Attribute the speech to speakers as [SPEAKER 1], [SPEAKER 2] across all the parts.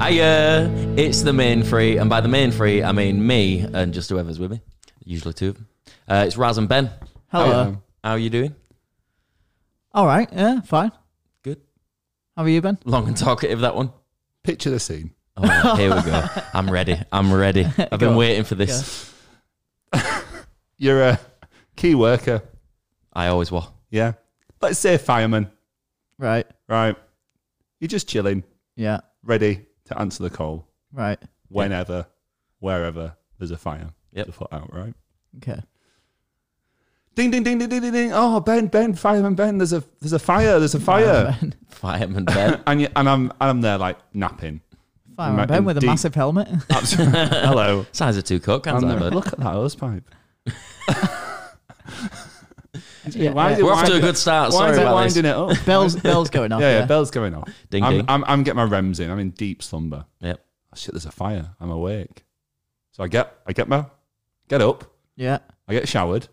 [SPEAKER 1] Hiya, it's the main three, and by the main three, I mean me and just whoever's with me. Usually two of them. Uh, it's Raz and Ben.
[SPEAKER 2] Hello.
[SPEAKER 1] How, how are you doing?
[SPEAKER 2] All right, yeah, fine.
[SPEAKER 1] Good.
[SPEAKER 2] How are you, Ben?
[SPEAKER 1] Long and talkative that one.
[SPEAKER 3] Picture the scene.
[SPEAKER 1] Oh, here we go. I'm ready. I'm ready. I've
[SPEAKER 2] Go
[SPEAKER 1] been
[SPEAKER 2] on.
[SPEAKER 1] waiting for this.
[SPEAKER 3] You're a key worker.
[SPEAKER 1] I always was.
[SPEAKER 3] Yeah. Let's say fireman.
[SPEAKER 2] Right.
[SPEAKER 3] Right. You're just chilling,
[SPEAKER 2] Yeah.
[SPEAKER 3] ready to answer the call
[SPEAKER 2] Right.
[SPEAKER 3] whenever, wherever there's a fire
[SPEAKER 1] Yep.
[SPEAKER 3] to put out, right?
[SPEAKER 2] Okay.
[SPEAKER 3] Ding ding ding ding ding ding ding. Oh Ben, Ben, fireman Ben, there's a there's a fire, there's a fire.
[SPEAKER 2] Ben.
[SPEAKER 1] Fireman Ben.
[SPEAKER 3] and you, and I'm and I'm there like napping.
[SPEAKER 2] Fine.
[SPEAKER 3] Right,
[SPEAKER 2] ben with a
[SPEAKER 3] indeed.
[SPEAKER 2] massive helmet.
[SPEAKER 3] Absolutely. Hello.
[SPEAKER 1] Size of two coke cans,
[SPEAKER 3] I'm
[SPEAKER 1] I
[SPEAKER 3] there,
[SPEAKER 1] bud.
[SPEAKER 3] Look at that hose pipe.
[SPEAKER 2] Yeah,
[SPEAKER 3] Why
[SPEAKER 2] yeah.
[SPEAKER 3] is it
[SPEAKER 1] We're off to
[SPEAKER 3] wind-
[SPEAKER 1] a good start,
[SPEAKER 3] Why
[SPEAKER 1] sorry
[SPEAKER 3] is it
[SPEAKER 1] about this.
[SPEAKER 3] winding it up?
[SPEAKER 2] Bells, bells going off.
[SPEAKER 3] Yeah, yeah, bell's going off.
[SPEAKER 1] Ding,
[SPEAKER 3] I'm,
[SPEAKER 1] ding.
[SPEAKER 3] I'm, I'm getting my REMs in. I'm in deep slumber.
[SPEAKER 1] Yep.
[SPEAKER 3] Oh, shit, there's a fire. I'm awake. So I get, I get my, get up.
[SPEAKER 2] Yeah.
[SPEAKER 3] I get showered.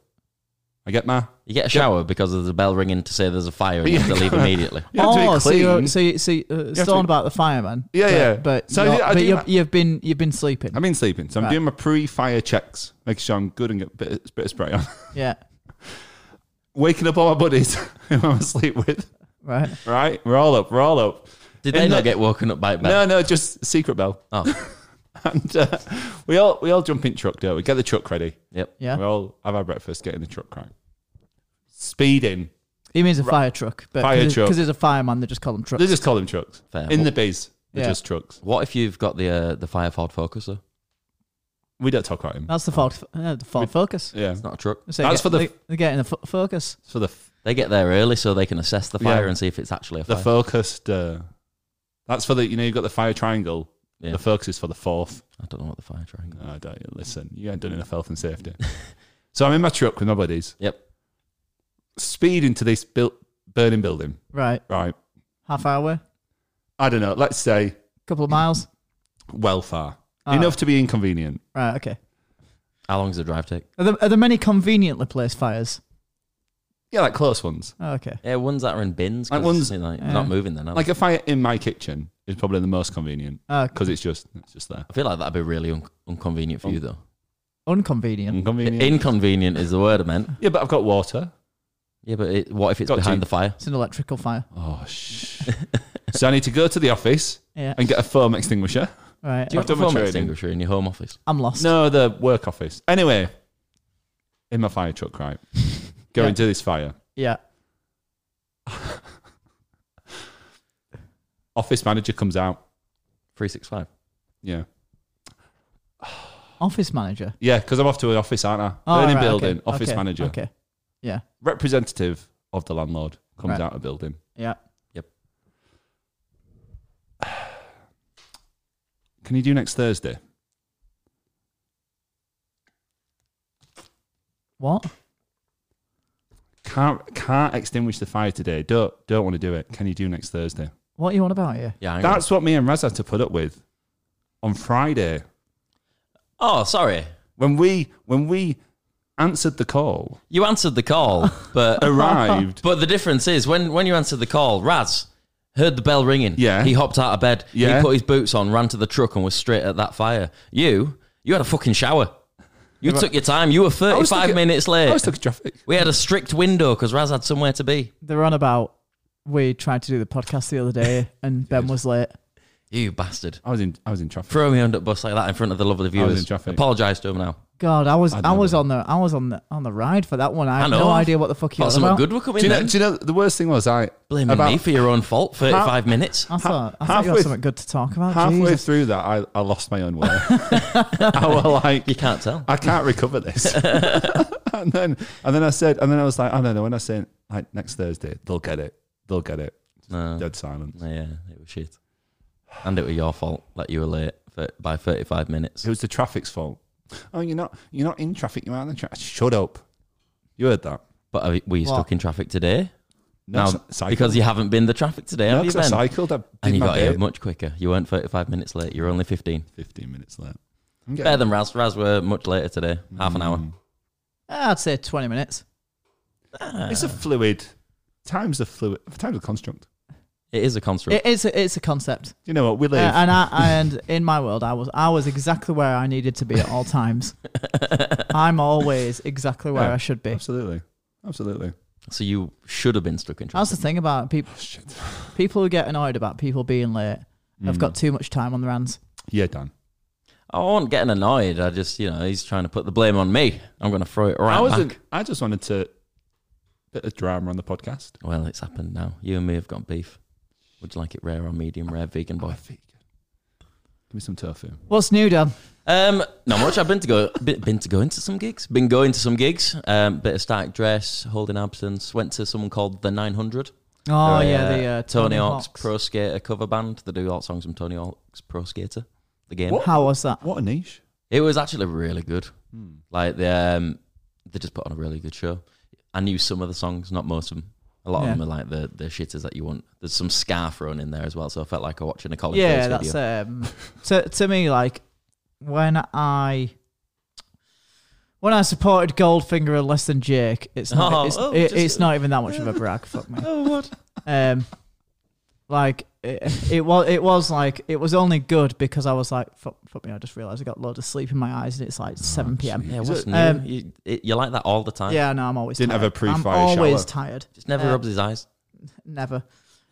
[SPEAKER 3] I get my.
[SPEAKER 1] You get a shower because there's a bell ringing to say there's a fire and you have to leave immediately.
[SPEAKER 3] You have to be
[SPEAKER 2] oh, so you're
[SPEAKER 3] clean.
[SPEAKER 2] so you, so you, uh, it's
[SPEAKER 3] have to
[SPEAKER 2] on
[SPEAKER 3] be-
[SPEAKER 2] about the fireman.
[SPEAKER 3] Yeah,
[SPEAKER 2] but,
[SPEAKER 3] yeah.
[SPEAKER 2] But
[SPEAKER 3] So
[SPEAKER 2] not-
[SPEAKER 3] yeah, I
[SPEAKER 2] but
[SPEAKER 3] do
[SPEAKER 2] you've,
[SPEAKER 3] that.
[SPEAKER 2] you've been you've been sleeping.
[SPEAKER 3] I've been sleeping, so I'm
[SPEAKER 2] Right.
[SPEAKER 3] doing my pre-fire checks, making sure I'm good and get a bit, of- bit of spray on.
[SPEAKER 2] yeah.
[SPEAKER 3] Waking up all my buddies who I'm asleep with.
[SPEAKER 2] Right.
[SPEAKER 3] Right, we're all up. We're all up.
[SPEAKER 1] Did they
[SPEAKER 3] In
[SPEAKER 1] not
[SPEAKER 3] the-
[SPEAKER 1] get woken up by a bell?
[SPEAKER 3] No, no, just secret bell.
[SPEAKER 1] Oh,
[SPEAKER 3] And uh, we all we all jump in truck, don't we? Get the truck ready.
[SPEAKER 1] yep.
[SPEAKER 2] Yeah.
[SPEAKER 3] We all have our breakfast, get in the truck, right? Speeding.
[SPEAKER 2] he means a fire truck. But
[SPEAKER 3] Fire
[SPEAKER 2] cause
[SPEAKER 3] truck.
[SPEAKER 2] Because there's a fireman, they just call him truck.
[SPEAKER 3] They just call them trucks.
[SPEAKER 1] Fair.
[SPEAKER 3] In the biz, they're
[SPEAKER 2] Yeah.
[SPEAKER 3] just trucks.
[SPEAKER 1] What if you've got the uh, the fire Ford Focus though?
[SPEAKER 3] We don't talk about him.
[SPEAKER 2] That's the fault. Uh, the fault focus.
[SPEAKER 3] yeah,
[SPEAKER 1] It's not a truck.
[SPEAKER 2] So
[SPEAKER 3] That's
[SPEAKER 2] they,
[SPEAKER 3] for the-
[SPEAKER 2] They, they're getting the fo- focus.
[SPEAKER 3] it's for the f-
[SPEAKER 1] They get there early so they can assess the fire
[SPEAKER 3] Yeah.
[SPEAKER 1] and see if it's actually a
[SPEAKER 3] the
[SPEAKER 1] fire.
[SPEAKER 3] focused. Uh, that's for the you know you've got the fire triangle.
[SPEAKER 1] Yeah.
[SPEAKER 3] The focus is for the fourth.
[SPEAKER 1] I don't know what the fire triangle.
[SPEAKER 3] Oh, don't you listen. You ain't done enough health and safety. so I'm in my truck with my buddies,
[SPEAKER 1] Yep.
[SPEAKER 3] speeding to this built burning building.
[SPEAKER 2] Right.
[SPEAKER 3] Right,
[SPEAKER 2] Half hour.
[SPEAKER 3] I don't know. Let's say
[SPEAKER 2] Couple of miles.
[SPEAKER 3] welfare
[SPEAKER 2] Ah.
[SPEAKER 3] enough to be inconvenient.
[SPEAKER 2] Right. Okay.
[SPEAKER 1] How long does the drive take?
[SPEAKER 2] Are there, are there many conveniently placed fires?
[SPEAKER 3] Yeah, like close ones.
[SPEAKER 2] Oh, okay.
[SPEAKER 1] Yeah, ones that are in bins. 'cause
[SPEAKER 3] Like ones-
[SPEAKER 1] they're like,
[SPEAKER 2] Yeah.
[SPEAKER 1] not moving then. are they?
[SPEAKER 3] Like a fire in my kitchen is probably the most convenient
[SPEAKER 1] Ah.
[SPEAKER 2] Uh,
[SPEAKER 3] because it's just it's just there.
[SPEAKER 1] I feel like that'd be really un- inconvenient for you though.
[SPEAKER 2] unconvenient.
[SPEAKER 3] Inconvenient.
[SPEAKER 1] Inconvenient is the word I meant.
[SPEAKER 3] yeah, but I've got water.
[SPEAKER 1] Yeah, but it, what if it's
[SPEAKER 3] Got
[SPEAKER 1] behind
[SPEAKER 3] to.
[SPEAKER 1] the fire?
[SPEAKER 2] It's an electrical fire.
[SPEAKER 3] Oh shh. so I need to go to the office
[SPEAKER 2] Yeah.
[SPEAKER 3] and get a foam extinguisher.
[SPEAKER 2] Right.
[SPEAKER 1] Do you
[SPEAKER 3] I've
[SPEAKER 1] have a
[SPEAKER 3] done my
[SPEAKER 1] foam
[SPEAKER 3] training.
[SPEAKER 1] extinguisher in your home office?
[SPEAKER 2] I'm lost.
[SPEAKER 3] No, the work office. Anyway, in my fire truck, right? Going
[SPEAKER 2] Yeah.
[SPEAKER 3] to this fire.
[SPEAKER 2] Yeah.
[SPEAKER 3] Office manager comes out.
[SPEAKER 1] Three six five.
[SPEAKER 3] Yeah.
[SPEAKER 2] Office manager.
[SPEAKER 3] Yeah, because I'm off to an office, aren't I?
[SPEAKER 2] Oh,
[SPEAKER 3] Burning
[SPEAKER 2] right,
[SPEAKER 3] building,
[SPEAKER 2] okay,
[SPEAKER 3] office
[SPEAKER 2] okay,
[SPEAKER 3] manager.
[SPEAKER 2] Okay. Yeah.
[SPEAKER 3] Representative of the landlord comes
[SPEAKER 2] Right.
[SPEAKER 3] out of building.
[SPEAKER 2] Yeah.
[SPEAKER 3] Can you do next Thursday?
[SPEAKER 2] What?
[SPEAKER 3] Can't can't extinguish the fire today. Don't don't want to do it. Can you do next Thursday?
[SPEAKER 2] What are you on about here?
[SPEAKER 1] Yeah. I
[SPEAKER 3] That's what me and Raz had to put up with on Friday.
[SPEAKER 1] oh, sorry.
[SPEAKER 3] When we when we answered the call,
[SPEAKER 1] You answered the call, but
[SPEAKER 3] arrived.
[SPEAKER 1] but the difference is when when you answered the call, Raz heard the bell ringing.
[SPEAKER 3] Yeah.
[SPEAKER 1] He hopped out of bed.
[SPEAKER 3] Yeah.
[SPEAKER 1] He put his boots on, ran to the truck, and was straight at that fire. You you had a fucking shower. You took your time. You were
[SPEAKER 3] I
[SPEAKER 1] thirty
[SPEAKER 3] was
[SPEAKER 1] five
[SPEAKER 3] stuck-
[SPEAKER 1] minutes
[SPEAKER 3] I
[SPEAKER 1] late.
[SPEAKER 3] was stuck in traffic.
[SPEAKER 1] We had a strict window because Raz had somewhere to be.
[SPEAKER 2] They're on about we tried to do the podcast the other day and Ben was late.
[SPEAKER 1] You bastard.
[SPEAKER 3] I was in I was in traffic.
[SPEAKER 1] Throw me under the bus like that in front of the lovely
[SPEAKER 3] was in
[SPEAKER 1] viewers.
[SPEAKER 3] traffic.
[SPEAKER 1] Apologise to him now.
[SPEAKER 2] God, I was I,
[SPEAKER 3] know
[SPEAKER 2] was
[SPEAKER 3] that.
[SPEAKER 2] on the I was on the on the ride for that one. I,
[SPEAKER 1] I
[SPEAKER 2] have
[SPEAKER 1] know.
[SPEAKER 2] no idea what the fuck you
[SPEAKER 1] Thought
[SPEAKER 2] was
[SPEAKER 1] something
[SPEAKER 2] about.
[SPEAKER 1] Oh, good were coming
[SPEAKER 3] Do you, know,
[SPEAKER 1] then.
[SPEAKER 3] do you know the worst thing was I
[SPEAKER 1] Blaming
[SPEAKER 3] about
[SPEAKER 1] me for your own fault. 35 minutes.
[SPEAKER 2] I thought I thought you
[SPEAKER 3] halfway
[SPEAKER 2] had something good to talk about.
[SPEAKER 3] halfway
[SPEAKER 2] Jesus.
[SPEAKER 3] through that I, I lost my own way. I was
[SPEAKER 1] You
[SPEAKER 3] like
[SPEAKER 1] can't tell.
[SPEAKER 3] I can't recover this. and then and then I said and then I was like, I don't know, when I say like next Thursday, they'll get it. They'll get it.
[SPEAKER 1] No.
[SPEAKER 3] Dead silence.
[SPEAKER 1] No, yeah, it was shit. And it was your fault that you were late for, by 35 minutes.
[SPEAKER 3] It was the traffic's fault. Oh, you're not you're not in traffic. You're out of traffic. Shut up. You heard that?
[SPEAKER 1] But are, were you
[SPEAKER 2] What?
[SPEAKER 1] stuck in traffic today?
[SPEAKER 3] No,
[SPEAKER 1] Now,
[SPEAKER 3] c- cycle.
[SPEAKER 1] because you haven't been the traffic today,
[SPEAKER 3] no,
[SPEAKER 1] have you
[SPEAKER 3] 'cause I
[SPEAKER 1] been?
[SPEAKER 3] cycled. I did
[SPEAKER 1] and you
[SPEAKER 3] my
[SPEAKER 1] got here
[SPEAKER 3] bit.
[SPEAKER 1] much quicker. You weren't 35 minutes late. You were only 15.
[SPEAKER 3] Fifteen minutes late. Mm. I'm getting-
[SPEAKER 1] Better than Raz. Raz were much later today. Half an hour.
[SPEAKER 2] I'd say 20 minutes.
[SPEAKER 1] Ah, Uh.
[SPEAKER 3] It's a fluid. Time's a fluid. Time's a construct.
[SPEAKER 1] It is a construct.
[SPEAKER 2] It, it's, a, it's a concept.
[SPEAKER 3] You know what? We
[SPEAKER 2] Uh,
[SPEAKER 3] live.
[SPEAKER 2] and I, and in my world, I was I was exactly where I needed to be at all times. I'm always exactly where
[SPEAKER 3] Yeah.
[SPEAKER 2] I should be.
[SPEAKER 3] absolutely, absolutely.
[SPEAKER 1] so you should have been stuck in
[SPEAKER 2] That's
[SPEAKER 1] traffic.
[SPEAKER 2] the thing about people. People who get annoyed about people being late have got too much time on their hands.
[SPEAKER 3] Yeah, Dan.
[SPEAKER 1] I wasn't getting annoyed. I just, you know, he's trying to put the blame on me. I'm going to throw it right
[SPEAKER 3] I wasn't.
[SPEAKER 1] back.
[SPEAKER 3] I just wanted to bit of drama on the podcast.
[SPEAKER 1] Well, it's happened now. You and me have got beef. Would you like it rare or medium rare, vegan boy?
[SPEAKER 3] Vegan. Give me some tofu.
[SPEAKER 2] What's new, Dan?
[SPEAKER 1] Um, not much. I've been to go been, been to go into some gigs. Been going to some gigs. Um, bit of static dress, holding absence. Went to someone called the Nine Hundred.
[SPEAKER 2] Oh yeah, the uh,
[SPEAKER 1] Tony Hawk's Pro Skater cover band. They do all songs from Tony Hawk's Pro Skater, the game.
[SPEAKER 3] What?
[SPEAKER 2] How was that?
[SPEAKER 3] What a niche.
[SPEAKER 1] It was actually really good.
[SPEAKER 2] Hmm.
[SPEAKER 1] Like they um, they just put on a really good show. I knew some of the songs, not most of them. A lot
[SPEAKER 2] Yeah.
[SPEAKER 1] of them are like the the shitters that you want. There's some Scar thrown in there as well, so I felt like I was watching a Colin
[SPEAKER 2] yeah,
[SPEAKER 1] Firth
[SPEAKER 2] that's
[SPEAKER 1] video.
[SPEAKER 2] um. to to me, like when I when I supported Goldfinger and Less Than Jake, it's not
[SPEAKER 1] Oh,
[SPEAKER 2] it's,
[SPEAKER 1] oh,
[SPEAKER 2] it-
[SPEAKER 1] just-
[SPEAKER 2] it's not even that much of a brag. Fuck me.
[SPEAKER 1] Oh, what?
[SPEAKER 2] Um, like it, it was it was like it was only good because I was like fuck, fuck me. I just realized I got loads of sleep in my eyes and it's like seven p.m.
[SPEAKER 1] Oh, Yeah,
[SPEAKER 3] Is
[SPEAKER 1] what's
[SPEAKER 3] it-
[SPEAKER 1] new?
[SPEAKER 2] um,
[SPEAKER 1] you, it, you're like that all the time.
[SPEAKER 2] Yeah, no, I'm always
[SPEAKER 3] Didn't have
[SPEAKER 2] tired.
[SPEAKER 3] a pre-fire
[SPEAKER 2] I'm always
[SPEAKER 3] shower.
[SPEAKER 2] tired.
[SPEAKER 1] Just never
[SPEAKER 2] Uh,
[SPEAKER 1] rubs his eyes.
[SPEAKER 2] never.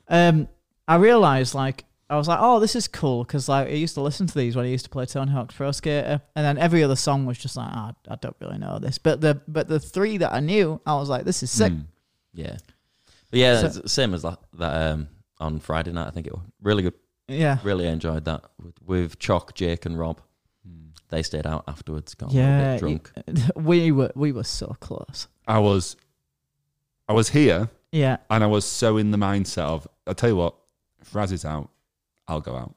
[SPEAKER 2] Um, I realized like I was like, oh, this is cool because like I used to listen to these when I used to play Tony Hawk's Pro Skater, and then every other song was just like, ah, I don't really know this, but the but the three that I knew, I was like, this is
[SPEAKER 3] Hmm.
[SPEAKER 2] sick.
[SPEAKER 1] Yeah. But yeah,
[SPEAKER 2] So-
[SPEAKER 1] it's the same as that, that um, on Friday night, I think it was. Really good.
[SPEAKER 2] Yeah,
[SPEAKER 1] Really enjoyed that with, with Chalk, Jake, and Rob. They stayed out afterwards, got
[SPEAKER 2] Hmm. yeah.
[SPEAKER 1] a little bit drunk.
[SPEAKER 2] y- we were we were so close.
[SPEAKER 3] I was, I was here,
[SPEAKER 2] Yeah,
[SPEAKER 3] and I was so in the mindset of. I tell you what, if Raz is out, I'll go out.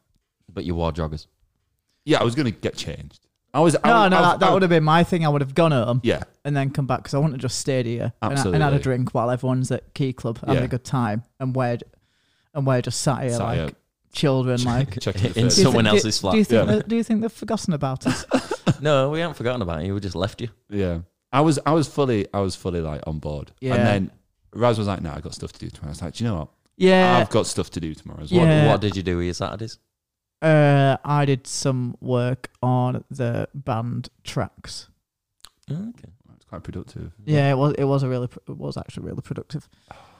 [SPEAKER 1] But you wore joggers.
[SPEAKER 3] Yeah, I was going to get changed. I was.
[SPEAKER 2] no,
[SPEAKER 3] I, was-
[SPEAKER 2] no,
[SPEAKER 3] I was-
[SPEAKER 2] that, that
[SPEAKER 3] I-
[SPEAKER 2] would have been my thing. I would have gone home
[SPEAKER 3] Yeah,
[SPEAKER 2] and then come back because I wouldn't have just stayed here and, ha- and had a
[SPEAKER 3] Absolutely.
[SPEAKER 2] drink while everyone's at Key Club having
[SPEAKER 3] Yeah.
[SPEAKER 2] a good time, and we're and we're just sat here
[SPEAKER 3] Sat
[SPEAKER 2] like
[SPEAKER 3] here.
[SPEAKER 2] children, like
[SPEAKER 3] checking the
[SPEAKER 1] In
[SPEAKER 3] third.
[SPEAKER 2] Do you
[SPEAKER 1] someone
[SPEAKER 2] thi- do-
[SPEAKER 1] else's flat.
[SPEAKER 2] Do you think?
[SPEAKER 3] Yeah.
[SPEAKER 2] they- do you think they've forgotten about us?
[SPEAKER 1] No, we haven't forgotten about you. We just left you.
[SPEAKER 3] Yeah. I was I was fully I was fully like on board.
[SPEAKER 2] Yeah.
[SPEAKER 3] And then Raz was like, No, I got stuff to do tomorrow. I was like, Do you know what?
[SPEAKER 2] yeah,
[SPEAKER 3] I've got stuff to do tomorrow as
[SPEAKER 1] What,
[SPEAKER 3] well.
[SPEAKER 2] Uh, Yeah.
[SPEAKER 1] what did you do with your Saturdays?
[SPEAKER 2] uh, I did some work on the band tracks. Oh,
[SPEAKER 1] Okay.
[SPEAKER 3] It's quite productive.
[SPEAKER 2] Yeah, it was. It was a really. pr- It was actually really productive.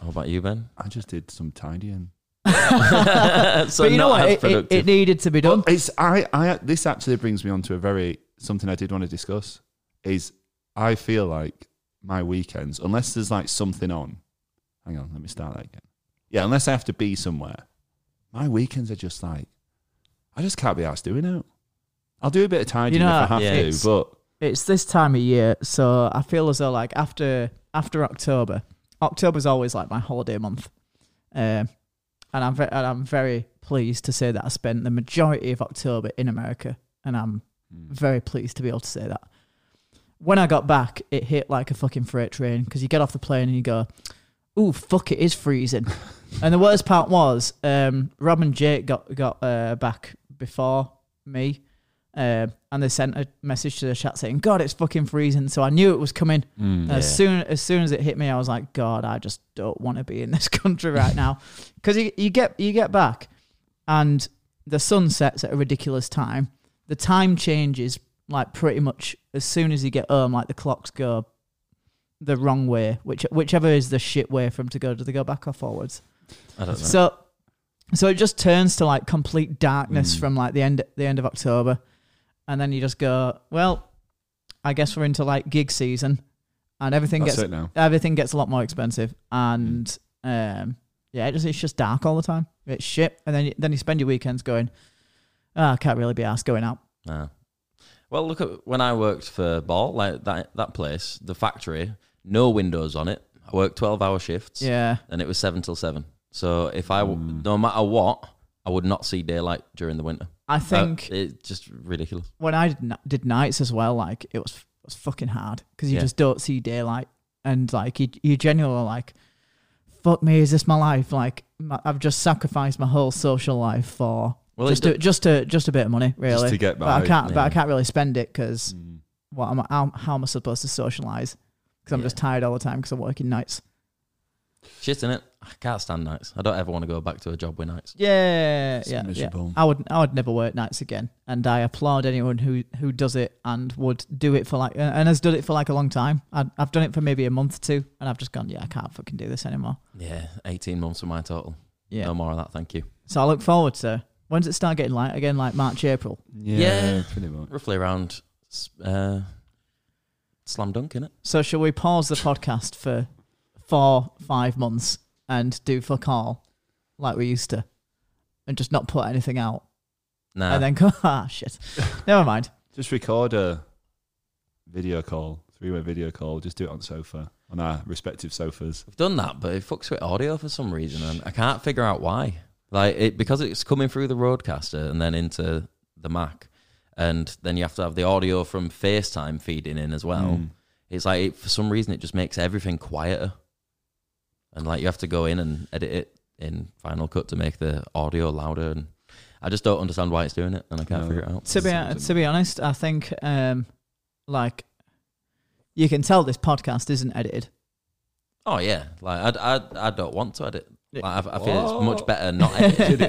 [SPEAKER 1] How about you, Ben?
[SPEAKER 3] I just did some tidying.
[SPEAKER 1] so
[SPEAKER 2] but you know
[SPEAKER 1] not
[SPEAKER 2] what?
[SPEAKER 1] as
[SPEAKER 2] It, it,
[SPEAKER 1] productive.
[SPEAKER 2] it needed to be done.
[SPEAKER 3] But it's I, I this actually brings me on to a very something I did want to discuss is I feel like my weekends, unless there's like something on. Hang on, let me start that again. Yeah, unless I have to be somewhere, my weekends are just like I just can't be asked doing it. I'll do a bit of tidying
[SPEAKER 2] know,
[SPEAKER 3] if I have
[SPEAKER 1] Yeah.
[SPEAKER 3] to,
[SPEAKER 1] it's-
[SPEAKER 3] but
[SPEAKER 2] It's this time of year, so I feel as though like after after October, October's always like my holiday month, um, and I'm ve- and I'm very pleased to say that I spent the majority of October in America, and I'm very pleased to be able to say that. When I got back, it hit like a fucking freight train because you get off the plane and you go, "Ooh, fuck, it is freezing." and the worst part was, um, Rob and Jake got got uh, back before me, um, and they sent a message to the chat saying, "God, it's fucking freezing." So I knew it was coming. And As soon as soon as it hit me, I was like, "God, I just don't want to be in this country right now," because you, you get you get back, and the sun sets at a ridiculous time. The time changes like pretty much as soon as you get home. Like the clocks go the wrong way, which whichever is the shit way for 'em to go. Do they go back or forwards?
[SPEAKER 1] I don't know.
[SPEAKER 2] So, so it just turns to like complete
[SPEAKER 3] Mm.
[SPEAKER 2] darkness from like the end the end of October, and then you just go, well, I guess we're into like gig season, and everything
[SPEAKER 3] that's
[SPEAKER 2] gets
[SPEAKER 3] it now.
[SPEAKER 2] everything gets a lot more expensive, and
[SPEAKER 3] Mm.
[SPEAKER 2] um, yeah, it just it's just dark all the time. It's shit, and then you, then you spend your weekends going, ah, I can't really be asked going out.
[SPEAKER 1] Ah. Well, look at when I worked for Ball, like that that place, the factory, no windows on it. I worked twelve hour shifts,
[SPEAKER 2] Yeah,
[SPEAKER 1] and it was seven till seven. So if I, w- no matter what, I would not see daylight during the winter.
[SPEAKER 2] I
[SPEAKER 1] Uh,
[SPEAKER 2] think
[SPEAKER 1] it's just ridiculous.
[SPEAKER 2] when I did, n- did nights as well, like it was, it was fucking hard because you
[SPEAKER 1] Yeah.
[SPEAKER 2] just don't see daylight, and like you, you genuinely are like, fuck me, is this my life? Like my, I've just sacrificed my whole social life for
[SPEAKER 1] Well,
[SPEAKER 2] just
[SPEAKER 1] it
[SPEAKER 2] to, just to just a bit of money, really.
[SPEAKER 3] to get
[SPEAKER 2] but I
[SPEAKER 3] by,
[SPEAKER 2] can't, but I
[SPEAKER 1] yeah. Mm.
[SPEAKER 2] can't really spend it because what am I, how, how am I supposed to socialize? Because I'm
[SPEAKER 1] Yeah.
[SPEAKER 2] just tired all the time because I'm working nights.
[SPEAKER 1] Shit in it. I can't stand nights. I don't ever want to go back to a job with nights.
[SPEAKER 2] Yeah,
[SPEAKER 3] It's
[SPEAKER 2] yeah, yeah.
[SPEAKER 3] miserable.
[SPEAKER 2] I would, I would never work nights again, and I applaud anyone who who does it and would do it for like, uh, and has done it for like a long time. I, I've done it for maybe a month or two, and I've just gone, yeah, I can't fucking do this anymore.
[SPEAKER 1] Yeah, 18 months of my total.
[SPEAKER 2] Yeah.
[SPEAKER 1] No more of that, thank you.
[SPEAKER 2] So I look forward to when does it start getting light again? Like March, April.
[SPEAKER 3] Yeah,
[SPEAKER 1] Yeah.
[SPEAKER 3] pretty much.
[SPEAKER 1] Roughly around s- uh, slam dunk, innit?
[SPEAKER 2] So shall we pause the podcast for four, five months and do fuck all like we used to, and just not put anything out,
[SPEAKER 1] Nah.
[SPEAKER 2] and then go, ah, shit, never mind.
[SPEAKER 3] Just record a video call, three-way video call. Just do it on the sofa, on our respective sofas.
[SPEAKER 1] We've done that, but it fucks with audio for some reason, and I can't figure out why. Like it because it's coming through the roadcaster and then into the Mac, and then you have to have the audio from FaceTime feeding in as well.
[SPEAKER 3] Mm.
[SPEAKER 1] It's like it, for some reason it just makes everything quieter, and like you have to go in and edit it in Final Cut to make the audio louder. And I just don't understand why it's doing it, and I can't
[SPEAKER 3] No.
[SPEAKER 1] figure it out.
[SPEAKER 2] to be
[SPEAKER 3] Something.
[SPEAKER 2] to be honest, I think um, like you can tell this podcast isn't edited.
[SPEAKER 1] Oh yeah, like I I, I don't want to edit. Like, I, I feel it's
[SPEAKER 3] What?
[SPEAKER 1] much better not edited.
[SPEAKER 3] Did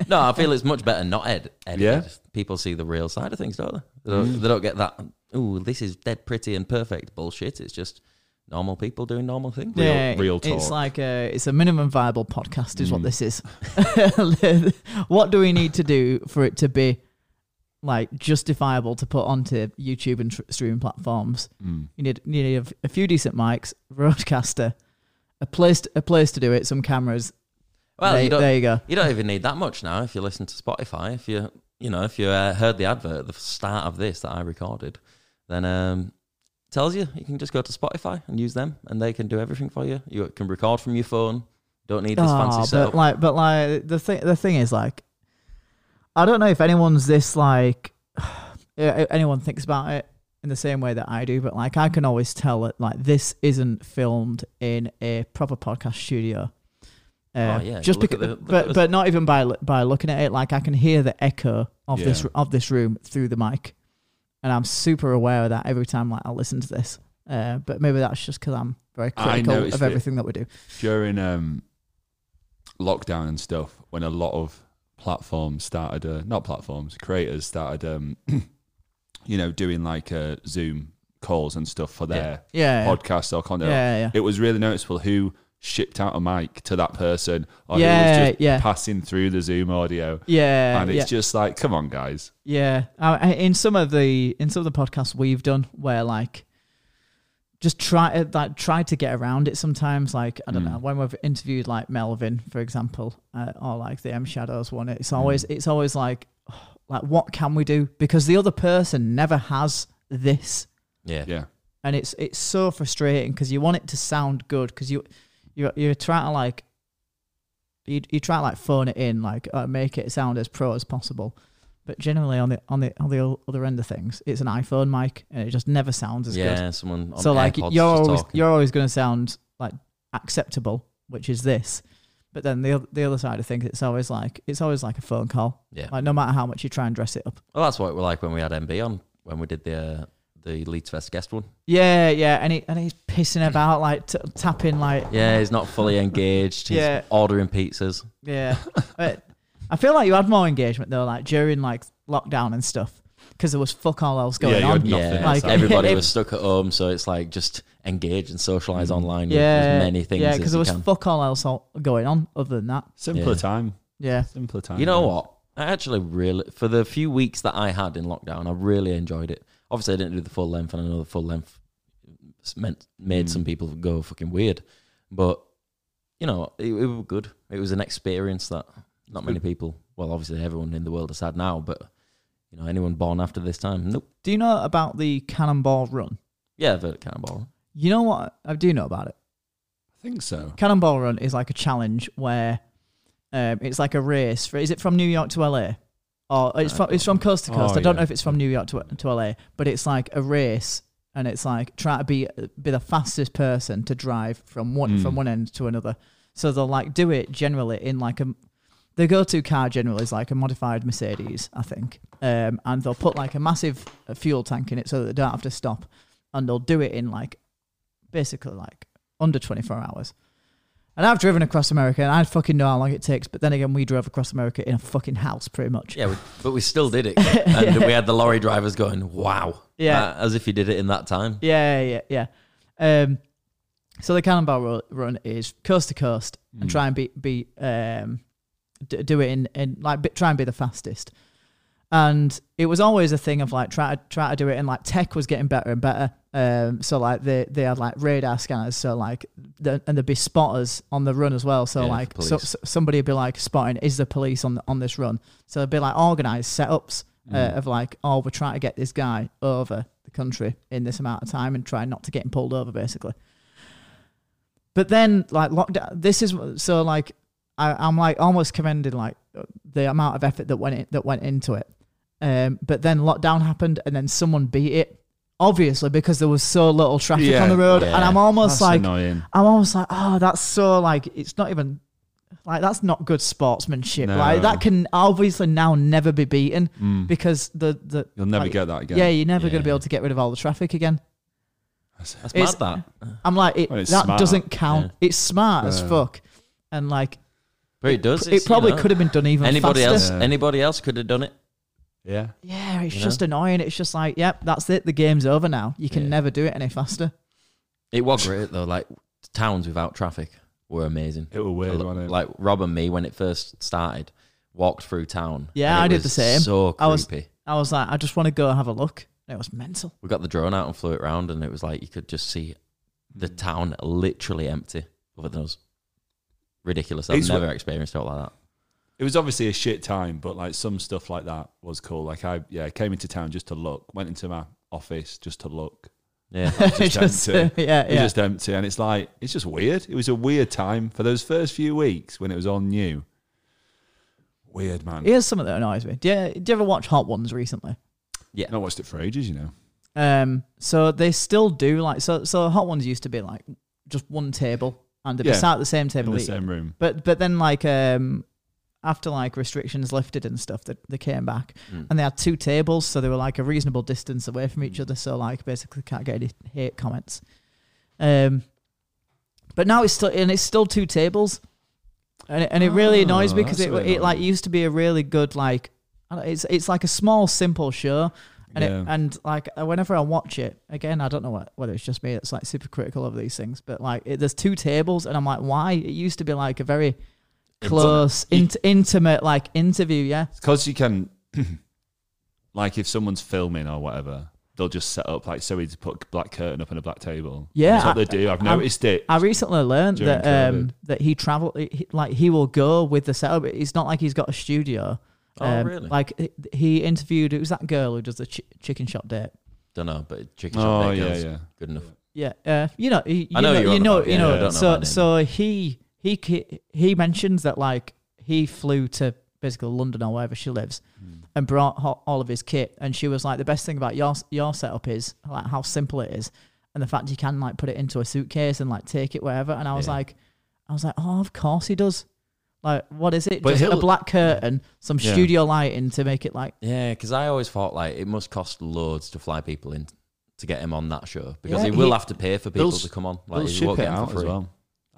[SPEAKER 3] it?
[SPEAKER 1] No, I feel it's much better not ed- edited.
[SPEAKER 3] Yeah. Mm.
[SPEAKER 1] People see the real side of things, don't they? They don't, they don't get that, ooh, this is dead pretty and perfect bullshit. It's just normal people doing normal things.
[SPEAKER 3] Real- real
[SPEAKER 2] It's
[SPEAKER 3] talk.
[SPEAKER 2] like a, it's a minimum viable podcast, is what
[SPEAKER 3] Mm.
[SPEAKER 2] this is. what do we need to do for it to be like justifiable to put onto YouTube and tr- streaming platforms?
[SPEAKER 3] Mm.
[SPEAKER 2] You need you need a, a few decent mics, roadcaster, a place to, a place to do it, some cameras.
[SPEAKER 1] Well,
[SPEAKER 2] there,
[SPEAKER 1] you, don't,
[SPEAKER 2] there you go.
[SPEAKER 1] you don't even need that much now if you listen to Spotify. If you, you know, if you uh, heard the advert at the start of this that I recorded, then um, it tells you you can just go to Spotify and use them and they can do everything for you. You can record from your phone. Don't need this
[SPEAKER 2] Ah,
[SPEAKER 1] fancy setup.
[SPEAKER 2] But like, but like the thing, the thing is like, I don't know if anyone's this like, yeah, anyone thinks about it in the same way that I do. But like, I can always tell that like this isn't filmed in a proper podcast studio. Uh,
[SPEAKER 1] Oh, yeah,
[SPEAKER 2] just
[SPEAKER 1] look at
[SPEAKER 2] because,
[SPEAKER 1] the- look at
[SPEAKER 2] but
[SPEAKER 1] us.
[SPEAKER 2] but not even by l- by looking at it, like I can hear the echo of this
[SPEAKER 3] Yeah.
[SPEAKER 2] of this room through the mic, and I'm super aware of that every time like I listen to this. Uh, but maybe that's just because I'm very
[SPEAKER 3] I
[SPEAKER 2] critical
[SPEAKER 3] noticed
[SPEAKER 2] of
[SPEAKER 3] it.
[SPEAKER 2] everything that we do.
[SPEAKER 3] during um, lockdown and stuff, when a lot of platforms started, uh, not platforms, creators started, um, you know, doing like uh, Zoom calls and stuff for their
[SPEAKER 2] Yeah, yeah.
[SPEAKER 3] podcasts or content.
[SPEAKER 2] Yeah, yeah.
[SPEAKER 3] It was really noticeable who shipped out a mic to that person or who
[SPEAKER 2] Yeah,
[SPEAKER 3] was just
[SPEAKER 2] yeah.
[SPEAKER 3] passing through the Zoom audio.
[SPEAKER 2] Yeah,
[SPEAKER 3] and
[SPEAKER 2] yeah.
[SPEAKER 3] it's just like, come on, guys.
[SPEAKER 2] Yeah, I, I- in some of the in some of the podcasts we've done, where like just try uh, like try to get around it sometimes. Like I don't
[SPEAKER 3] Hmm.
[SPEAKER 2] know when we've interviewed like Melvin, for example, uh, or like the M Shadows one. It's
[SPEAKER 3] Hmm.
[SPEAKER 2] always it's always like like what can we do because the other person never has this,
[SPEAKER 1] yeah.
[SPEAKER 3] Yeah.
[SPEAKER 2] and it's it's so frustrating because you want it to sound good because you you you're trying to like. You, you try to like phone it in, like uh, make it sound as pro as possible, but generally on the on the on the o- other end of things, it's an iPhone mic and it just never sounds as
[SPEAKER 1] Yeah, someone
[SPEAKER 2] good.
[SPEAKER 1] on
[SPEAKER 2] So like
[SPEAKER 1] AirPods
[SPEAKER 2] you're
[SPEAKER 1] just
[SPEAKER 2] always
[SPEAKER 1] talking.
[SPEAKER 2] you're always going to sound like acceptable, which is this. But then the oth- the other side of things, it's always like it's always like a phone call.
[SPEAKER 1] Yeah.
[SPEAKER 2] Like no matter how much you try and dress it up.
[SPEAKER 1] Well, that's what it was like when we had MB on when we did the uh, the Leeds Fest guest one.
[SPEAKER 2] Yeah, yeah, and he and he's pissing about like t- tapping like
[SPEAKER 1] Yeah, he's not fully engaged. He's
[SPEAKER 2] Yeah.
[SPEAKER 1] ordering pizzas.
[SPEAKER 2] Yeah, but I feel like you had more engagement though, like during like lockdown and stuff, because there was fuck all else going
[SPEAKER 3] Yeah, you
[SPEAKER 2] on.
[SPEAKER 3] had nothing
[SPEAKER 1] yeah,
[SPEAKER 2] else.
[SPEAKER 1] like, everybody was stuck at home, so it's like just engage and socialize online. with as many things.
[SPEAKER 2] Yeah,
[SPEAKER 1] because
[SPEAKER 2] there was fuck all else all going on other than that.
[SPEAKER 3] Simpler
[SPEAKER 1] Yeah.
[SPEAKER 3] time.
[SPEAKER 2] Yeah,
[SPEAKER 3] Simpler time.
[SPEAKER 1] You know what? I actually really for the few weeks that I had in lockdown, I really enjoyed it. Obviously, I didn't do the full length, and I know the full length s- meant made some people go fucking weird, but you know it, it was good. It was an experience that not many people. Well, obviously, everyone in the world has had now, but you know anyone born after this time, nope.
[SPEAKER 2] do you know about the Cannonball Run?
[SPEAKER 1] Yeah, but kind of boring.
[SPEAKER 2] uh, You know what? I do know about it.
[SPEAKER 3] I think so.
[SPEAKER 2] Cannonball Run is like a challenge where um, it's like a race. For, is it from New York to LA? Or it's from it's from coast to coast.
[SPEAKER 3] Oh,
[SPEAKER 2] I don't
[SPEAKER 3] yeah.
[SPEAKER 2] know if it's from New York to, to LA, but it's like a race, and it's like try to be be the fastest person to drive from one
[SPEAKER 3] Mm.
[SPEAKER 2] from one end to another. So they'll like do it generally in like a the go-to car generally is like a modified Mercedes, I think, um, and they'll put like a massive uh, fuel tank in it so that they don't have to stop, and they'll do it in like basically like under 24 hours. And I've driven across America, and I fucking know how long it takes. But then again, we drove across America in a fucking house, pretty much.
[SPEAKER 1] Yeah, we, but we still did it, and we had the lorry drivers going, "Wow!"
[SPEAKER 2] Yeah.
[SPEAKER 1] Uh, as if he did it in that time.
[SPEAKER 2] Yeah, yeah, yeah. Um, so the Cannonball Ru- Run is coast to coast and try and be be um, d- do it in in like be, try and be the fastest. And it was always a thing of like try to try to do it, and like tech was getting better and better. Um, so like they they had like radar scanners, so like the, and there'd be spotters on the run as well. So
[SPEAKER 1] Yeah,
[SPEAKER 2] like
[SPEAKER 1] for
[SPEAKER 2] so,
[SPEAKER 1] police.
[SPEAKER 2] so- somebody would be like spotting is the police on the, on this run. So there'd be like organized setups
[SPEAKER 1] Mm.
[SPEAKER 2] uh, of like, oh, we're trying to get this guy over the country in this amount of time and try not to get him pulled over, basically. But then, like lockdown, this is so like I, I'm like almost commended like the amount of effort that went in, that went into it. Um, but then lockdown happened, and then someone beat it, obviously because there was so little traffic
[SPEAKER 3] Yeah.
[SPEAKER 2] on the road. And
[SPEAKER 1] Yeah.
[SPEAKER 2] I'm almost
[SPEAKER 3] That's
[SPEAKER 2] like,
[SPEAKER 3] annoying.
[SPEAKER 2] I'm almost like, oh, that's so like it's not even like that's not good sportsmanship.
[SPEAKER 3] No. Mm.
[SPEAKER 2] Like that can obviously now never be beaten because the the
[SPEAKER 3] You'll never
[SPEAKER 2] like,
[SPEAKER 3] get that again.
[SPEAKER 2] Yeah, you're never going to be
[SPEAKER 1] Yeah.
[SPEAKER 2] able to get rid of all the traffic again.
[SPEAKER 1] That's
[SPEAKER 2] It's-
[SPEAKER 1] mad. That,
[SPEAKER 2] I'm like, it,
[SPEAKER 3] Well,
[SPEAKER 2] that
[SPEAKER 3] it's smart.
[SPEAKER 2] doesn't count. It's smart as
[SPEAKER 3] Yeah.
[SPEAKER 2] fuck, and like
[SPEAKER 1] but it does.
[SPEAKER 2] it probably could have been done even
[SPEAKER 1] Anybody
[SPEAKER 2] faster.
[SPEAKER 1] else?
[SPEAKER 3] Yeah.
[SPEAKER 1] Anybody else could have done it.
[SPEAKER 3] Yeah.
[SPEAKER 2] Yeah, it's
[SPEAKER 1] You
[SPEAKER 2] just annoying. It's just like, yep, that's it. The game's over now. You can
[SPEAKER 1] Yeah.
[SPEAKER 2] never do it any faster.
[SPEAKER 1] It was great though. Like towns without traffic were amazing.
[SPEAKER 3] It were weird,
[SPEAKER 1] Like,
[SPEAKER 3] wasn't it?
[SPEAKER 1] Like Rob and me when it first started, walked through town.
[SPEAKER 2] Yeah,
[SPEAKER 1] and it
[SPEAKER 2] I did
[SPEAKER 1] was
[SPEAKER 2] the same.
[SPEAKER 1] So creepy.
[SPEAKER 2] I was- I was like, I just want to go have a look. And it was mental.
[SPEAKER 1] we got the drone out and flew it round, and it was like you could just see the town literally empty other than us. Ridiculous. I've
[SPEAKER 3] It's
[SPEAKER 1] never experienced it like that.
[SPEAKER 3] It was obviously a shit time, but like some stuff like that was cool. Like I, yeah, came into town just to look. Went into my office just to look.
[SPEAKER 1] Yeah.
[SPEAKER 3] It was
[SPEAKER 2] Just,
[SPEAKER 3] just empty.
[SPEAKER 2] yeah,
[SPEAKER 3] It was
[SPEAKER 2] yeah.
[SPEAKER 3] just empty, and it's like it's just weird. It was a weird time for those first few weeks when it was all new. Weird man.
[SPEAKER 2] Here's something that annoys me. Do you, do you ever watch Hot Ones recently?
[SPEAKER 3] Not watched it for ages, you know.
[SPEAKER 2] Um, so they still do like so. So Hot Ones used to be like just one table, and they'd be
[SPEAKER 3] Yeah.
[SPEAKER 2] sat at the same
[SPEAKER 3] In
[SPEAKER 2] table.
[SPEAKER 3] the
[SPEAKER 2] eating.
[SPEAKER 3] same room.
[SPEAKER 2] But but then like um after like restrictions lifted and stuff, they, they came back
[SPEAKER 3] Hmm.
[SPEAKER 2] and they had two tables, so they were like a reasonable distance away from each other. So like basically can't get any hate comments. Um, but now it's still and it's still two tables, and it, and it really annoys me
[SPEAKER 3] Oh,
[SPEAKER 2] because
[SPEAKER 3] that's
[SPEAKER 2] it,
[SPEAKER 3] a bit
[SPEAKER 2] it like
[SPEAKER 3] annoying.
[SPEAKER 2] used to be a really good like I don't- it's it's like a small simple show. And,
[SPEAKER 3] Yeah.
[SPEAKER 2] it, and like uh, whenever I watch it again, I don't know what, whether it's just me that's like super critical of these things, but like it, there's two tables, and I'm like, why? It used to be like a very close, int- intimate like interview. Yeah,
[SPEAKER 3] because you can like if someone's filming or whatever they'll just set up like so we to put a black curtain up and a black table
[SPEAKER 2] Yeah,
[SPEAKER 3] that's what
[SPEAKER 2] I-
[SPEAKER 3] they do i've
[SPEAKER 2] I'm-
[SPEAKER 3] noticed it
[SPEAKER 2] I recently learned
[SPEAKER 3] During
[SPEAKER 2] that um,
[SPEAKER 3] COVID.
[SPEAKER 2] that he travel he, like he will go with the setup. It's not like he's got a studio. Um,
[SPEAKER 1] Oh, really?
[SPEAKER 2] Like he- he interviewed it was that girl who does the ch- chicken shop date.
[SPEAKER 1] Don't know, but chicken shop
[SPEAKER 3] oh
[SPEAKER 1] there
[SPEAKER 3] yeah
[SPEAKER 1] goes.
[SPEAKER 3] yeah
[SPEAKER 1] Good enough.
[SPEAKER 2] Yeah, uh, you know, you,
[SPEAKER 1] I know
[SPEAKER 2] you
[SPEAKER 1] you're
[SPEAKER 2] know, you
[SPEAKER 1] on
[SPEAKER 2] know,
[SPEAKER 1] about,
[SPEAKER 2] you
[SPEAKER 1] yeah,
[SPEAKER 2] know.
[SPEAKER 1] I don't know
[SPEAKER 2] so
[SPEAKER 1] her name.
[SPEAKER 2] so he he ki- he mentions that like he flew to basically London or wherever she lives,
[SPEAKER 1] Hmm.
[SPEAKER 2] and brought ho- all of his kit. And she was like, the best thing about your your setup is like how simple it is, and the fact you can like put it into a suitcase and like take it wherever. And I was
[SPEAKER 1] Yeah.
[SPEAKER 2] like, I was like, oh, of course he does. Like, what is it?
[SPEAKER 3] But
[SPEAKER 2] Just a
[SPEAKER 3] he'll-
[SPEAKER 2] black curtain, some
[SPEAKER 3] Yeah.
[SPEAKER 2] studio lighting to make it like.
[SPEAKER 1] Yeah, because I always thought like it must cost loads to fly people in to get him on that show because
[SPEAKER 2] Yeah,
[SPEAKER 1] he will
[SPEAKER 2] he-
[SPEAKER 1] have to pay for people
[SPEAKER 3] They'll
[SPEAKER 1] to come on.
[SPEAKER 3] They'll
[SPEAKER 1] Like he
[SPEAKER 3] ship
[SPEAKER 1] won't
[SPEAKER 3] it
[SPEAKER 1] get 'em
[SPEAKER 3] out
[SPEAKER 1] for
[SPEAKER 3] as
[SPEAKER 1] free.
[SPEAKER 3] well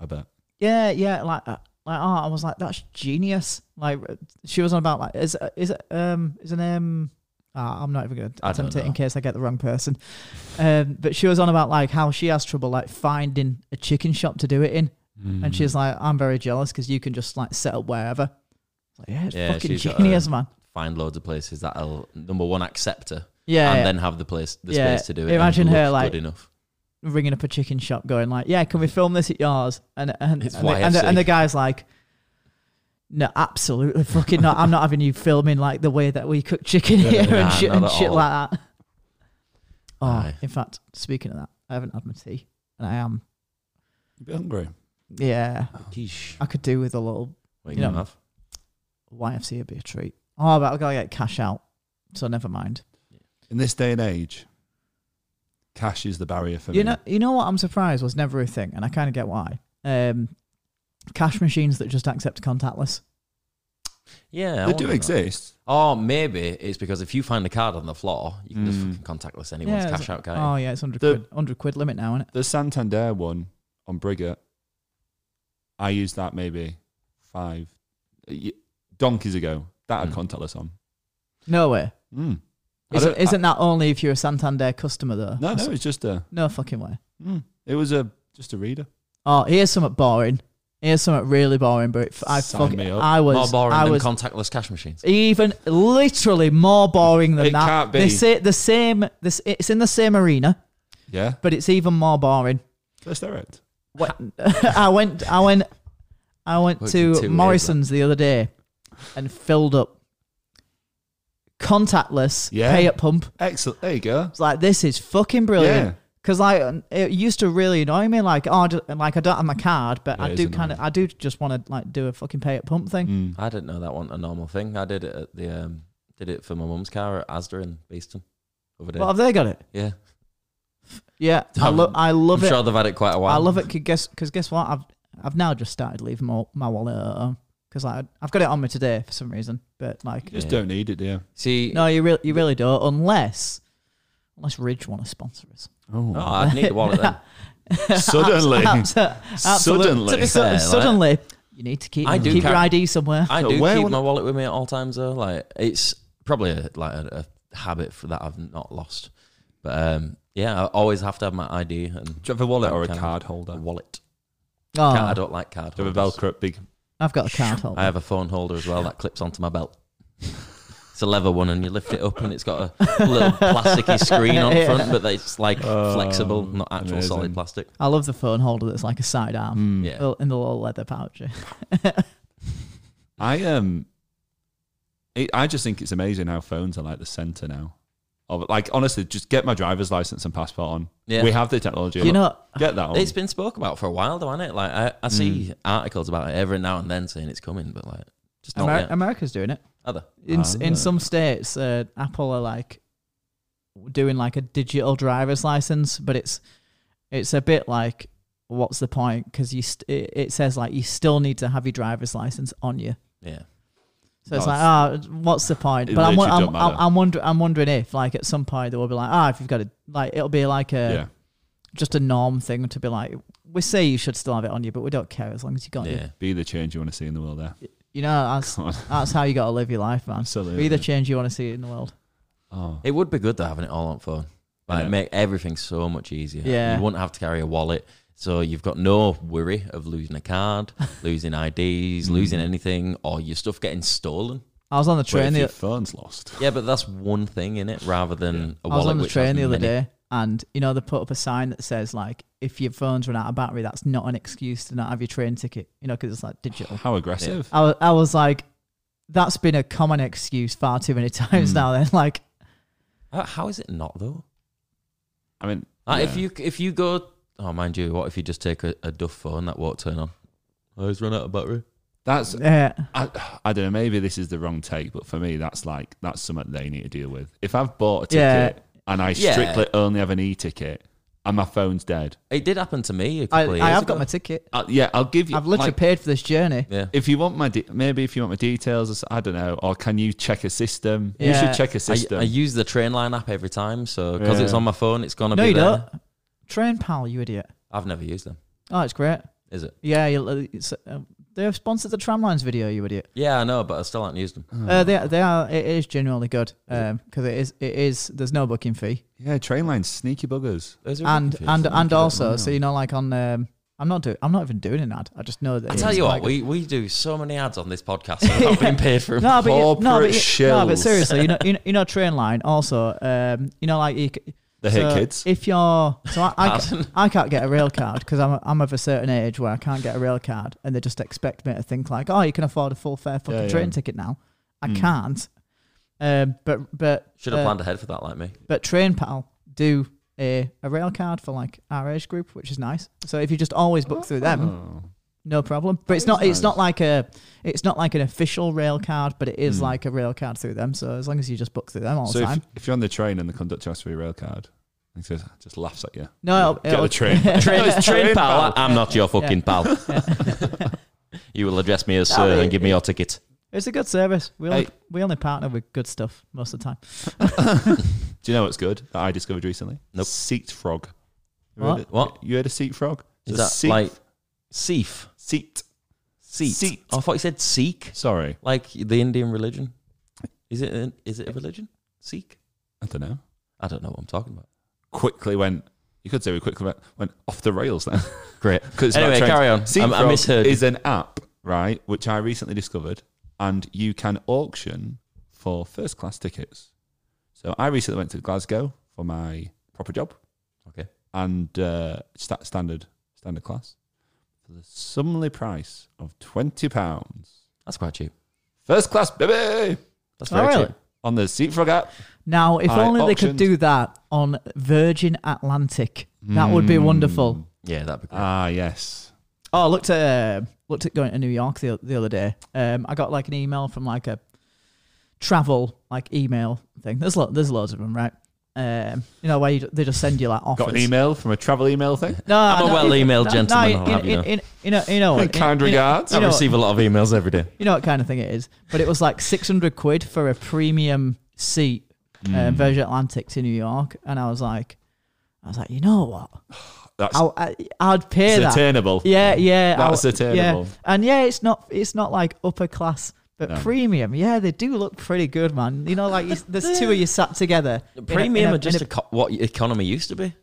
[SPEAKER 3] i bet
[SPEAKER 2] Yeah, yeah, like uh, like oh, I was like that's genius. Like uh, she was on about like is is it um is an um ah, I'm not even gonna
[SPEAKER 1] I don't
[SPEAKER 2] attempt it in
[SPEAKER 1] know.
[SPEAKER 2] case I get the wrong person. Um, but she was on about like how she has trouble like finding a chicken shop to do it in, and she's
[SPEAKER 1] Hmm.
[SPEAKER 2] like I'm very jealous because you can just like set up wherever. It's like yeah, it's
[SPEAKER 1] Yeah,
[SPEAKER 2] fucking
[SPEAKER 1] she's got
[SPEAKER 2] genius,
[SPEAKER 1] a-
[SPEAKER 2] man.
[SPEAKER 1] Find loads of places that'll number one accept her
[SPEAKER 2] Yeah,
[SPEAKER 1] and
[SPEAKER 2] yeah.
[SPEAKER 1] then have the place the
[SPEAKER 2] Yeah,
[SPEAKER 1] space to do it. and
[SPEAKER 2] imagine her,
[SPEAKER 1] look
[SPEAKER 2] like-
[SPEAKER 1] good enough.
[SPEAKER 2] ringing up a chicken shop, going like, "Yeah, can we film this at yours?" And and and
[SPEAKER 1] It's
[SPEAKER 2] the, and, the,
[SPEAKER 1] YFC.
[SPEAKER 2] and the guy's like, "No, absolutely fucking not. I'm not having you filming like the way that we cook chicken here and
[SPEAKER 1] Nah,
[SPEAKER 2] shit
[SPEAKER 1] not
[SPEAKER 2] and
[SPEAKER 1] at
[SPEAKER 2] shit
[SPEAKER 1] all.
[SPEAKER 2] like that." Oh,
[SPEAKER 1] Aye.
[SPEAKER 2] in fact, speaking of that, I haven't had my tea, and I am
[SPEAKER 3] a bit hungry
[SPEAKER 2] Yeah,
[SPEAKER 1] Quiche.
[SPEAKER 2] I could do with a little
[SPEAKER 1] What
[SPEAKER 2] you
[SPEAKER 1] you gonna
[SPEAKER 2] know.
[SPEAKER 1] have?
[SPEAKER 2] YFC would be a treat. Oh, but I've got to get cash out. So never mind.
[SPEAKER 3] In this day and age, cash is the barrier for
[SPEAKER 2] you
[SPEAKER 3] me.
[SPEAKER 2] know, you know what? I'm surprised was never a thing, and I kind of get why. Um, cash machines that just accept contactless.
[SPEAKER 1] Yeah, I
[SPEAKER 3] they
[SPEAKER 1] wonder
[SPEAKER 3] do
[SPEAKER 1] that.
[SPEAKER 3] exist.
[SPEAKER 1] Or maybe it's because if you find a card on the floor, you can just
[SPEAKER 3] Mm.
[SPEAKER 1] fucking contactless anyone's
[SPEAKER 2] Hmm. Yeah,
[SPEAKER 1] cash out guy.
[SPEAKER 2] Oh yeah, it's hundred
[SPEAKER 3] The-
[SPEAKER 2] quid, hundred quid limit now, isn't it?
[SPEAKER 3] The Santander one on Brigate, I used that maybe five y- donkeys ago. That had
[SPEAKER 1] Mm.
[SPEAKER 3] contactless on.
[SPEAKER 2] No way.
[SPEAKER 3] Mm. I
[SPEAKER 2] Isn't,
[SPEAKER 3] don't- I-
[SPEAKER 2] isn't that only if you're a Santander customer though?
[SPEAKER 3] no,
[SPEAKER 2] That's-
[SPEAKER 3] no, it's just a.
[SPEAKER 2] no fucking way.
[SPEAKER 3] Mm, it was a just a reader.
[SPEAKER 2] Oh, here's something boring. Here's something really boring, but if I
[SPEAKER 3] Sign
[SPEAKER 2] fuck,
[SPEAKER 3] me up.
[SPEAKER 2] I was,
[SPEAKER 1] More boring
[SPEAKER 2] I
[SPEAKER 1] than
[SPEAKER 2] was
[SPEAKER 1] contactless cash machines.
[SPEAKER 2] even literally more boring than
[SPEAKER 3] It
[SPEAKER 2] that.
[SPEAKER 3] can't be.
[SPEAKER 2] They say the same. This it's in the same arena,
[SPEAKER 3] Yeah,
[SPEAKER 2] but it's even more boring.
[SPEAKER 3] that's direct.
[SPEAKER 2] What I went, I went, I went
[SPEAKER 1] Worked in two
[SPEAKER 2] to
[SPEAKER 1] ways,
[SPEAKER 2] Morrison's the other day and filled up contactless
[SPEAKER 3] Yeah.
[SPEAKER 2] pay at pump.
[SPEAKER 3] Excellent. There you go.
[SPEAKER 2] It's like this is fucking
[SPEAKER 3] Yeah.
[SPEAKER 2] brilliant. Because like it used to really annoy me, like oh, I d- like I don't have my card, but
[SPEAKER 3] Yeah, it
[SPEAKER 2] I
[SPEAKER 3] is
[SPEAKER 2] do kind of,
[SPEAKER 3] annoying.
[SPEAKER 2] I do just want to like do a fucking pay at pump thing.
[SPEAKER 3] Mm.
[SPEAKER 1] I didn't know that wasn't a normal thing. I did it at the um, did it for my mum's car at Asda in Beeston over there.
[SPEAKER 2] But have they got it?
[SPEAKER 1] yeah,
[SPEAKER 2] Yeah, I, lo- I love
[SPEAKER 1] I'm
[SPEAKER 2] it.
[SPEAKER 1] sure they've had it quite a while.
[SPEAKER 2] I love it. Cause guess, cause guess what? I've I've now just started leaving my, my wallet at home because like, I've got it on me today for some reason. But like,
[SPEAKER 3] You just
[SPEAKER 1] Yeah.
[SPEAKER 3] don't need it, do you?
[SPEAKER 1] See,
[SPEAKER 2] no, you really you really don't unless unless Ridge want to sponsor us.
[SPEAKER 3] Oh,
[SPEAKER 1] oh, Ah. I'd need the wallet then.
[SPEAKER 3] Ah, suddenly.
[SPEAKER 2] Abs- absolute-
[SPEAKER 3] Suddenly.
[SPEAKER 2] to be
[SPEAKER 1] Fair, like-
[SPEAKER 2] su- suddenly you need to keep
[SPEAKER 1] I do
[SPEAKER 2] keep your
[SPEAKER 1] ca-
[SPEAKER 2] ID somewhere.
[SPEAKER 1] I
[SPEAKER 3] So
[SPEAKER 1] do
[SPEAKER 3] where
[SPEAKER 1] keep
[SPEAKER 3] would-
[SPEAKER 1] my wallet with me at all times though. Like it's probably a, like a, a habit for that I've not lost. But um, yeah, I always have to have my ID and
[SPEAKER 3] Do you have a wallet or a
[SPEAKER 1] Card.
[SPEAKER 3] card
[SPEAKER 1] a
[SPEAKER 3] holder?
[SPEAKER 1] wallet.
[SPEAKER 2] Oh,
[SPEAKER 1] Card- I don't like card.
[SPEAKER 3] Do you have a
[SPEAKER 1] holders.
[SPEAKER 3] Velcro big?
[SPEAKER 2] I've got a card holder.
[SPEAKER 1] I have a phone holder as well that clips onto my belt. It's a leather one, and you lift it up, and it's got a little plasticky screen on
[SPEAKER 2] Yeah.
[SPEAKER 1] front, but it's like
[SPEAKER 3] Oh,
[SPEAKER 1] flexible, not actual
[SPEAKER 3] amazing.
[SPEAKER 1] solid plastic.
[SPEAKER 2] I love the phone holder that's like a sidearm
[SPEAKER 3] Mm.
[SPEAKER 1] Yeah.
[SPEAKER 2] arm in the little leather pouch.
[SPEAKER 3] I um, it, I just think it's amazing how phones are like the center now. Of like honestly, just get my driver's license and passport on.
[SPEAKER 1] Yeah.
[SPEAKER 3] We have the technology.
[SPEAKER 2] you know,
[SPEAKER 3] get that on.
[SPEAKER 1] It's been spoke about for a while, though, hasn't it? Like I, I see
[SPEAKER 3] Mm.
[SPEAKER 1] articles about it every now and then saying it's coming, but like just not
[SPEAKER 2] Amer-
[SPEAKER 1] yet.
[SPEAKER 2] America's doing it.
[SPEAKER 1] Other.
[SPEAKER 2] in s in
[SPEAKER 3] Ah.
[SPEAKER 2] some states, uh, Apple are like doing like a digital driver's license, but it's it's a bit like what's the point? Because you st- it, it says like you still need to have your driver's license on you.
[SPEAKER 1] Yeah.
[SPEAKER 2] So it's
[SPEAKER 3] No,
[SPEAKER 2] like, ah, what's the point?
[SPEAKER 3] It
[SPEAKER 2] But I'm, won-
[SPEAKER 3] literally
[SPEAKER 2] I'm,
[SPEAKER 3] don't
[SPEAKER 2] I'm,
[SPEAKER 3] matter.
[SPEAKER 2] I'm, wonder- I'm wondering if, like, at some point they will be like, ah, if you've got it, like, it'll be like a
[SPEAKER 1] uh,
[SPEAKER 3] yeah.
[SPEAKER 2] just a norm thing to be like, we say you should still have it on you, but we don't care as long as you got
[SPEAKER 1] Yeah.
[SPEAKER 2] it.
[SPEAKER 3] Be the change you want to see in the world. There.
[SPEAKER 2] You know, that's
[SPEAKER 3] Come on.
[SPEAKER 2] that's how you got to live your life, man.
[SPEAKER 3] Absolutely.
[SPEAKER 2] Be the change you want to see in the world.
[SPEAKER 3] Oh.
[SPEAKER 1] It would be good though having it all on phone. Like
[SPEAKER 3] Yeah.
[SPEAKER 1] make everything so much easier.
[SPEAKER 2] Yeah.
[SPEAKER 1] You wouldn't have to carry a wallet. So you've got no worry of losing a card, losing IDs, losing anything, or your stuff getting stolen.
[SPEAKER 2] I was on the
[SPEAKER 3] Wait,
[SPEAKER 2] train
[SPEAKER 3] if
[SPEAKER 2] the
[SPEAKER 3] your phone's lost.
[SPEAKER 1] Yeah, but that's one thing in it rather than a
[SPEAKER 2] I was
[SPEAKER 1] wallet.
[SPEAKER 2] on the
[SPEAKER 1] which has
[SPEAKER 2] train the other
[SPEAKER 1] many.
[SPEAKER 2] day, and you know they put up a sign that says like, if your phone's run out of battery, that's not an excuse to not have your train ticket. You know, because it's like
[SPEAKER 1] Oh.
[SPEAKER 2] digital.
[SPEAKER 3] How aggressive.
[SPEAKER 2] I was, I was like, that's been a common excuse far too many times
[SPEAKER 3] Hmm.
[SPEAKER 2] now. Then like,
[SPEAKER 1] How- How is it not though?
[SPEAKER 3] I mean,
[SPEAKER 1] Like Uh, If
[SPEAKER 3] yeah.
[SPEAKER 1] you if you go, oh mind you, what if you just take a, a duff phone that won't turn on? I always run out of battery.
[SPEAKER 3] that's
[SPEAKER 2] yeah,
[SPEAKER 3] I, I don't know. Maybe this is the wrong take, but for me, that's like that's something they need to deal with. If I've bought a ticket
[SPEAKER 2] Yeah.
[SPEAKER 3] and I
[SPEAKER 1] Yeah.
[SPEAKER 3] strictly only have an e-ticket and my phone's dead,
[SPEAKER 1] It did happen to me a
[SPEAKER 2] I,
[SPEAKER 1] couple of years
[SPEAKER 2] I have
[SPEAKER 1] ago.
[SPEAKER 2] got my ticket.
[SPEAKER 3] I, yeah, I'll give you.
[SPEAKER 2] I've literally
[SPEAKER 3] like,
[SPEAKER 2] paid for this journey.
[SPEAKER 1] yeah.
[SPEAKER 3] if you want my de- maybe if you want my details, or s- I don't know, or can you check a system? You
[SPEAKER 2] Yeah.
[SPEAKER 3] should check a
[SPEAKER 1] I,
[SPEAKER 3] system.
[SPEAKER 1] I use the train line app every time, so because
[SPEAKER 3] Yeah.
[SPEAKER 1] it's on my phone, it's gonna
[SPEAKER 2] No,
[SPEAKER 1] be
[SPEAKER 2] you
[SPEAKER 1] there.
[SPEAKER 2] don't. Train pal, you idiot.
[SPEAKER 1] I've never used them.
[SPEAKER 2] Oh, it's great.
[SPEAKER 1] Is it?
[SPEAKER 2] Yeah, you'll, uh, it's, uh, they've sponsored the tramlines video. You idiot.
[SPEAKER 1] Yeah, I know, but I still haven't used them.
[SPEAKER 2] Uh, they they are. It is genuinely good because it is it is. There's no booking fee.
[SPEAKER 3] yeah, train lines, sneaky buggers.
[SPEAKER 1] Those are
[SPEAKER 2] and
[SPEAKER 1] fucking
[SPEAKER 2] and
[SPEAKER 1] fish.
[SPEAKER 2] and also,
[SPEAKER 3] wow.
[SPEAKER 2] so you know, like on um, I'm not doing, I'm not even doing an ad. I just know that.
[SPEAKER 1] I
[SPEAKER 2] it's
[SPEAKER 1] tell you
[SPEAKER 2] like,
[SPEAKER 1] what, we, we do so many ads on this podcast without being paid for them.
[SPEAKER 2] no, but you, no,
[SPEAKER 3] corporate
[SPEAKER 2] but you, no, but
[SPEAKER 3] shills.
[SPEAKER 2] seriously, you know, you know, you know, train line. Also, um, you know, like you, c-
[SPEAKER 3] The hit
[SPEAKER 2] so
[SPEAKER 3] kids.
[SPEAKER 2] If you're, so I, I, ca-
[SPEAKER 1] Pardon?
[SPEAKER 2] I can't get a rail card because I'm, I'm of a certain age where I can't get a rail card, and they just expect me to think like, oh, you can afford a full fare fucking
[SPEAKER 3] Yeah, yeah.
[SPEAKER 2] train ticket now. I
[SPEAKER 3] Mm.
[SPEAKER 2] can't. Um, but but
[SPEAKER 1] Should have
[SPEAKER 2] uh,
[SPEAKER 1] planned ahead for that, like me.
[SPEAKER 2] But TrainPal do a, a rail card for like our age group, which is nice. So if you just always book through them,
[SPEAKER 3] Oh.
[SPEAKER 2] No problem. But it's
[SPEAKER 3] is
[SPEAKER 2] not
[SPEAKER 3] nice.
[SPEAKER 2] it's not like a it's not like an official rail card, but it is
[SPEAKER 3] Mm.
[SPEAKER 2] like a rail card through them. So as long as you just book through them all
[SPEAKER 3] So
[SPEAKER 2] the
[SPEAKER 3] if,
[SPEAKER 2] time.
[SPEAKER 3] if you're on the train and the conductor asks for your rail card, he says, just laughs at you.
[SPEAKER 2] No,
[SPEAKER 3] Get on
[SPEAKER 2] it'll-
[SPEAKER 3] the train.
[SPEAKER 1] Train,
[SPEAKER 3] It's
[SPEAKER 1] train
[SPEAKER 3] train
[SPEAKER 1] pal,
[SPEAKER 3] pal.
[SPEAKER 1] I'm not your fucking pal. you will address me as sir and give me your ticket.
[SPEAKER 2] It's a good service. We only,
[SPEAKER 3] Hey.
[SPEAKER 2] we only partner with good stuff most of the time.
[SPEAKER 3] Do you know what's good that I discovered recently?
[SPEAKER 1] Nope.
[SPEAKER 3] Seat frog. You
[SPEAKER 2] What?
[SPEAKER 3] heard it-
[SPEAKER 1] What?
[SPEAKER 3] You heard a seat frog?
[SPEAKER 1] Is
[SPEAKER 3] It's a
[SPEAKER 1] that
[SPEAKER 3] seat,
[SPEAKER 1] like Seif?
[SPEAKER 3] seat?
[SPEAKER 1] Seat.
[SPEAKER 3] Seat.
[SPEAKER 1] Oh, I thought you said Sikh,
[SPEAKER 3] Sorry,
[SPEAKER 1] like the Indian religion. Is it? An, is it a religion? Sikh?
[SPEAKER 3] I don't know.
[SPEAKER 1] I don't know what I'm talking about.
[SPEAKER 3] Quickly went. You could say we quickly went, went off the rails then.
[SPEAKER 1] Great.
[SPEAKER 3] 'Cause it's about
[SPEAKER 1] Anyway,
[SPEAKER 3] trains.
[SPEAKER 1] carry on.
[SPEAKER 3] Seat
[SPEAKER 1] I'm- I
[SPEAKER 3] frog
[SPEAKER 1] misheard.
[SPEAKER 3] Is an app right which I recently discovered, and you can auction for first class tickets. So I recently went to Glasgow for my proper job.
[SPEAKER 1] Okay.
[SPEAKER 3] and uh, sta- standard standard class for the sumly price of twenty pounds.
[SPEAKER 1] That's quite cheap.
[SPEAKER 3] First class, baby,
[SPEAKER 1] That's
[SPEAKER 2] Oh,
[SPEAKER 1] very
[SPEAKER 2] really?
[SPEAKER 1] cheap.
[SPEAKER 3] on the seat frog app.
[SPEAKER 2] Now, if
[SPEAKER 3] I
[SPEAKER 2] only they could
[SPEAKER 3] auctioned-
[SPEAKER 2] do that on Virgin Atlantic, that would
[SPEAKER 3] Hmm.
[SPEAKER 2] be wonderful.
[SPEAKER 1] Yeah, that'd be great.
[SPEAKER 3] Mm. Ah, yes.
[SPEAKER 2] Oh, I looked at uh, looked at going to New York the, the other day. Um, I got like an email from like a travel like email thing. There's lo- there's loads of them, right? Um, you know where you, they just send you like offers.
[SPEAKER 3] Got an email from a travel email thing.
[SPEAKER 2] No,
[SPEAKER 1] I'm a
[SPEAKER 2] no,
[SPEAKER 1] well-emailed gentleman, I'll
[SPEAKER 2] in-
[SPEAKER 1] have you know.
[SPEAKER 2] in- in- you know, you know, what-
[SPEAKER 3] Kind
[SPEAKER 2] you- you-
[SPEAKER 3] regards.
[SPEAKER 2] You
[SPEAKER 1] I
[SPEAKER 2] know,
[SPEAKER 1] receive a lot of emails every day.
[SPEAKER 2] you know what kind of thing it is. But it was like 600 quid for a premium seat,
[SPEAKER 3] Hmm.
[SPEAKER 2] uh, Virgin Atlantic to New York, and I was like, I was like, you know what?
[SPEAKER 3] That's
[SPEAKER 2] I'll, I, I'd pay that.
[SPEAKER 3] attainable.
[SPEAKER 2] Yeah, yeah.
[SPEAKER 3] That's
[SPEAKER 2] I'll-
[SPEAKER 3] attainable.
[SPEAKER 2] Yeah. And yeah, it's not it's not like upper class, but
[SPEAKER 3] No.
[SPEAKER 2] premium. Yeah, they do look pretty good, man. You know, like you, there's two of you sat together. in a-
[SPEAKER 1] Premium
[SPEAKER 2] in a-
[SPEAKER 1] are just
[SPEAKER 2] in
[SPEAKER 1] a, co- what economy used to be.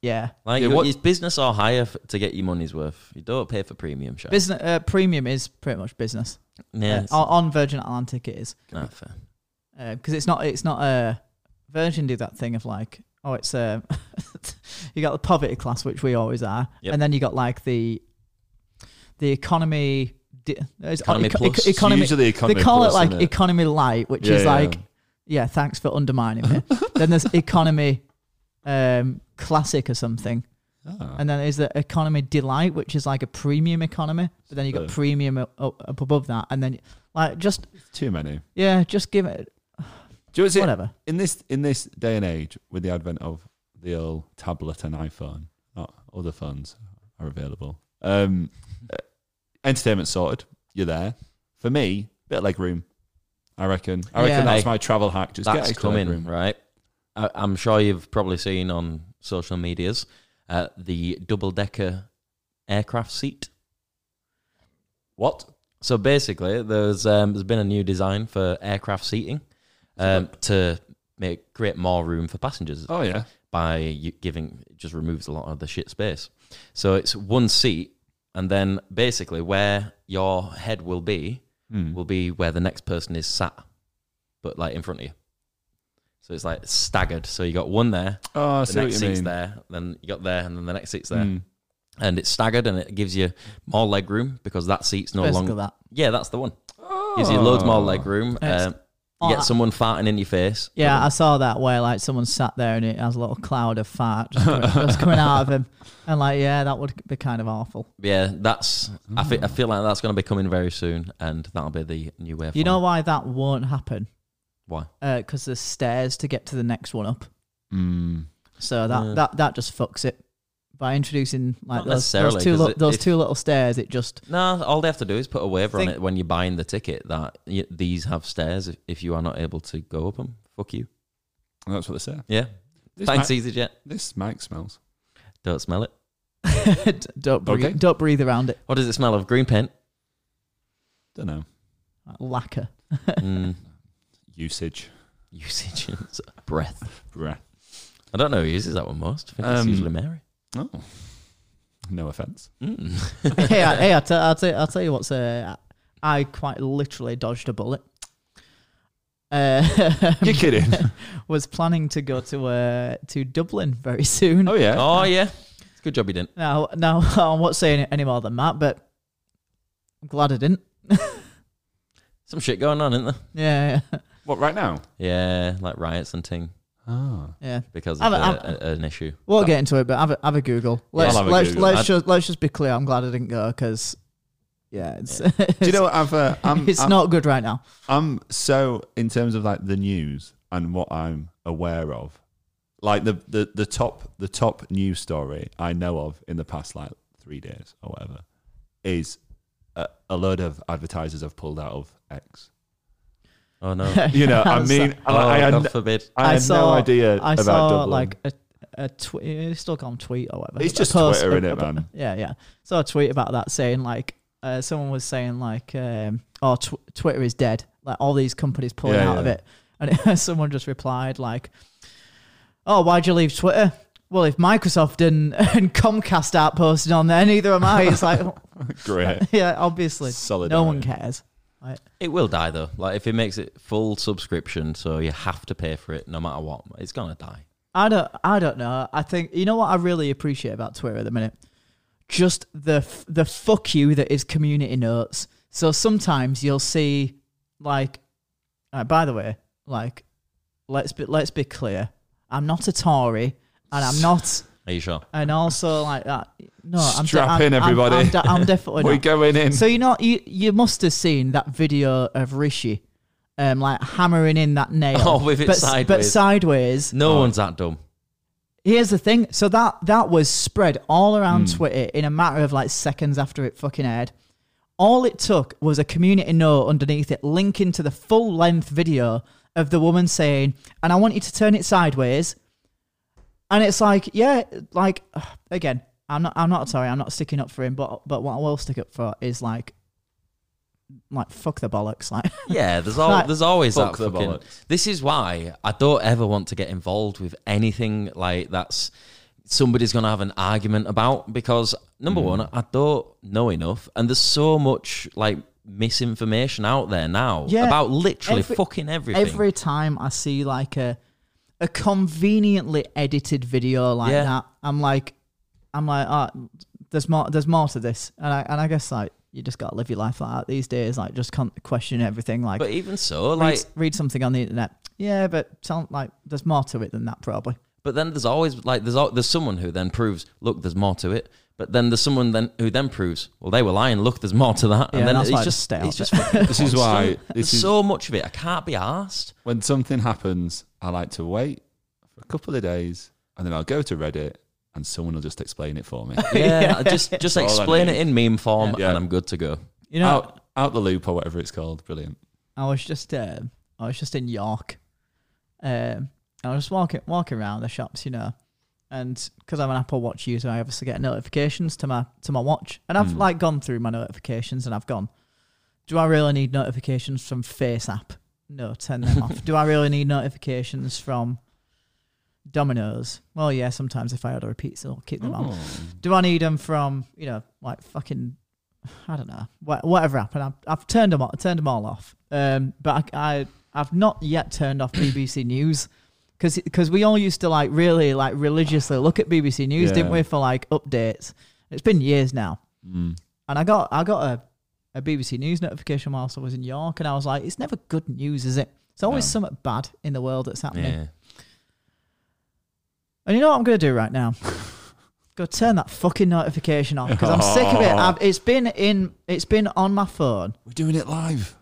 [SPEAKER 2] yeah.
[SPEAKER 1] Like
[SPEAKER 3] Yeah,
[SPEAKER 1] you-
[SPEAKER 3] what-
[SPEAKER 1] it's business or higher f- to get your money's worth. You don't pay for premium shit.
[SPEAKER 2] Business uh, premium is pretty much business.
[SPEAKER 1] yeah, it's-
[SPEAKER 2] Uh, on on Virgin Atlantic it is
[SPEAKER 1] nah, fair.
[SPEAKER 2] because it's not it's not uh, Virgin do that thing of like oh it's uh, you got the poverty class which we always are,
[SPEAKER 1] Yep.
[SPEAKER 2] and then you got like the the economy. Di- uh, it's-
[SPEAKER 1] Economy plus.
[SPEAKER 2] economy
[SPEAKER 3] Usually economy
[SPEAKER 2] they call
[SPEAKER 3] plus,
[SPEAKER 2] it like
[SPEAKER 3] innit?
[SPEAKER 2] economy light, which
[SPEAKER 3] Yeah,
[SPEAKER 2] is
[SPEAKER 3] yeah.
[SPEAKER 2] like, yeah. thanks for undermining me. then there's economy um, classic or something,
[SPEAKER 3] Ah.
[SPEAKER 2] and then there's the economy delight, which is like a premium economy. But then you got
[SPEAKER 3] So-
[SPEAKER 2] premium up, up above that, and then like just
[SPEAKER 3] Too many.
[SPEAKER 2] yeah, just give it
[SPEAKER 3] Do you know what's it-
[SPEAKER 2] whatever.
[SPEAKER 3] in this in this day and age with the advent of the old tablet and iPhone, not other phones are available. Um, uh, entertainment sorted. You're there. For me, bit of leg room. I reckon. I reckon
[SPEAKER 2] Yeah.
[SPEAKER 3] that's
[SPEAKER 1] Hey,
[SPEAKER 3] my travel hack. Just
[SPEAKER 1] That's
[SPEAKER 3] get extra leg
[SPEAKER 1] coming,
[SPEAKER 3] room.
[SPEAKER 1] right? I, I'm sure you've probably seen on social medias uh, the double decker aircraft seat.
[SPEAKER 3] What?
[SPEAKER 1] So basically, there's um, there's been a new design for aircraft seating um, to make create more room for passengers
[SPEAKER 3] Oh yeah.
[SPEAKER 1] by you- giving it just removes a lot of the shit space. So it's one seat, and then basically where your head will be
[SPEAKER 3] Hmm.
[SPEAKER 1] will be where the next person is sat, but like in front of you. So it's like staggered. So you got one there,
[SPEAKER 3] Oh, I
[SPEAKER 1] the
[SPEAKER 3] see what
[SPEAKER 1] next
[SPEAKER 3] you
[SPEAKER 1] seat's
[SPEAKER 3] mean.
[SPEAKER 1] there, then you got there, and then the next seat's there,
[SPEAKER 3] Mm.
[SPEAKER 1] and it's staggered, and it gives you more leg room because that seat's no
[SPEAKER 2] Basically
[SPEAKER 1] longer.
[SPEAKER 2] that.
[SPEAKER 1] Yeah, that's the one. Gives you loads more leg room. Um,
[SPEAKER 2] Excellent.
[SPEAKER 1] you
[SPEAKER 2] Oh,
[SPEAKER 1] get
[SPEAKER 2] that-
[SPEAKER 1] someone farting in your face.
[SPEAKER 2] Yeah, I saw that where like someone sat there and it has a little cloud of fart just coming, just coming out of him, and like yeah, that would be kind of awful.
[SPEAKER 1] yeah, that's. I feel. I feel like that's going to be coming very soon, and that'll be the new way.
[SPEAKER 2] You know
[SPEAKER 1] forward.
[SPEAKER 2] why that won't happen?
[SPEAKER 1] why?
[SPEAKER 2] Because there's stairs to get to the next one up,
[SPEAKER 3] Mm.
[SPEAKER 2] so that
[SPEAKER 1] Yeah.
[SPEAKER 2] that, that just fucks it. By introducing like
[SPEAKER 1] Not
[SPEAKER 2] those,
[SPEAKER 1] necessarily,
[SPEAKER 2] those two
[SPEAKER 1] 'cause
[SPEAKER 2] li-
[SPEAKER 1] it-
[SPEAKER 2] those
[SPEAKER 1] if-
[SPEAKER 2] two little stairs, it just
[SPEAKER 1] No, all they have to do is put a waiver on
[SPEAKER 2] Think-
[SPEAKER 1] it when you're buying the ticket that y- these have stairs. If, if you are not able to go up them, fuck you.
[SPEAKER 3] That's what they say.
[SPEAKER 1] Yeah.
[SPEAKER 3] This,
[SPEAKER 1] Thanks,
[SPEAKER 3] mic,
[SPEAKER 1] EasyJet.
[SPEAKER 3] this mic smells.
[SPEAKER 1] Don't smell it.
[SPEAKER 2] don't breathe,
[SPEAKER 3] Okay.
[SPEAKER 2] don't breathe around it.
[SPEAKER 1] What does it smell of? Green paint.
[SPEAKER 3] Don't know.
[SPEAKER 2] Like lacquer.
[SPEAKER 1] Mm,
[SPEAKER 3] Usage.
[SPEAKER 1] usage. It's Breath.
[SPEAKER 3] Breath.
[SPEAKER 1] I don't know who uses that one most. I think it's
[SPEAKER 3] Um,
[SPEAKER 1] usually Mary.
[SPEAKER 3] Oh. No offense.
[SPEAKER 1] Mm.
[SPEAKER 2] hey, I, hey, I t- I'll, tell, I'll tell you what's. Uh, I quite literally dodged a bullet. Uh,
[SPEAKER 3] You're kidding.
[SPEAKER 2] was planning to go to uh, to Dublin very soon.
[SPEAKER 3] oh yeah.
[SPEAKER 1] oh, yeah. It's a good job you didn't.
[SPEAKER 2] Now, now I won't say any, any more than that, but I'm glad I didn't.
[SPEAKER 1] Some shit going on, isn't there?
[SPEAKER 2] Yeah, yeah.
[SPEAKER 3] What right now?
[SPEAKER 1] Yeah, like riots and ting
[SPEAKER 3] Ah.
[SPEAKER 2] yeah.
[SPEAKER 1] because of
[SPEAKER 2] I'm-
[SPEAKER 1] a,
[SPEAKER 2] I'm-
[SPEAKER 1] a- an issue.
[SPEAKER 2] We'll get into it, but have a, have a Google. Let's
[SPEAKER 3] I'll have a
[SPEAKER 2] let's
[SPEAKER 3] Google.
[SPEAKER 2] let's
[SPEAKER 3] I'd-
[SPEAKER 2] just let's just be clear. I'm glad I didn't go because Yeah, it's
[SPEAKER 3] Do you know what I've? Uh, I'm,
[SPEAKER 2] it's
[SPEAKER 3] I'm,
[SPEAKER 2] not good right now.
[SPEAKER 3] I'm so in terms of like the news and what I'm aware of, like the the the top the top news story I know of in the past like three days or whatever is a, a load of advertisers have pulled out of X.
[SPEAKER 1] Oh no!
[SPEAKER 3] You know, I mean,
[SPEAKER 1] Oh,
[SPEAKER 3] I, I,
[SPEAKER 1] God
[SPEAKER 3] had,
[SPEAKER 1] forbid.
[SPEAKER 3] I had no idea
[SPEAKER 2] I
[SPEAKER 3] about
[SPEAKER 2] saw
[SPEAKER 3] Dublin.
[SPEAKER 2] like a a tweet. It's still called tweet or whatever.
[SPEAKER 3] It's
[SPEAKER 2] a
[SPEAKER 3] just
[SPEAKER 2] post
[SPEAKER 3] Twitter, innit,
[SPEAKER 2] about-
[SPEAKER 3] man?
[SPEAKER 2] Yeah, yeah. So a tweet about that saying like uh, someone was saying like um, oh tw- Twitter is dead. Like all these companies pulling
[SPEAKER 3] Yeah,
[SPEAKER 2] out of
[SPEAKER 3] yeah.
[SPEAKER 2] it, and someone just replied like, oh why'd you leave Twitter? Well, if Microsoft and, and Comcast aren't posting on there, neither am I. It's like,
[SPEAKER 3] great.
[SPEAKER 2] yeah, obviously, no one
[SPEAKER 3] Solidarity.
[SPEAKER 2] cares.
[SPEAKER 1] It will die though. Like if it makes it full subscription, so you have to pay for it no matter what. It's gonna die.
[SPEAKER 2] I don't. I don't know. I think you know what I really appreciate about Twitter at the minute. Just the f- the fuck you that is community notes. So sometimes you'll see like, uh, by the way, like, let's be let's be clear. I'm not a Tory, and I'm not,
[SPEAKER 1] Are you sure?
[SPEAKER 2] and also like that. No, I'm de-
[SPEAKER 3] Strap
[SPEAKER 2] I'm-
[SPEAKER 3] in,
[SPEAKER 2] I'm-
[SPEAKER 3] everybody.
[SPEAKER 2] I'm, de- I'm definitely.
[SPEAKER 3] We're
[SPEAKER 2] not.
[SPEAKER 3] going in.
[SPEAKER 2] So you know you you must have seen that video of Rishi, um, like hammering in that nail.
[SPEAKER 1] Oh, with it
[SPEAKER 2] but, s- But
[SPEAKER 1] sideways.
[SPEAKER 2] sideways.
[SPEAKER 1] No one's that dumb.
[SPEAKER 2] Here's the thing. So that that was spread all around Twitter in a matter of like seconds after it fucking aired. All it took was a community note underneath it linking to the full length video of the woman saying, "And I want you to turn it sideways." And it's like, yeah, like again, I'm not I'm not sorry, I'm not sticking up for him, but but what I will stick up for is like like fuck the bollocks, like
[SPEAKER 1] Yeah, there's all
[SPEAKER 2] Like,
[SPEAKER 1] there's always
[SPEAKER 3] fuck
[SPEAKER 1] that
[SPEAKER 3] the
[SPEAKER 1] fucking.
[SPEAKER 3] bollocks.
[SPEAKER 1] This is why I don't ever want to get involved with anything like that's somebody's gonna have an argument about because number one, I don't know enough, and there's so much like misinformation out there now
[SPEAKER 2] Yeah.
[SPEAKER 1] about literally
[SPEAKER 2] Every-
[SPEAKER 1] fucking everything.
[SPEAKER 2] Every time I see like a a conveniently edited video like
[SPEAKER 1] Yeah.
[SPEAKER 2] that, I'm like, I'm like, oh, there's more, there's more to this, and I and I guess like you just gotta live your life like that these days. Like just can't question everything. Like
[SPEAKER 1] but even so,
[SPEAKER 2] read,
[SPEAKER 1] like
[SPEAKER 2] read something on the internet. Yeah, but tell like there's more to it than that probably.
[SPEAKER 1] But then there's always like there's al- there's someone who then proves look there's more to it. But then there's someone then who then proves well they were lying. Look there's more to that.
[SPEAKER 2] Yeah,
[SPEAKER 1] and then
[SPEAKER 2] that's why I
[SPEAKER 1] it's
[SPEAKER 2] just
[SPEAKER 1] just
[SPEAKER 2] stay
[SPEAKER 1] it's
[SPEAKER 2] off
[SPEAKER 1] just fucking
[SPEAKER 3] This is why-
[SPEAKER 1] constant.
[SPEAKER 3] this
[SPEAKER 1] There's
[SPEAKER 3] is-
[SPEAKER 1] so much of it I can't be asked.
[SPEAKER 3] when something happens, I like to wait for a couple of days and then I'll go to Reddit and someone will just explain it for me.
[SPEAKER 1] Yeah, I just just
[SPEAKER 3] all I
[SPEAKER 1] explain
[SPEAKER 3] need.
[SPEAKER 1] it in meme form
[SPEAKER 3] Yeah.
[SPEAKER 1] and I'm good to go.
[SPEAKER 2] You know,
[SPEAKER 3] out, out the loop or whatever it's called. Brilliant.
[SPEAKER 2] I was just uh, I was just in York. Um, I was just walking walking around the shops, you know, and because I'm an Apple Watch user, I obviously get notifications to my to my watch, and I've like gone through my notifications, and I've gone, do I really need notifications from Face App? No, turn them off. Do I really need notifications from Domino's? Well, yeah, sometimes if I order a pizza, I'll keep them on. Do I need them from you know like fucking I don't know wha- whatever happened? I've, I've turned them turned them all off. Um, but I, I I've not yet turned off BBC News because we all used to like really like religiously look at BBC News, didn't
[SPEAKER 3] Yeah.
[SPEAKER 2] we, for like updates? It's been years now,
[SPEAKER 3] Mm.
[SPEAKER 2] and I got I got a a BBC News notification whilst I was in York, and I was like, it's never good news, is it? It's always
[SPEAKER 3] No.
[SPEAKER 2] something bad in the world that's happening.
[SPEAKER 1] Yeah.
[SPEAKER 2] And you know what I'm going to do right now? Go turn that fucking notification off because I'm sick of it.
[SPEAKER 1] Oh.
[SPEAKER 2] I've, it's been in, it's been on my phone,
[SPEAKER 3] We're doing it live.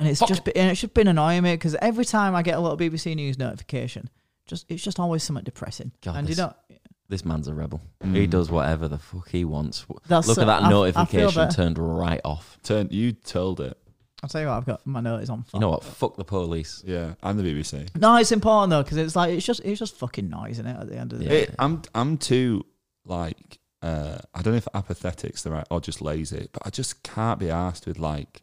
[SPEAKER 2] and it's just, been, and it's just been annoying me because every time I get a little BBC News notification, just it's just always something depressing.
[SPEAKER 1] God,
[SPEAKER 2] and you
[SPEAKER 1] this-
[SPEAKER 2] know,
[SPEAKER 1] This man's a rebel.
[SPEAKER 3] Mm.
[SPEAKER 1] He does whatever the fuck he wants.
[SPEAKER 2] That's
[SPEAKER 1] look
[SPEAKER 2] so-
[SPEAKER 1] at that
[SPEAKER 2] I- I feel
[SPEAKER 1] notification
[SPEAKER 2] better.
[SPEAKER 1] turned right off.
[SPEAKER 3] Turn you told it.
[SPEAKER 2] I'll tell you what, I've got my notice on.
[SPEAKER 1] You know what? Fuck the police.
[SPEAKER 3] Yeah, I'm the BBC.
[SPEAKER 2] No, it's important though because it's like it's just it's just fucking noise in it at the end of the
[SPEAKER 1] Yeah.
[SPEAKER 2] day.
[SPEAKER 3] It- I'm I'm too like uh, I don't know if apathetic's the right or just lazy, but I just can't be asked with like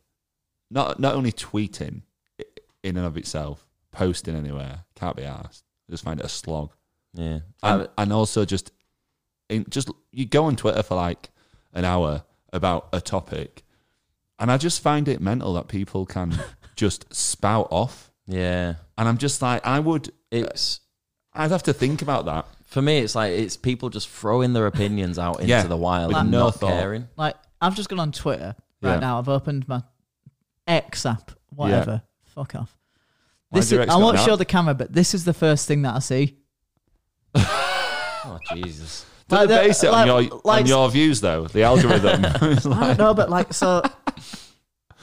[SPEAKER 3] not not only tweeting i- in and of itself, posting anywhere can't be asked. I just find it a slog.
[SPEAKER 1] Yeah.
[SPEAKER 3] and, and also just in just you go on Twitter for like an hour about a topic, and I just find it mental that people can just spout off,
[SPEAKER 1] yeah.
[SPEAKER 3] and I'm just like, I would,
[SPEAKER 1] It's
[SPEAKER 3] I'd have to think about that.
[SPEAKER 1] for me. It's like it's people just throwing their opinions out into
[SPEAKER 3] Yeah,
[SPEAKER 1] the wild
[SPEAKER 3] with
[SPEAKER 1] and
[SPEAKER 3] no
[SPEAKER 1] not
[SPEAKER 3] thought.
[SPEAKER 1] caring.
[SPEAKER 2] Like I've just gone on Twitter right
[SPEAKER 3] Yeah.
[SPEAKER 2] now. I've opened my X app, whatever. Fuck off.
[SPEAKER 3] Why
[SPEAKER 2] This
[SPEAKER 3] has your
[SPEAKER 2] is,
[SPEAKER 3] X
[SPEAKER 2] I
[SPEAKER 3] got
[SPEAKER 2] won't
[SPEAKER 3] that?
[SPEAKER 2] show the camera, but this is the first thing that I see.
[SPEAKER 1] Oh Jesus.
[SPEAKER 3] Do
[SPEAKER 2] Like
[SPEAKER 3] they
[SPEAKER 2] the-
[SPEAKER 3] base it
[SPEAKER 2] like-
[SPEAKER 3] on your
[SPEAKER 2] like-
[SPEAKER 3] on your views though? The algorithm. It's
[SPEAKER 2] I don't
[SPEAKER 3] like,
[SPEAKER 2] know, but like so.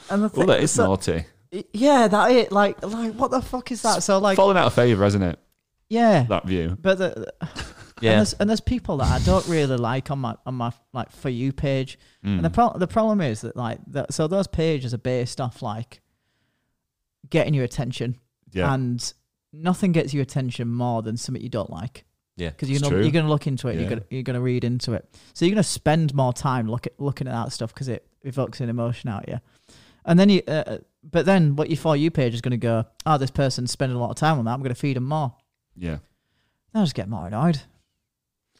[SPEAKER 2] And the
[SPEAKER 3] well,
[SPEAKER 2] thing,
[SPEAKER 3] that is
[SPEAKER 2] so-
[SPEAKER 3] naughty.
[SPEAKER 2] Yeah, that it. Like, like what the fuck is that? So like,
[SPEAKER 3] Falling out of favour, hasn't it?
[SPEAKER 2] yeah.
[SPEAKER 3] That view.
[SPEAKER 2] But the, and,
[SPEAKER 1] Yeah.
[SPEAKER 2] there's, and there's people that I don't really like on my on my like for you page.
[SPEAKER 3] Hmm.
[SPEAKER 2] And the pro- the problem is that like that, so those pages are based off like getting your attention,
[SPEAKER 3] Yeah.
[SPEAKER 2] and nothing gets your attention more than something you don't like
[SPEAKER 1] Yeah.
[SPEAKER 2] because you're
[SPEAKER 3] It's
[SPEAKER 2] gonna,
[SPEAKER 3] true.
[SPEAKER 2] you're gonna look into it.
[SPEAKER 3] Yeah.
[SPEAKER 2] You're gonna you're gonna read into it. So you're gonna spend more time look at, looking at that stuff because it evokes an emotion out of you. And then you, uh, but then what your for you page is gonna go? Oh, this person's spending a lot of time on that. I'm gonna feed them more.
[SPEAKER 3] yeah.
[SPEAKER 2] They'll just get more annoyed.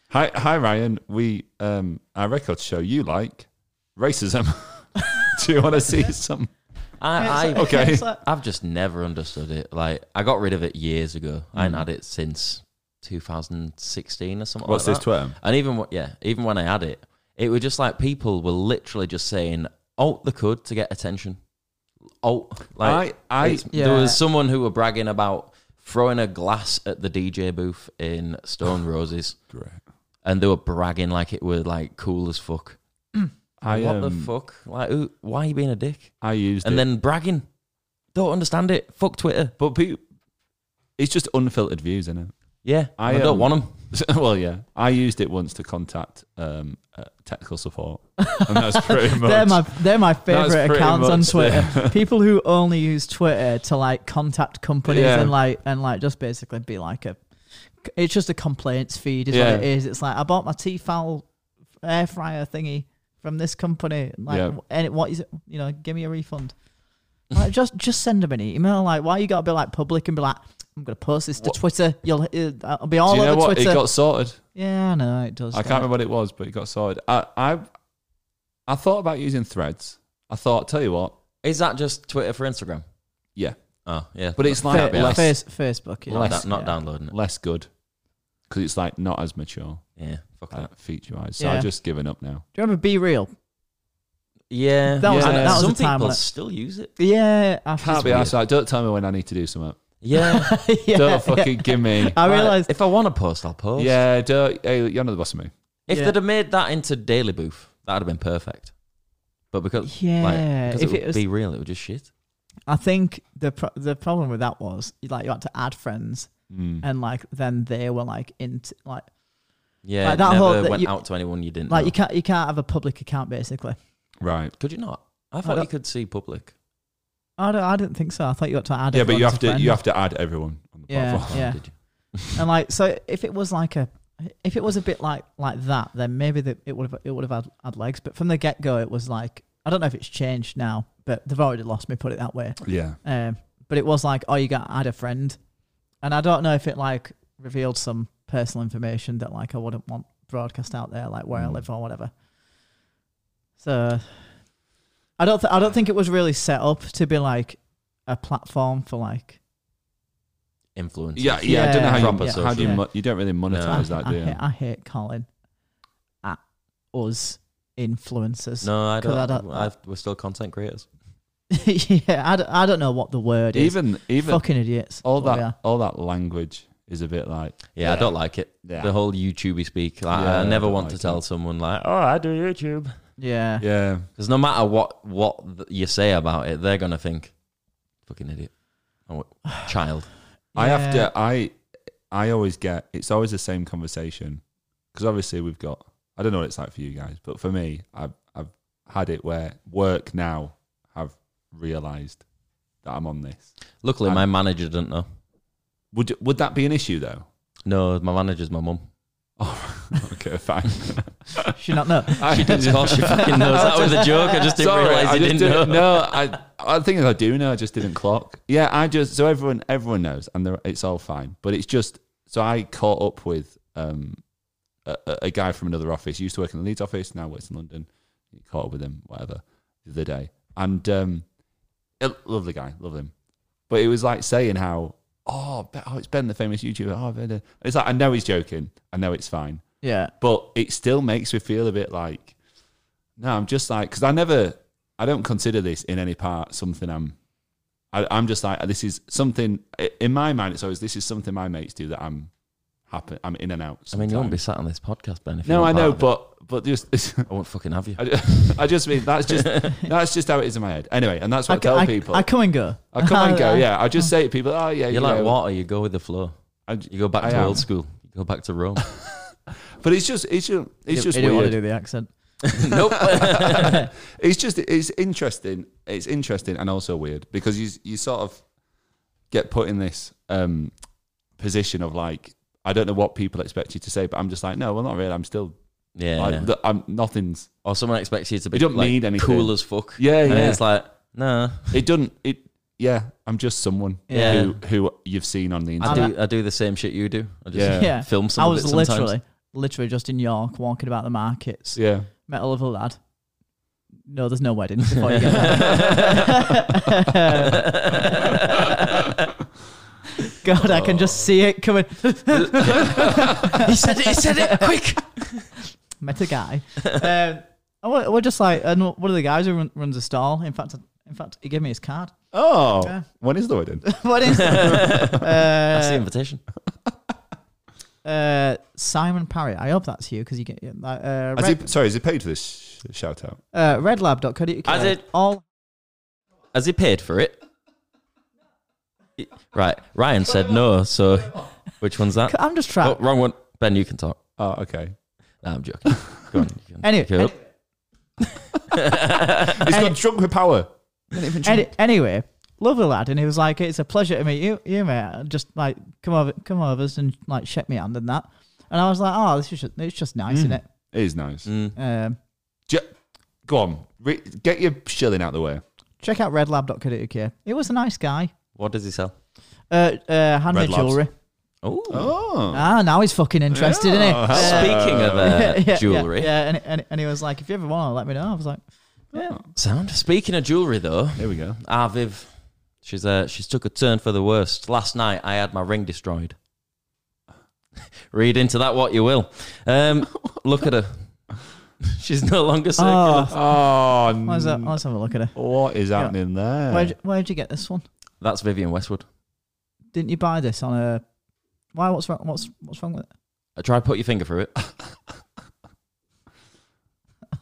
[SPEAKER 3] Hi, hi, Ryan. We um, our record show you like racism. Do you want to see some?
[SPEAKER 1] I, I,
[SPEAKER 3] Okay.
[SPEAKER 2] It's like-
[SPEAKER 1] I've just never understood it. Like, I got rid of it years ago. I
[SPEAKER 3] Mm.
[SPEAKER 1] hadn't had it since 2016 or something.
[SPEAKER 3] What's
[SPEAKER 1] like
[SPEAKER 3] this
[SPEAKER 1] that.
[SPEAKER 3] Twitter?
[SPEAKER 1] And even wh- yeah, even when I had it, it was just like people were literally just saying alt the cud to get attention. Alt like
[SPEAKER 3] I- I-
[SPEAKER 1] it's-
[SPEAKER 2] Yeah.
[SPEAKER 1] there was someone who were bragging about throwing a glass at the DJ booth in Stone Roses,
[SPEAKER 3] Great.
[SPEAKER 1] and they were bragging like it were like cool as fuck.
[SPEAKER 3] I
[SPEAKER 1] what
[SPEAKER 3] um,
[SPEAKER 1] the fuck? Like, who, why are you being a dick?
[SPEAKER 3] I used
[SPEAKER 1] And
[SPEAKER 3] it.
[SPEAKER 1] then bragging. Don't understand it. Fuck Twitter.
[SPEAKER 3] but people, it's just unfiltered views, isn't it?
[SPEAKER 1] Yeah,
[SPEAKER 3] I,
[SPEAKER 1] I, don't
[SPEAKER 3] um,
[SPEAKER 1] want them.
[SPEAKER 3] well, yeah. I used it once to contact um, uh, technical support, and that's pretty much.
[SPEAKER 2] They're my they're my favorite
[SPEAKER 3] pretty
[SPEAKER 2] accounts on
[SPEAKER 3] much the-
[SPEAKER 2] Twitter. People who only use Twitter to like contact companies
[SPEAKER 3] Yeah.
[SPEAKER 2] and like and like just basically be like a. It's just a complaints feed, is
[SPEAKER 3] Yeah.
[SPEAKER 2] what it is. It's like I bought my Tefal air fryer thingy from this company. Like,
[SPEAKER 3] Yeah.
[SPEAKER 2] and it, what is it? You know, give me a refund. Like, just just send them an email. Like, why you gotta be like public and be like, I'm gonna post this to
[SPEAKER 3] What-
[SPEAKER 2] Twitter. You'll it, I'll be all
[SPEAKER 3] Do you know
[SPEAKER 2] over
[SPEAKER 3] what?
[SPEAKER 2] Twitter.
[SPEAKER 3] It got sorted.
[SPEAKER 2] yeah, no, it does.
[SPEAKER 3] I can't remember what it was, but it got sorted. I, I, I thought about using Threads. I thought, tell you what,
[SPEAKER 1] Is that just Twitter for Instagram?
[SPEAKER 3] yeah,
[SPEAKER 1] Oh yeah,
[SPEAKER 3] but it's like
[SPEAKER 1] Can't be
[SPEAKER 2] Fa-
[SPEAKER 1] honest.
[SPEAKER 3] less,
[SPEAKER 2] face, Facebook. yeah.
[SPEAKER 1] not, da- not
[SPEAKER 2] Yeah.
[SPEAKER 1] downloading it.
[SPEAKER 3] less good because it's like not as mature
[SPEAKER 1] Yeah, fuck
[SPEAKER 3] uh,
[SPEAKER 1] that.
[SPEAKER 3] feature wise. So
[SPEAKER 2] Yeah.
[SPEAKER 3] I've just given up now.
[SPEAKER 2] Do you remember Be Real?
[SPEAKER 1] Yeah,
[SPEAKER 2] That
[SPEAKER 3] was-
[SPEAKER 1] yeah.
[SPEAKER 3] that was
[SPEAKER 2] a
[SPEAKER 1] some
[SPEAKER 2] time
[SPEAKER 1] people
[SPEAKER 2] when-
[SPEAKER 1] still use it.
[SPEAKER 2] Yeah, I
[SPEAKER 3] Can't be asked. Like, don't tell me when I need to do something.
[SPEAKER 1] Yeah,
[SPEAKER 2] yeah,
[SPEAKER 3] don't fucking give me.
[SPEAKER 2] I realized.
[SPEAKER 1] if I want to post, I'll post.
[SPEAKER 3] Yeah, don't. Hey, you're not the boss of me.
[SPEAKER 1] If
[SPEAKER 2] Yeah.
[SPEAKER 1] they'd have made that into Daily Booth, that'd have been perfect. But because
[SPEAKER 2] Yeah,
[SPEAKER 1] like, because
[SPEAKER 2] if
[SPEAKER 1] it would
[SPEAKER 2] it was-
[SPEAKER 1] be real, it would just shit.
[SPEAKER 2] I think the pro- the problem with that was like you had to add friends,
[SPEAKER 3] Mm.
[SPEAKER 2] and like then they were like into like
[SPEAKER 1] Yeah,
[SPEAKER 2] Like, that
[SPEAKER 1] it
[SPEAKER 2] whole-
[SPEAKER 1] never
[SPEAKER 2] that
[SPEAKER 1] went
[SPEAKER 2] you-
[SPEAKER 1] out to anyone you didn't
[SPEAKER 2] like
[SPEAKER 1] know.
[SPEAKER 2] you can't you can't have a public account basically.
[SPEAKER 3] Right.
[SPEAKER 1] Could you not? I thought you
[SPEAKER 2] don't-
[SPEAKER 1] could see public.
[SPEAKER 2] I don't I didn't think so. I thought you had to add.
[SPEAKER 3] Yeah, but
[SPEAKER 2] everyone
[SPEAKER 3] you
[SPEAKER 2] as
[SPEAKER 3] have
[SPEAKER 2] a
[SPEAKER 3] to
[SPEAKER 2] friend.
[SPEAKER 3] you have to add everyone on the
[SPEAKER 2] Yeah.
[SPEAKER 3] platform.
[SPEAKER 1] Oh, did you?
[SPEAKER 2] and like so if it was like a if it was a bit like like that then maybe the, it would have it would have had, had legs. But from the get go it was like I don't know if it's changed now, but they've already lost me. Put it that way.
[SPEAKER 3] Yeah.
[SPEAKER 2] Um, but it was like, oh, you got to add a friend, and I don't know if it like revealed some personal information that like I wouldn't want broadcast out there, like where I
[SPEAKER 3] Mm.
[SPEAKER 2] live or whatever. So, I don't, th- I don't think it was really set up to be like a platform for like.
[SPEAKER 1] Influencers.
[SPEAKER 3] Yeah, yeah, I don't know how
[SPEAKER 1] Proper
[SPEAKER 3] you how do you
[SPEAKER 1] social.
[SPEAKER 3] mo- you don't really monetize that,
[SPEAKER 2] I,
[SPEAKER 3] do you?
[SPEAKER 2] hate, I hate calling at us influencers.
[SPEAKER 1] No, I
[SPEAKER 2] Could
[SPEAKER 1] don't.
[SPEAKER 2] I not-
[SPEAKER 1] I, we're still content creators.
[SPEAKER 2] yeah, I don't, I don't know what the word is.
[SPEAKER 3] Even even
[SPEAKER 2] Fucking idiots.
[SPEAKER 3] all
[SPEAKER 2] Oh,
[SPEAKER 3] that
[SPEAKER 2] yeah.
[SPEAKER 3] all that language is a bit like
[SPEAKER 1] Yeah, I don't like it.
[SPEAKER 3] Yeah.
[SPEAKER 1] The whole YouTubey speak. Like,
[SPEAKER 3] Yeah,
[SPEAKER 1] I
[SPEAKER 3] I
[SPEAKER 1] never
[SPEAKER 3] don't
[SPEAKER 1] want to
[SPEAKER 3] like
[SPEAKER 1] tell
[SPEAKER 3] it.
[SPEAKER 1] someone like, "Oh, I do YouTube,"
[SPEAKER 2] Yeah.
[SPEAKER 3] yeah.
[SPEAKER 1] because no matter what what th- you say about it, they're gonna think, "Fucking idiot." Oh, child.
[SPEAKER 3] I have
[SPEAKER 2] Yeah.
[SPEAKER 3] to. I I always get. It's always the same conversation because obviously we've got. I don't know what it's like for you guys, but for me, I've I've had it where work now have realised that I'm on this.
[SPEAKER 1] Luckily,
[SPEAKER 3] I-
[SPEAKER 1] my manager didn't know.
[SPEAKER 3] Would would that be an issue though?
[SPEAKER 1] No, my manager's my mum.
[SPEAKER 3] Oh, okay, fine.
[SPEAKER 2] Should not know.
[SPEAKER 3] she
[SPEAKER 1] Of course, she fucking knows. That was a joke. I just didn't realize
[SPEAKER 3] I
[SPEAKER 1] you
[SPEAKER 3] just
[SPEAKER 1] didn't, know.
[SPEAKER 3] No, I I think I do know. I just didn't clock. Yeah, I just so everyone everyone knows, and they're- it's all fine. But it's just so I caught up with um a, a- a guy from another office. He used to work in the Leeds office. Now works in London. Caught up with him, whatever, the other day, and um, a lovely guy, love him. But it was like saying how oh, Ben- oh it's Ben, the famous YouTuber. Oh, Ben, uh," it's like I know he's joking. I know it's fine
[SPEAKER 2] Yeah.
[SPEAKER 3] but it still makes me feel a bit like no i'm just like because i never i don't consider this in any part something i'm I, i'm just like this is something i- in my mind it's always this is something my mates do that i'm happen. I'm in and out.
[SPEAKER 1] I mean, you won't be
[SPEAKER 3] sometimes.
[SPEAKER 1] sat on this podcast, Ben. If
[SPEAKER 3] No,
[SPEAKER 1] you're
[SPEAKER 3] I
[SPEAKER 1] not
[SPEAKER 3] know,
[SPEAKER 1] part of it.
[SPEAKER 3] but but just
[SPEAKER 1] I won't fucking have you.
[SPEAKER 3] I, I just mean that's just that's just how it is in my head. Anyway, and that's what I,
[SPEAKER 2] c-
[SPEAKER 3] tell
[SPEAKER 2] I,
[SPEAKER 3] people.
[SPEAKER 2] I
[SPEAKER 3] I,
[SPEAKER 2] come and go.
[SPEAKER 3] come and go. Yeah, I just say to people, oh yeah, you
[SPEAKER 1] You're like
[SPEAKER 3] know,
[SPEAKER 1] water. You go with the flow.
[SPEAKER 3] I-
[SPEAKER 1] You go back
[SPEAKER 3] I
[SPEAKER 1] to
[SPEAKER 3] am.
[SPEAKER 1] old school. You go back to Rome.
[SPEAKER 3] But it's just it's just it's just
[SPEAKER 2] I didn't want to
[SPEAKER 3] weird.
[SPEAKER 2] do the accent.
[SPEAKER 1] nope.
[SPEAKER 3] It's just it's interesting. It's interesting and also weird because you you sort of get put in this um, position of like I don't know what people expect you to say, but I'm just like no, well not really. I'm still
[SPEAKER 1] yeah.
[SPEAKER 3] like th- I'm nothing's.
[SPEAKER 1] Or someone expects you to be
[SPEAKER 3] You don't
[SPEAKER 1] like,
[SPEAKER 3] need anything.
[SPEAKER 1] cool as fuck.
[SPEAKER 3] Yeah,
[SPEAKER 1] And
[SPEAKER 3] yeah.
[SPEAKER 1] it's like, nah.
[SPEAKER 3] It doesn't it. Yeah, I'm just someone
[SPEAKER 2] Yeah.
[SPEAKER 3] who who you've seen on the
[SPEAKER 1] I
[SPEAKER 3] internet.
[SPEAKER 1] do. I do the same shit you do. I just
[SPEAKER 3] Yeah.
[SPEAKER 2] Yeah.
[SPEAKER 1] film some.
[SPEAKER 2] I
[SPEAKER 1] of
[SPEAKER 2] was
[SPEAKER 1] it sometimes.
[SPEAKER 2] literally, literally just in York walking about the markets.
[SPEAKER 3] Yeah.
[SPEAKER 2] Met a little lad. No, there's no weddings before you get there. God, I can just see it coming.
[SPEAKER 1] he said it. He said it. Quick.
[SPEAKER 2] Met a guy. Um, and we're, we're just like, and one of the guys who run, runs a stall. In fact, in fact, he gave me his card.
[SPEAKER 3] Oh,
[SPEAKER 2] Yeah.
[SPEAKER 3] when is the wedding?
[SPEAKER 2] what is?
[SPEAKER 1] That's the
[SPEAKER 2] uh,
[SPEAKER 1] invitation.
[SPEAKER 2] uh, Simon Parry. I hope that's you because you get uh, uh,
[SPEAKER 3] Has
[SPEAKER 2] red,
[SPEAKER 3] he, sorry, is he paid for this sh- shout out?
[SPEAKER 2] uh, redlab.co.uk.
[SPEAKER 1] Has it-
[SPEAKER 2] all
[SPEAKER 1] Has he paid for it? Right. Ryan said no. So, which one's that?
[SPEAKER 2] I'm just
[SPEAKER 1] Oh,
[SPEAKER 2] trying.
[SPEAKER 1] wrong one. Ben, you can talk.
[SPEAKER 3] Oh, okay.
[SPEAKER 1] Nah, I'm joking. Go on. You can
[SPEAKER 2] Anyway,
[SPEAKER 1] pick it up.
[SPEAKER 3] He's got drunk with power.
[SPEAKER 2] Any, anyway, lovely lad, and he was like, "It's a pleasure to meet you, you mate. And Just like come over, come over us and like shake me hand and that." And I was like, "Oh, this is just, it's just nice, isn't it?"
[SPEAKER 3] It is nice.
[SPEAKER 2] Um,
[SPEAKER 3] Ju- go on. Re- get your shilling out the way.
[SPEAKER 2] check out redlab.co.uk. He was a nice guy.
[SPEAKER 1] What does he sell?
[SPEAKER 2] Uh, uh, handmade
[SPEAKER 3] Red Labs.
[SPEAKER 2] jewelry.
[SPEAKER 1] Oh.
[SPEAKER 3] Oh.
[SPEAKER 2] Ah, now he's fucking interested, isn't he?
[SPEAKER 3] Yeah.
[SPEAKER 1] Speaking of
[SPEAKER 2] Yeah,
[SPEAKER 1] uh,
[SPEAKER 2] yeah,
[SPEAKER 1] jewelry,
[SPEAKER 2] Yeah, yeah. And, and, and he was like, "If you ever want to, let me know." I was like, "Yeah,
[SPEAKER 1] sound. Speaking of jewelry, though,
[SPEAKER 3] There we go.
[SPEAKER 1] Aviv, she's uh, she's took a turn for the worst. Last night, I had my ring destroyed. Read into that what you will. Um, look at her. She's no longer circular.
[SPEAKER 2] oh,
[SPEAKER 3] Oh,
[SPEAKER 2] let's, have,
[SPEAKER 3] n-
[SPEAKER 2] let's have a look at her."
[SPEAKER 3] what is happening there?
[SPEAKER 2] Where'd, where'd you get this one?
[SPEAKER 1] That's Vivian Westwood.
[SPEAKER 2] Didn't you buy this on a? Why? What's wrong? What's what's wrong with it?
[SPEAKER 1] Uh, Try put your finger through it.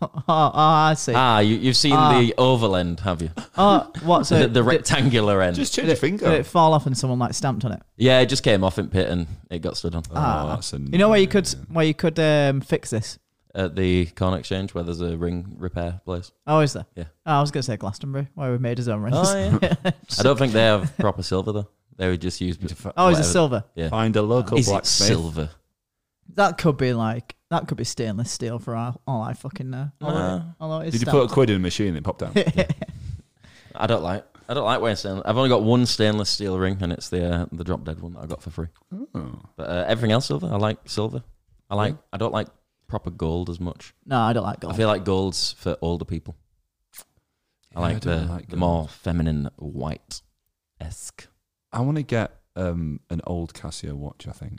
[SPEAKER 2] Oh, oh, I see.
[SPEAKER 1] Ah, you, you've seen
[SPEAKER 2] Ah.
[SPEAKER 1] the oval end, have you?
[SPEAKER 2] Oh, what? So
[SPEAKER 1] the, the
[SPEAKER 2] did-
[SPEAKER 1] rectangular end.
[SPEAKER 3] Just change your
[SPEAKER 2] did,
[SPEAKER 3] finger.
[SPEAKER 2] it fall off and someone like stamped on it?
[SPEAKER 1] yeah, it just came off in pit and it got stood on
[SPEAKER 3] oh, that's a
[SPEAKER 2] You know where you could where you could um, fix this?
[SPEAKER 1] at the Corn Exchange where there's a ring repair place.
[SPEAKER 2] Oh, is there?
[SPEAKER 1] Yeah.
[SPEAKER 2] Oh, I was gonna say Glastonbury, where we made his own rings.
[SPEAKER 1] Oh, yeah. I don't think they have proper silver though. They would just use.
[SPEAKER 2] Oh, is it
[SPEAKER 1] whatever.
[SPEAKER 2] silver?
[SPEAKER 3] find a local
[SPEAKER 1] Is it
[SPEAKER 3] blacksmith.
[SPEAKER 1] silver?
[SPEAKER 2] That could be like that could be stainless steel for all, all I fucking know. Although,
[SPEAKER 1] Nah.
[SPEAKER 2] although it's
[SPEAKER 3] Did you put a quid in a machine and it popped out?
[SPEAKER 1] I don't like. I don't like wearing stainless. I've only got one stainless steel ring, and it's the uh, the drop dead one that I got for free.
[SPEAKER 3] Oh.
[SPEAKER 1] But uh, everything else silver. I like silver. I like. I don't like proper gold as much.
[SPEAKER 2] no, I don't like
[SPEAKER 1] I
[SPEAKER 3] Oh.
[SPEAKER 2] gold.
[SPEAKER 1] feel like gold's for older people. I
[SPEAKER 3] Yeah,
[SPEAKER 1] like
[SPEAKER 3] I
[SPEAKER 1] the,
[SPEAKER 3] don't like
[SPEAKER 1] the
[SPEAKER 3] gold.
[SPEAKER 1] more feminine white esque.
[SPEAKER 3] I want to get um, an old Casio watch, I think.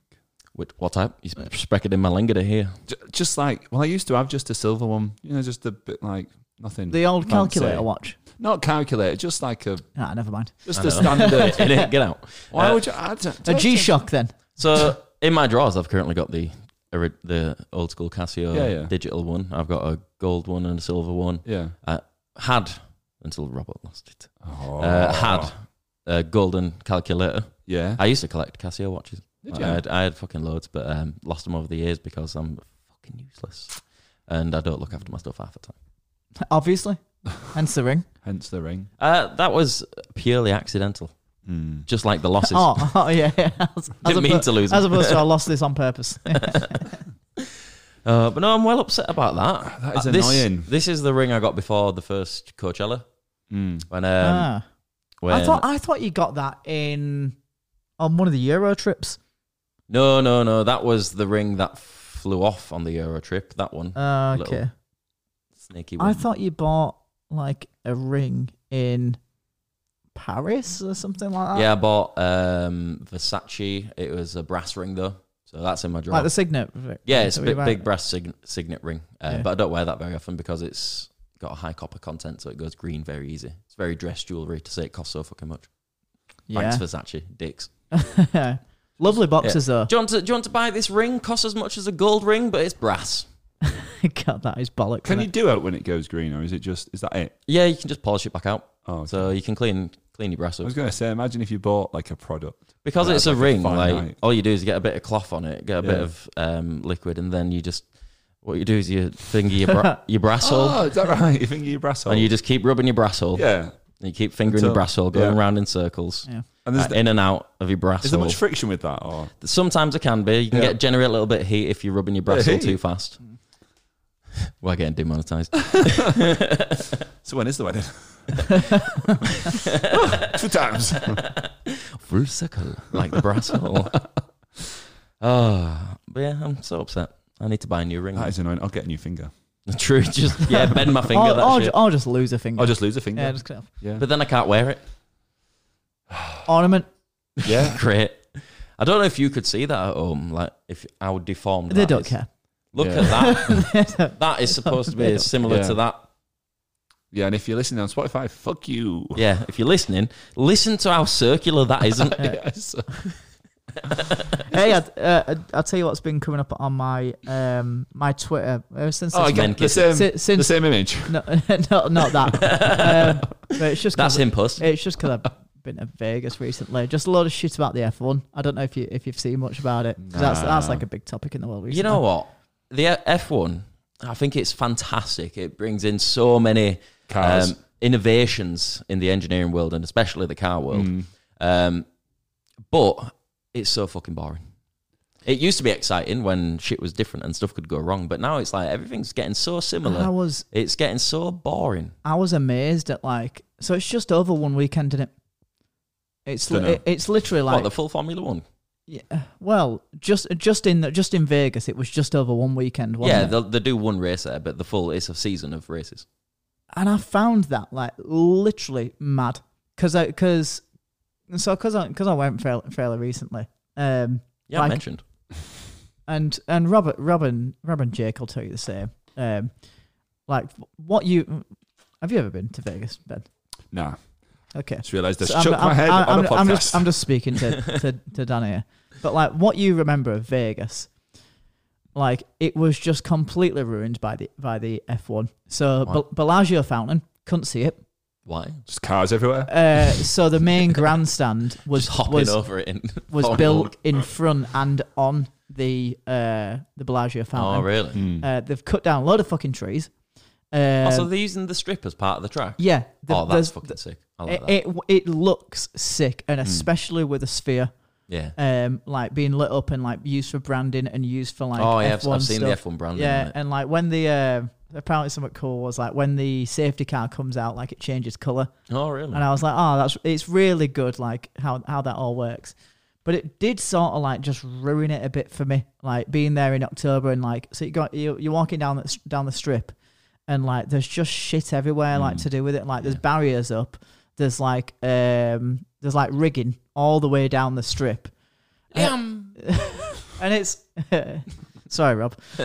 [SPEAKER 1] Which what type? You sp- speck it in my lingerie here.
[SPEAKER 3] J- just like, well, I used to have just a silver one, you know, just a bit like nothing.
[SPEAKER 2] the old
[SPEAKER 3] fancy.
[SPEAKER 2] calculator watch.
[SPEAKER 3] Not calculator, just like a
[SPEAKER 2] Ah, never mind.
[SPEAKER 3] Just
[SPEAKER 1] I
[SPEAKER 3] the
[SPEAKER 1] know.
[SPEAKER 3] standard.
[SPEAKER 1] Get in, Get out.
[SPEAKER 3] Why
[SPEAKER 1] Uh,
[SPEAKER 3] would you? I don't,
[SPEAKER 2] A G Shock then.
[SPEAKER 1] So in my drawers, I've currently got the ori- the old school Casio
[SPEAKER 3] Yeah, yeah.
[SPEAKER 1] digital one. I've got a gold one and a silver one.
[SPEAKER 3] Yeah.
[SPEAKER 1] Had until Robert lost it.
[SPEAKER 3] Oh.
[SPEAKER 1] Uh, had a golden calculator.
[SPEAKER 3] Yeah.
[SPEAKER 1] I used to collect Casio watches.
[SPEAKER 3] Did
[SPEAKER 1] I
[SPEAKER 3] you?
[SPEAKER 1] had, I had fucking loads, but um, lost them over the years because I'm fucking useless and I don't look after my stuff half the time.
[SPEAKER 2] Obviously. Hence the ring.
[SPEAKER 3] Hence the ring.
[SPEAKER 1] Uh, that was purely accidental, just like the losses.
[SPEAKER 2] Oh, oh, yeah, yeah. As,
[SPEAKER 1] Didn't mean
[SPEAKER 2] oppo-
[SPEAKER 1] to Um, lose
[SPEAKER 2] As
[SPEAKER 1] them.
[SPEAKER 2] opposed to I lost this on purpose.
[SPEAKER 1] Uh, but no, I'm well upset about that.
[SPEAKER 3] Ah, That is
[SPEAKER 1] Uh, this,
[SPEAKER 3] annoying.
[SPEAKER 1] This is the ring I got before the first Coachella.
[SPEAKER 3] Hmm.
[SPEAKER 1] When, um,
[SPEAKER 2] ah.
[SPEAKER 1] when
[SPEAKER 2] I thought I thought you got that in on one of the Euro trips.
[SPEAKER 1] no, no, no, that was the ring that flew off on the Euro trip. That one,
[SPEAKER 2] Uh,
[SPEAKER 1] Little
[SPEAKER 2] okay.
[SPEAKER 1] sneaky one.
[SPEAKER 2] I thought you bought like a ring in Paris or something like that.
[SPEAKER 1] yeah, I bought um, Versace. It was a brass ring though, so that's in my drawer.
[SPEAKER 2] Like the signet. of it.
[SPEAKER 1] yeah,
[SPEAKER 2] Is
[SPEAKER 1] it's a
[SPEAKER 2] that what you
[SPEAKER 1] big,
[SPEAKER 2] buy?
[SPEAKER 1] big brass sign- signet ring, uh,
[SPEAKER 2] Yeah.
[SPEAKER 1] but I don't wear that very often because it's got a high copper content, so it goes green very easy. It's very dress jewelry to say it costs so fucking much.
[SPEAKER 2] Yeah.
[SPEAKER 1] Thanks Versace, dicks.
[SPEAKER 2] Lovely boxes
[SPEAKER 1] Yeah.
[SPEAKER 2] though.
[SPEAKER 1] Do you, want to, do you want to buy this ring? Costs as much as a gold ring, but it's brass.
[SPEAKER 2] God, that is bollocks.
[SPEAKER 3] Can
[SPEAKER 2] innit?
[SPEAKER 3] you do it when it goes green, or is it just is that it?
[SPEAKER 1] Yeah, you can just polish it back out.
[SPEAKER 3] Oh,
[SPEAKER 1] So you can clean clean your brass
[SPEAKER 3] I
[SPEAKER 1] up.
[SPEAKER 3] was going to say, imagine if you bought like a product.
[SPEAKER 1] Because
[SPEAKER 3] Yeah,
[SPEAKER 1] it's a
[SPEAKER 3] it's like a
[SPEAKER 1] ring,
[SPEAKER 3] fine
[SPEAKER 1] like
[SPEAKER 3] night.
[SPEAKER 1] all you do is you get a bit of cloth on it, get a bit
[SPEAKER 3] Yeah.
[SPEAKER 1] of um, liquid, and then you just what you do is you finger your bra- your brass hole,
[SPEAKER 3] Oh, is that right? You think your brass hole?
[SPEAKER 1] Ah, and you just keep rubbing your brass hole.
[SPEAKER 3] Oh. yeah.
[SPEAKER 1] And you keep fingering
[SPEAKER 3] Until-
[SPEAKER 1] your brass hole, going
[SPEAKER 3] yeah.
[SPEAKER 1] round in circles,
[SPEAKER 2] Yeah.
[SPEAKER 3] And there's
[SPEAKER 1] uh, in and out of your brass
[SPEAKER 3] Is there
[SPEAKER 1] hole.
[SPEAKER 3] much friction with that? Or
[SPEAKER 1] Sometimes it can be. You can
[SPEAKER 3] Yeah.
[SPEAKER 1] get generate a little bit of heat if you're rubbing your
[SPEAKER 3] Bit
[SPEAKER 1] brass
[SPEAKER 3] of
[SPEAKER 1] hole
[SPEAKER 3] heat.
[SPEAKER 1] too fast. We're getting demonetized.
[SPEAKER 3] so when is the wedding? Two times.
[SPEAKER 1] Full circle, like the brass hole. Oh, but yeah, I'm so upset. I need to buy a new ring.
[SPEAKER 3] That is annoying. I'll get a new finger.
[SPEAKER 1] True, just yeah, bend my
[SPEAKER 3] Oh,
[SPEAKER 1] finger.
[SPEAKER 2] I'll,
[SPEAKER 1] that
[SPEAKER 2] I'll,
[SPEAKER 1] shit.
[SPEAKER 2] ju- I'll just lose a finger.
[SPEAKER 3] I'll just lose a finger.
[SPEAKER 2] yeah, just cut it off.
[SPEAKER 3] yeah.
[SPEAKER 1] But then I can't wear it.
[SPEAKER 2] ornament.
[SPEAKER 3] yeah.
[SPEAKER 1] Great. I don't know if you could see that at home, like if how deformed.
[SPEAKER 2] They
[SPEAKER 1] that
[SPEAKER 2] don't
[SPEAKER 1] is.
[SPEAKER 2] care.
[SPEAKER 1] Look
[SPEAKER 3] Yeah.
[SPEAKER 1] at that. that is supposed to be similar
[SPEAKER 3] Yeah.
[SPEAKER 1] to that.
[SPEAKER 3] Yeah, and if you're listening on Spotify, fuck you.
[SPEAKER 1] Yeah. If you're listening, listen to how circular that isn't.
[SPEAKER 3] Yes.
[SPEAKER 2] hey, I'd, uh, I'll tell you what's been coming up on my um my Twitter ever since.
[SPEAKER 3] Oh,
[SPEAKER 2] this-
[SPEAKER 1] again,
[SPEAKER 3] again, the
[SPEAKER 1] kisses.
[SPEAKER 3] same,
[SPEAKER 2] Si- since-
[SPEAKER 3] the same image.
[SPEAKER 2] No, no, not that. um, but it's just 'cause-
[SPEAKER 1] That's him, puss.
[SPEAKER 2] It's just because I've been to Vegas recently. Just a lot of shit about the F1. I don't know if you if you've seen much about it. 'Cause That's that's like a big topic in the world. Recently.
[SPEAKER 1] You know what? The F one, I think it's fantastic. It brings in so many
[SPEAKER 3] Cars.
[SPEAKER 1] Um, innovations in the engineering world and especially the car world.
[SPEAKER 2] Mm.
[SPEAKER 1] Um, but it's so fucking boring. It used to be exciting when shit was different and stuff could go wrong, but now it's like everything's getting so similar.
[SPEAKER 2] I was
[SPEAKER 1] It's getting so boring.
[SPEAKER 2] I was amazed at like so it's just over one weekend, isn't it? It's li-
[SPEAKER 3] Dunno.
[SPEAKER 2] it- it's literally
[SPEAKER 1] Like,
[SPEAKER 2] like
[SPEAKER 1] what the full Formula One?
[SPEAKER 2] yeah, well just just in the, just in Vegas it was just over one weekend. Wasn't
[SPEAKER 1] Yeah,
[SPEAKER 2] it?
[SPEAKER 1] they'll, they do one race there, but the full it's a season of races.
[SPEAKER 2] and I found that like literally mad because I because so because I because I went fairly, fairly recently. Um,
[SPEAKER 1] Yeah, I
[SPEAKER 2] like,
[SPEAKER 1] mentioned.
[SPEAKER 2] and and Robert, Robin, Robin, Jake will tell you the same. Um, like what you have you ever been to Vegas, Ben?
[SPEAKER 3] Nah,
[SPEAKER 2] Okay,
[SPEAKER 3] just realised I
[SPEAKER 2] So
[SPEAKER 3] shook my head
[SPEAKER 2] I'm,
[SPEAKER 3] on
[SPEAKER 2] I'm-
[SPEAKER 3] a podcast.
[SPEAKER 2] I'm just I'm just speaking to to, to Dan here, but like what you remember of Vegas, like it was just completely ruined by the by the F1. So
[SPEAKER 1] Why?
[SPEAKER 2] Bel- Bellagio Fountain couldn't see it.
[SPEAKER 1] Why?
[SPEAKER 3] Just cars everywhere.
[SPEAKER 2] Uh, so the main grandstand was
[SPEAKER 1] Just hopping
[SPEAKER 2] was,
[SPEAKER 1] over it in
[SPEAKER 2] was
[SPEAKER 1] Formula
[SPEAKER 2] built in front and on the uh, the Bellagio
[SPEAKER 1] One. Oh,
[SPEAKER 2] fountain.
[SPEAKER 1] really?
[SPEAKER 2] uh, they've cut down a lot of fucking trees.
[SPEAKER 1] oh,
[SPEAKER 2] Uh,
[SPEAKER 1] so they're using the strip as part of the track.
[SPEAKER 2] yeah, the-
[SPEAKER 1] oh, that's
[SPEAKER 2] there's-
[SPEAKER 1] fucking sick. I like Mm. that.
[SPEAKER 2] it, it it looks sick, and especially with a sphere,
[SPEAKER 1] yeah.
[SPEAKER 2] um, like being lit up and like used for branding and used for like.
[SPEAKER 1] oh, yeah. I've,
[SPEAKER 2] F1
[SPEAKER 1] I've seen
[SPEAKER 2] stuff.
[SPEAKER 1] the F1 brand.
[SPEAKER 2] Yeah,
[SPEAKER 1] Yeah.
[SPEAKER 2] and like when the uh, apparently something cool was like when the safety car comes out, like it changes color.
[SPEAKER 1] Oh, really?
[SPEAKER 2] and I was like, oh, that's it's really good, like how how that all works. But it did sort of like just ruin it a bit for me, like being there in October and like so you got you you're walking down the s- down the strip, and like there's just shit everywhere like to do with it. Like there's barriers up, there's like um there's like rigging all the way down the strip. Um, and it's sorry, Rob.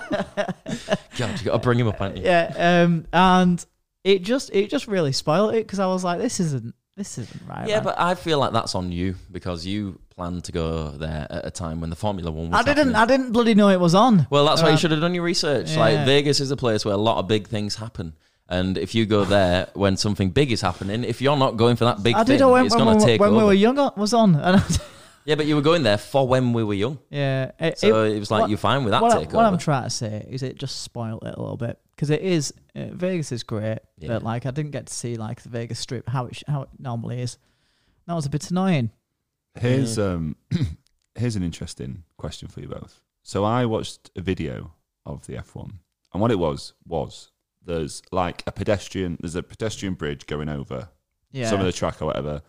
[SPEAKER 1] God, you got to bring him up, haven't you?
[SPEAKER 2] Yeah, um, and it just it just really spoiled it because I was like, this isn't this isn't right.
[SPEAKER 1] Yeah,
[SPEAKER 2] man.
[SPEAKER 1] but I feel like that's on you because you planned to go there at a time when the Formula One was.
[SPEAKER 2] I didn't.
[SPEAKER 1] happening.
[SPEAKER 2] I didn't bloody know it was on.
[SPEAKER 1] Well, that's why you
[SPEAKER 2] Um,
[SPEAKER 1] should have done your research. Like
[SPEAKER 2] yeah.
[SPEAKER 1] Vegas is a place where a lot of big things happen. And if you go there when something big is happening, if you're not going for that big
[SPEAKER 2] I
[SPEAKER 1] thing,
[SPEAKER 2] did. I went
[SPEAKER 1] it's
[SPEAKER 2] when,
[SPEAKER 1] going
[SPEAKER 2] we
[SPEAKER 1] to
[SPEAKER 2] were-
[SPEAKER 1] take
[SPEAKER 2] when
[SPEAKER 1] over.
[SPEAKER 2] we were younger. Was on. And I,
[SPEAKER 1] Yeah, but you were going there for when we were young.
[SPEAKER 2] yeah. It,
[SPEAKER 1] So it, was like, you're fine with that
[SPEAKER 2] what, I-
[SPEAKER 1] takeover.
[SPEAKER 2] what I'm trying to say is, it just spoiled it a little bit because it is uh, Vegas is great,
[SPEAKER 1] Yeah.
[SPEAKER 2] but like I didn't get to see like the Vegas Strip how it sh- how it normally is. That was a bit annoying.
[SPEAKER 3] Here's um, here's an interesting question for you both. So I watched a video of the F1, and what it was was there's like a pedestrian, there's a pedestrian bridge going over
[SPEAKER 2] Yeah.
[SPEAKER 3] some of the track or whatever,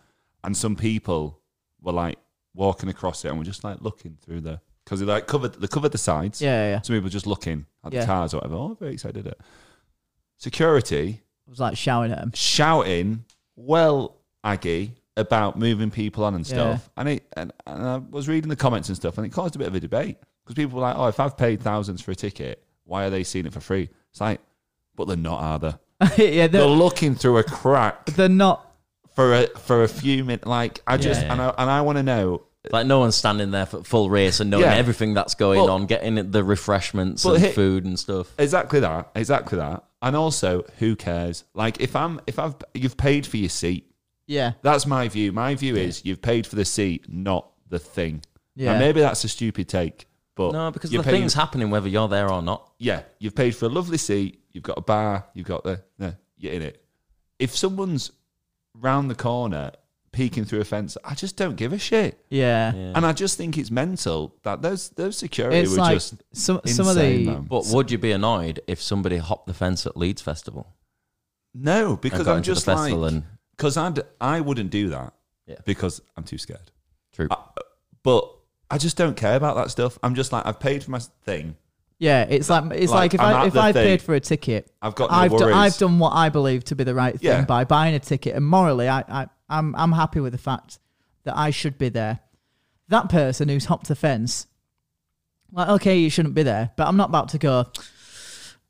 [SPEAKER 3] and some people were like walking across it and were just like looking through the because they like covered they covered the sides.
[SPEAKER 2] yeah, yeah, yeah.
[SPEAKER 3] Some people just looking at
[SPEAKER 2] Yeah.
[SPEAKER 3] the cars or whatever. Oh, very excited. At it. Security
[SPEAKER 2] It was like shouting at him.
[SPEAKER 3] shouting, "Well, Aggie." About moving people on and stuff, and it and, and I was reading the comments and stuff, and it caused a bit of a debate because people were like, "Oh, if I've paid thousands for a ticket, why are they seeing it for free?" It's like, but they're not, are they?
[SPEAKER 2] yeah,
[SPEAKER 3] They're
[SPEAKER 2] they're,
[SPEAKER 3] looking through a crack
[SPEAKER 2] they're not.
[SPEAKER 3] for a for a few minutes. Like I just
[SPEAKER 1] Yeah.
[SPEAKER 3] and I and I want to know
[SPEAKER 1] Like no one's standing there for full race and knowing
[SPEAKER 3] Yeah.
[SPEAKER 1] everything that's going
[SPEAKER 3] Well-
[SPEAKER 1] on, getting the refreshments
[SPEAKER 3] But
[SPEAKER 1] and
[SPEAKER 3] he-
[SPEAKER 1] food and stuff.
[SPEAKER 3] Exactly that. Exactly that. And also, who cares? Like if I'm if I've you've paid for your seat.
[SPEAKER 1] Uh,
[SPEAKER 2] Yeah.
[SPEAKER 3] That's my view. My view is you've paid for the seat, not the thing. Yeah.
[SPEAKER 2] Yeah.
[SPEAKER 3] maybe that's a stupid take, but
[SPEAKER 1] No, because
[SPEAKER 3] you're
[SPEAKER 1] the
[SPEAKER 3] paying-
[SPEAKER 1] thing's happening whether you're there or not.
[SPEAKER 3] yeah, you've paid for a lovely seat, you've got a bar, you've got the, the you're in it. If someone's round the corner peeking through a fence, I just don't give a shit,
[SPEAKER 2] Yeah.
[SPEAKER 1] Yeah.
[SPEAKER 3] and I just think it's mental that those those security
[SPEAKER 2] It's
[SPEAKER 3] were
[SPEAKER 2] like
[SPEAKER 3] just
[SPEAKER 2] some some of
[SPEAKER 3] insane,
[SPEAKER 2] the
[SPEAKER 3] man.
[SPEAKER 1] But would you be annoyed if somebody hopped the fence at Leeds Festival?
[SPEAKER 3] no,
[SPEAKER 1] and
[SPEAKER 3] because
[SPEAKER 1] got
[SPEAKER 3] I'm
[SPEAKER 1] into the
[SPEAKER 3] just
[SPEAKER 1] festival
[SPEAKER 3] like
[SPEAKER 1] and-
[SPEAKER 3] because I'd I wouldn't do that
[SPEAKER 1] Yeah.
[SPEAKER 3] because I'm too scared.
[SPEAKER 1] True.
[SPEAKER 3] I, but I just don't care about that stuff. I'm just like I've paid for my thing.
[SPEAKER 2] yeah, it's like it's like,
[SPEAKER 3] Like,
[SPEAKER 2] if
[SPEAKER 3] I'm at
[SPEAKER 2] I if
[SPEAKER 3] the
[SPEAKER 2] I paid
[SPEAKER 3] thing.
[SPEAKER 2] for a ticket,
[SPEAKER 3] I've got no
[SPEAKER 2] I've done,
[SPEAKER 3] worries.
[SPEAKER 2] I've done what I believe to be the right thing
[SPEAKER 3] Yeah.
[SPEAKER 2] by buying a ticket, and morally, I, I I'm I'm happy with the fact that I should be there. That person who's hopped the fence, like okay, you shouldn't be there, but I'm not about to go.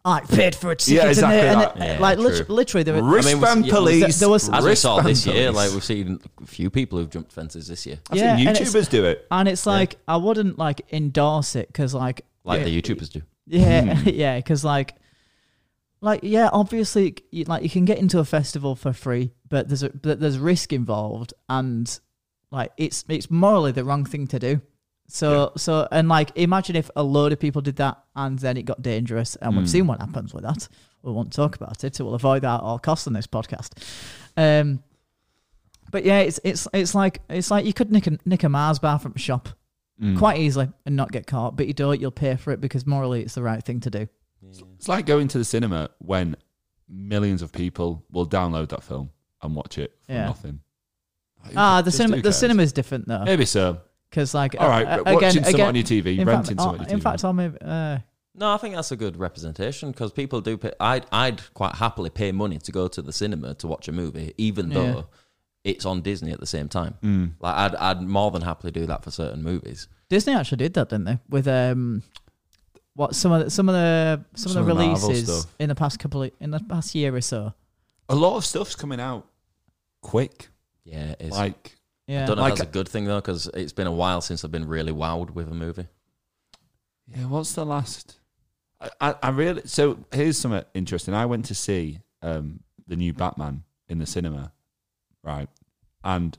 [SPEAKER 2] I paid for a ticket,
[SPEAKER 3] Yeah,
[SPEAKER 2] and
[SPEAKER 3] exactly
[SPEAKER 2] they- and
[SPEAKER 3] that.
[SPEAKER 2] they-
[SPEAKER 1] Yeah,
[SPEAKER 2] like lit-
[SPEAKER 1] true.
[SPEAKER 2] literally, there were,
[SPEAKER 3] Wristband
[SPEAKER 1] yeah, there was-
[SPEAKER 3] police.
[SPEAKER 2] there was-
[SPEAKER 1] As we saw
[SPEAKER 3] Wristband
[SPEAKER 1] this year,
[SPEAKER 3] police.
[SPEAKER 1] like we've seen a few people who've jumped fences this year,
[SPEAKER 3] I've
[SPEAKER 2] Yeah,
[SPEAKER 3] seen
[SPEAKER 2] and it's-
[SPEAKER 3] YouTubers do it.
[SPEAKER 2] and it's like I wouldn't like endorse it because like
[SPEAKER 1] like
[SPEAKER 2] yeah,
[SPEAKER 1] the YouTubers do.
[SPEAKER 2] Yeah, yeah, because like, like yeah, obviously, you, like you can get into a festival for free, but there's a but there's risk involved, and like it's it's morally the wrong thing to do. So so and like imagine if a load of people did that and then it got dangerous, and we've seen what happens with that. We won't talk about it, so we'll avoid that at all costs on this podcast. Um, but yeah, it's it's it's like it's like you could nick a, nick a Mars bar from a shop
[SPEAKER 3] Mm.
[SPEAKER 2] quite easily and not get caught, but you don't. You'll pay for it because morally, it's the right thing to do.
[SPEAKER 3] It's like going to the cinema when millions of people will download that film and watch it for
[SPEAKER 2] Yeah.
[SPEAKER 3] nothing. Like,
[SPEAKER 2] Ah, the
[SPEAKER 3] just
[SPEAKER 2] cinema,
[SPEAKER 3] who
[SPEAKER 2] the
[SPEAKER 3] cares?
[SPEAKER 2] cinema's different though,
[SPEAKER 3] Maybe so.
[SPEAKER 2] because like
[SPEAKER 3] All right,
[SPEAKER 2] uh,
[SPEAKER 3] but
[SPEAKER 2] again,
[SPEAKER 3] watching
[SPEAKER 2] again,
[SPEAKER 3] someone on your TV,
[SPEAKER 2] in fact,
[SPEAKER 3] renting
[SPEAKER 2] oh,
[SPEAKER 3] someone on your
[SPEAKER 2] in
[SPEAKER 3] TV.
[SPEAKER 2] fact, I'll maybe, uh,
[SPEAKER 1] No, I think that's a good representation because people do. Pay, I'd I'd quite happily pay money to go to the cinema to watch a movie, even
[SPEAKER 2] Yeah.
[SPEAKER 1] though it's on Disney at the same time.
[SPEAKER 3] Mm.
[SPEAKER 1] Like I'd I'd more than happily do that for certain movies.
[SPEAKER 2] Disney actually did that, didn't they? With um, what some of the, some of the some,
[SPEAKER 3] Some
[SPEAKER 2] of the
[SPEAKER 3] of the Marvel
[SPEAKER 2] releases
[SPEAKER 3] stuff.
[SPEAKER 2] in the past couple of, in the past year or so.
[SPEAKER 3] a lot of stuff's coming out quick.
[SPEAKER 1] Yeah, it is.
[SPEAKER 3] Like
[SPEAKER 2] Yeah,
[SPEAKER 1] I don't know
[SPEAKER 3] Like-
[SPEAKER 1] if that's a good thing though because it's been a while since I've been really wowed with a movie.
[SPEAKER 3] Yeah, what's the last? I, I, I really so here's something interesting. I went to see um, the new Batman in the cinema, right? And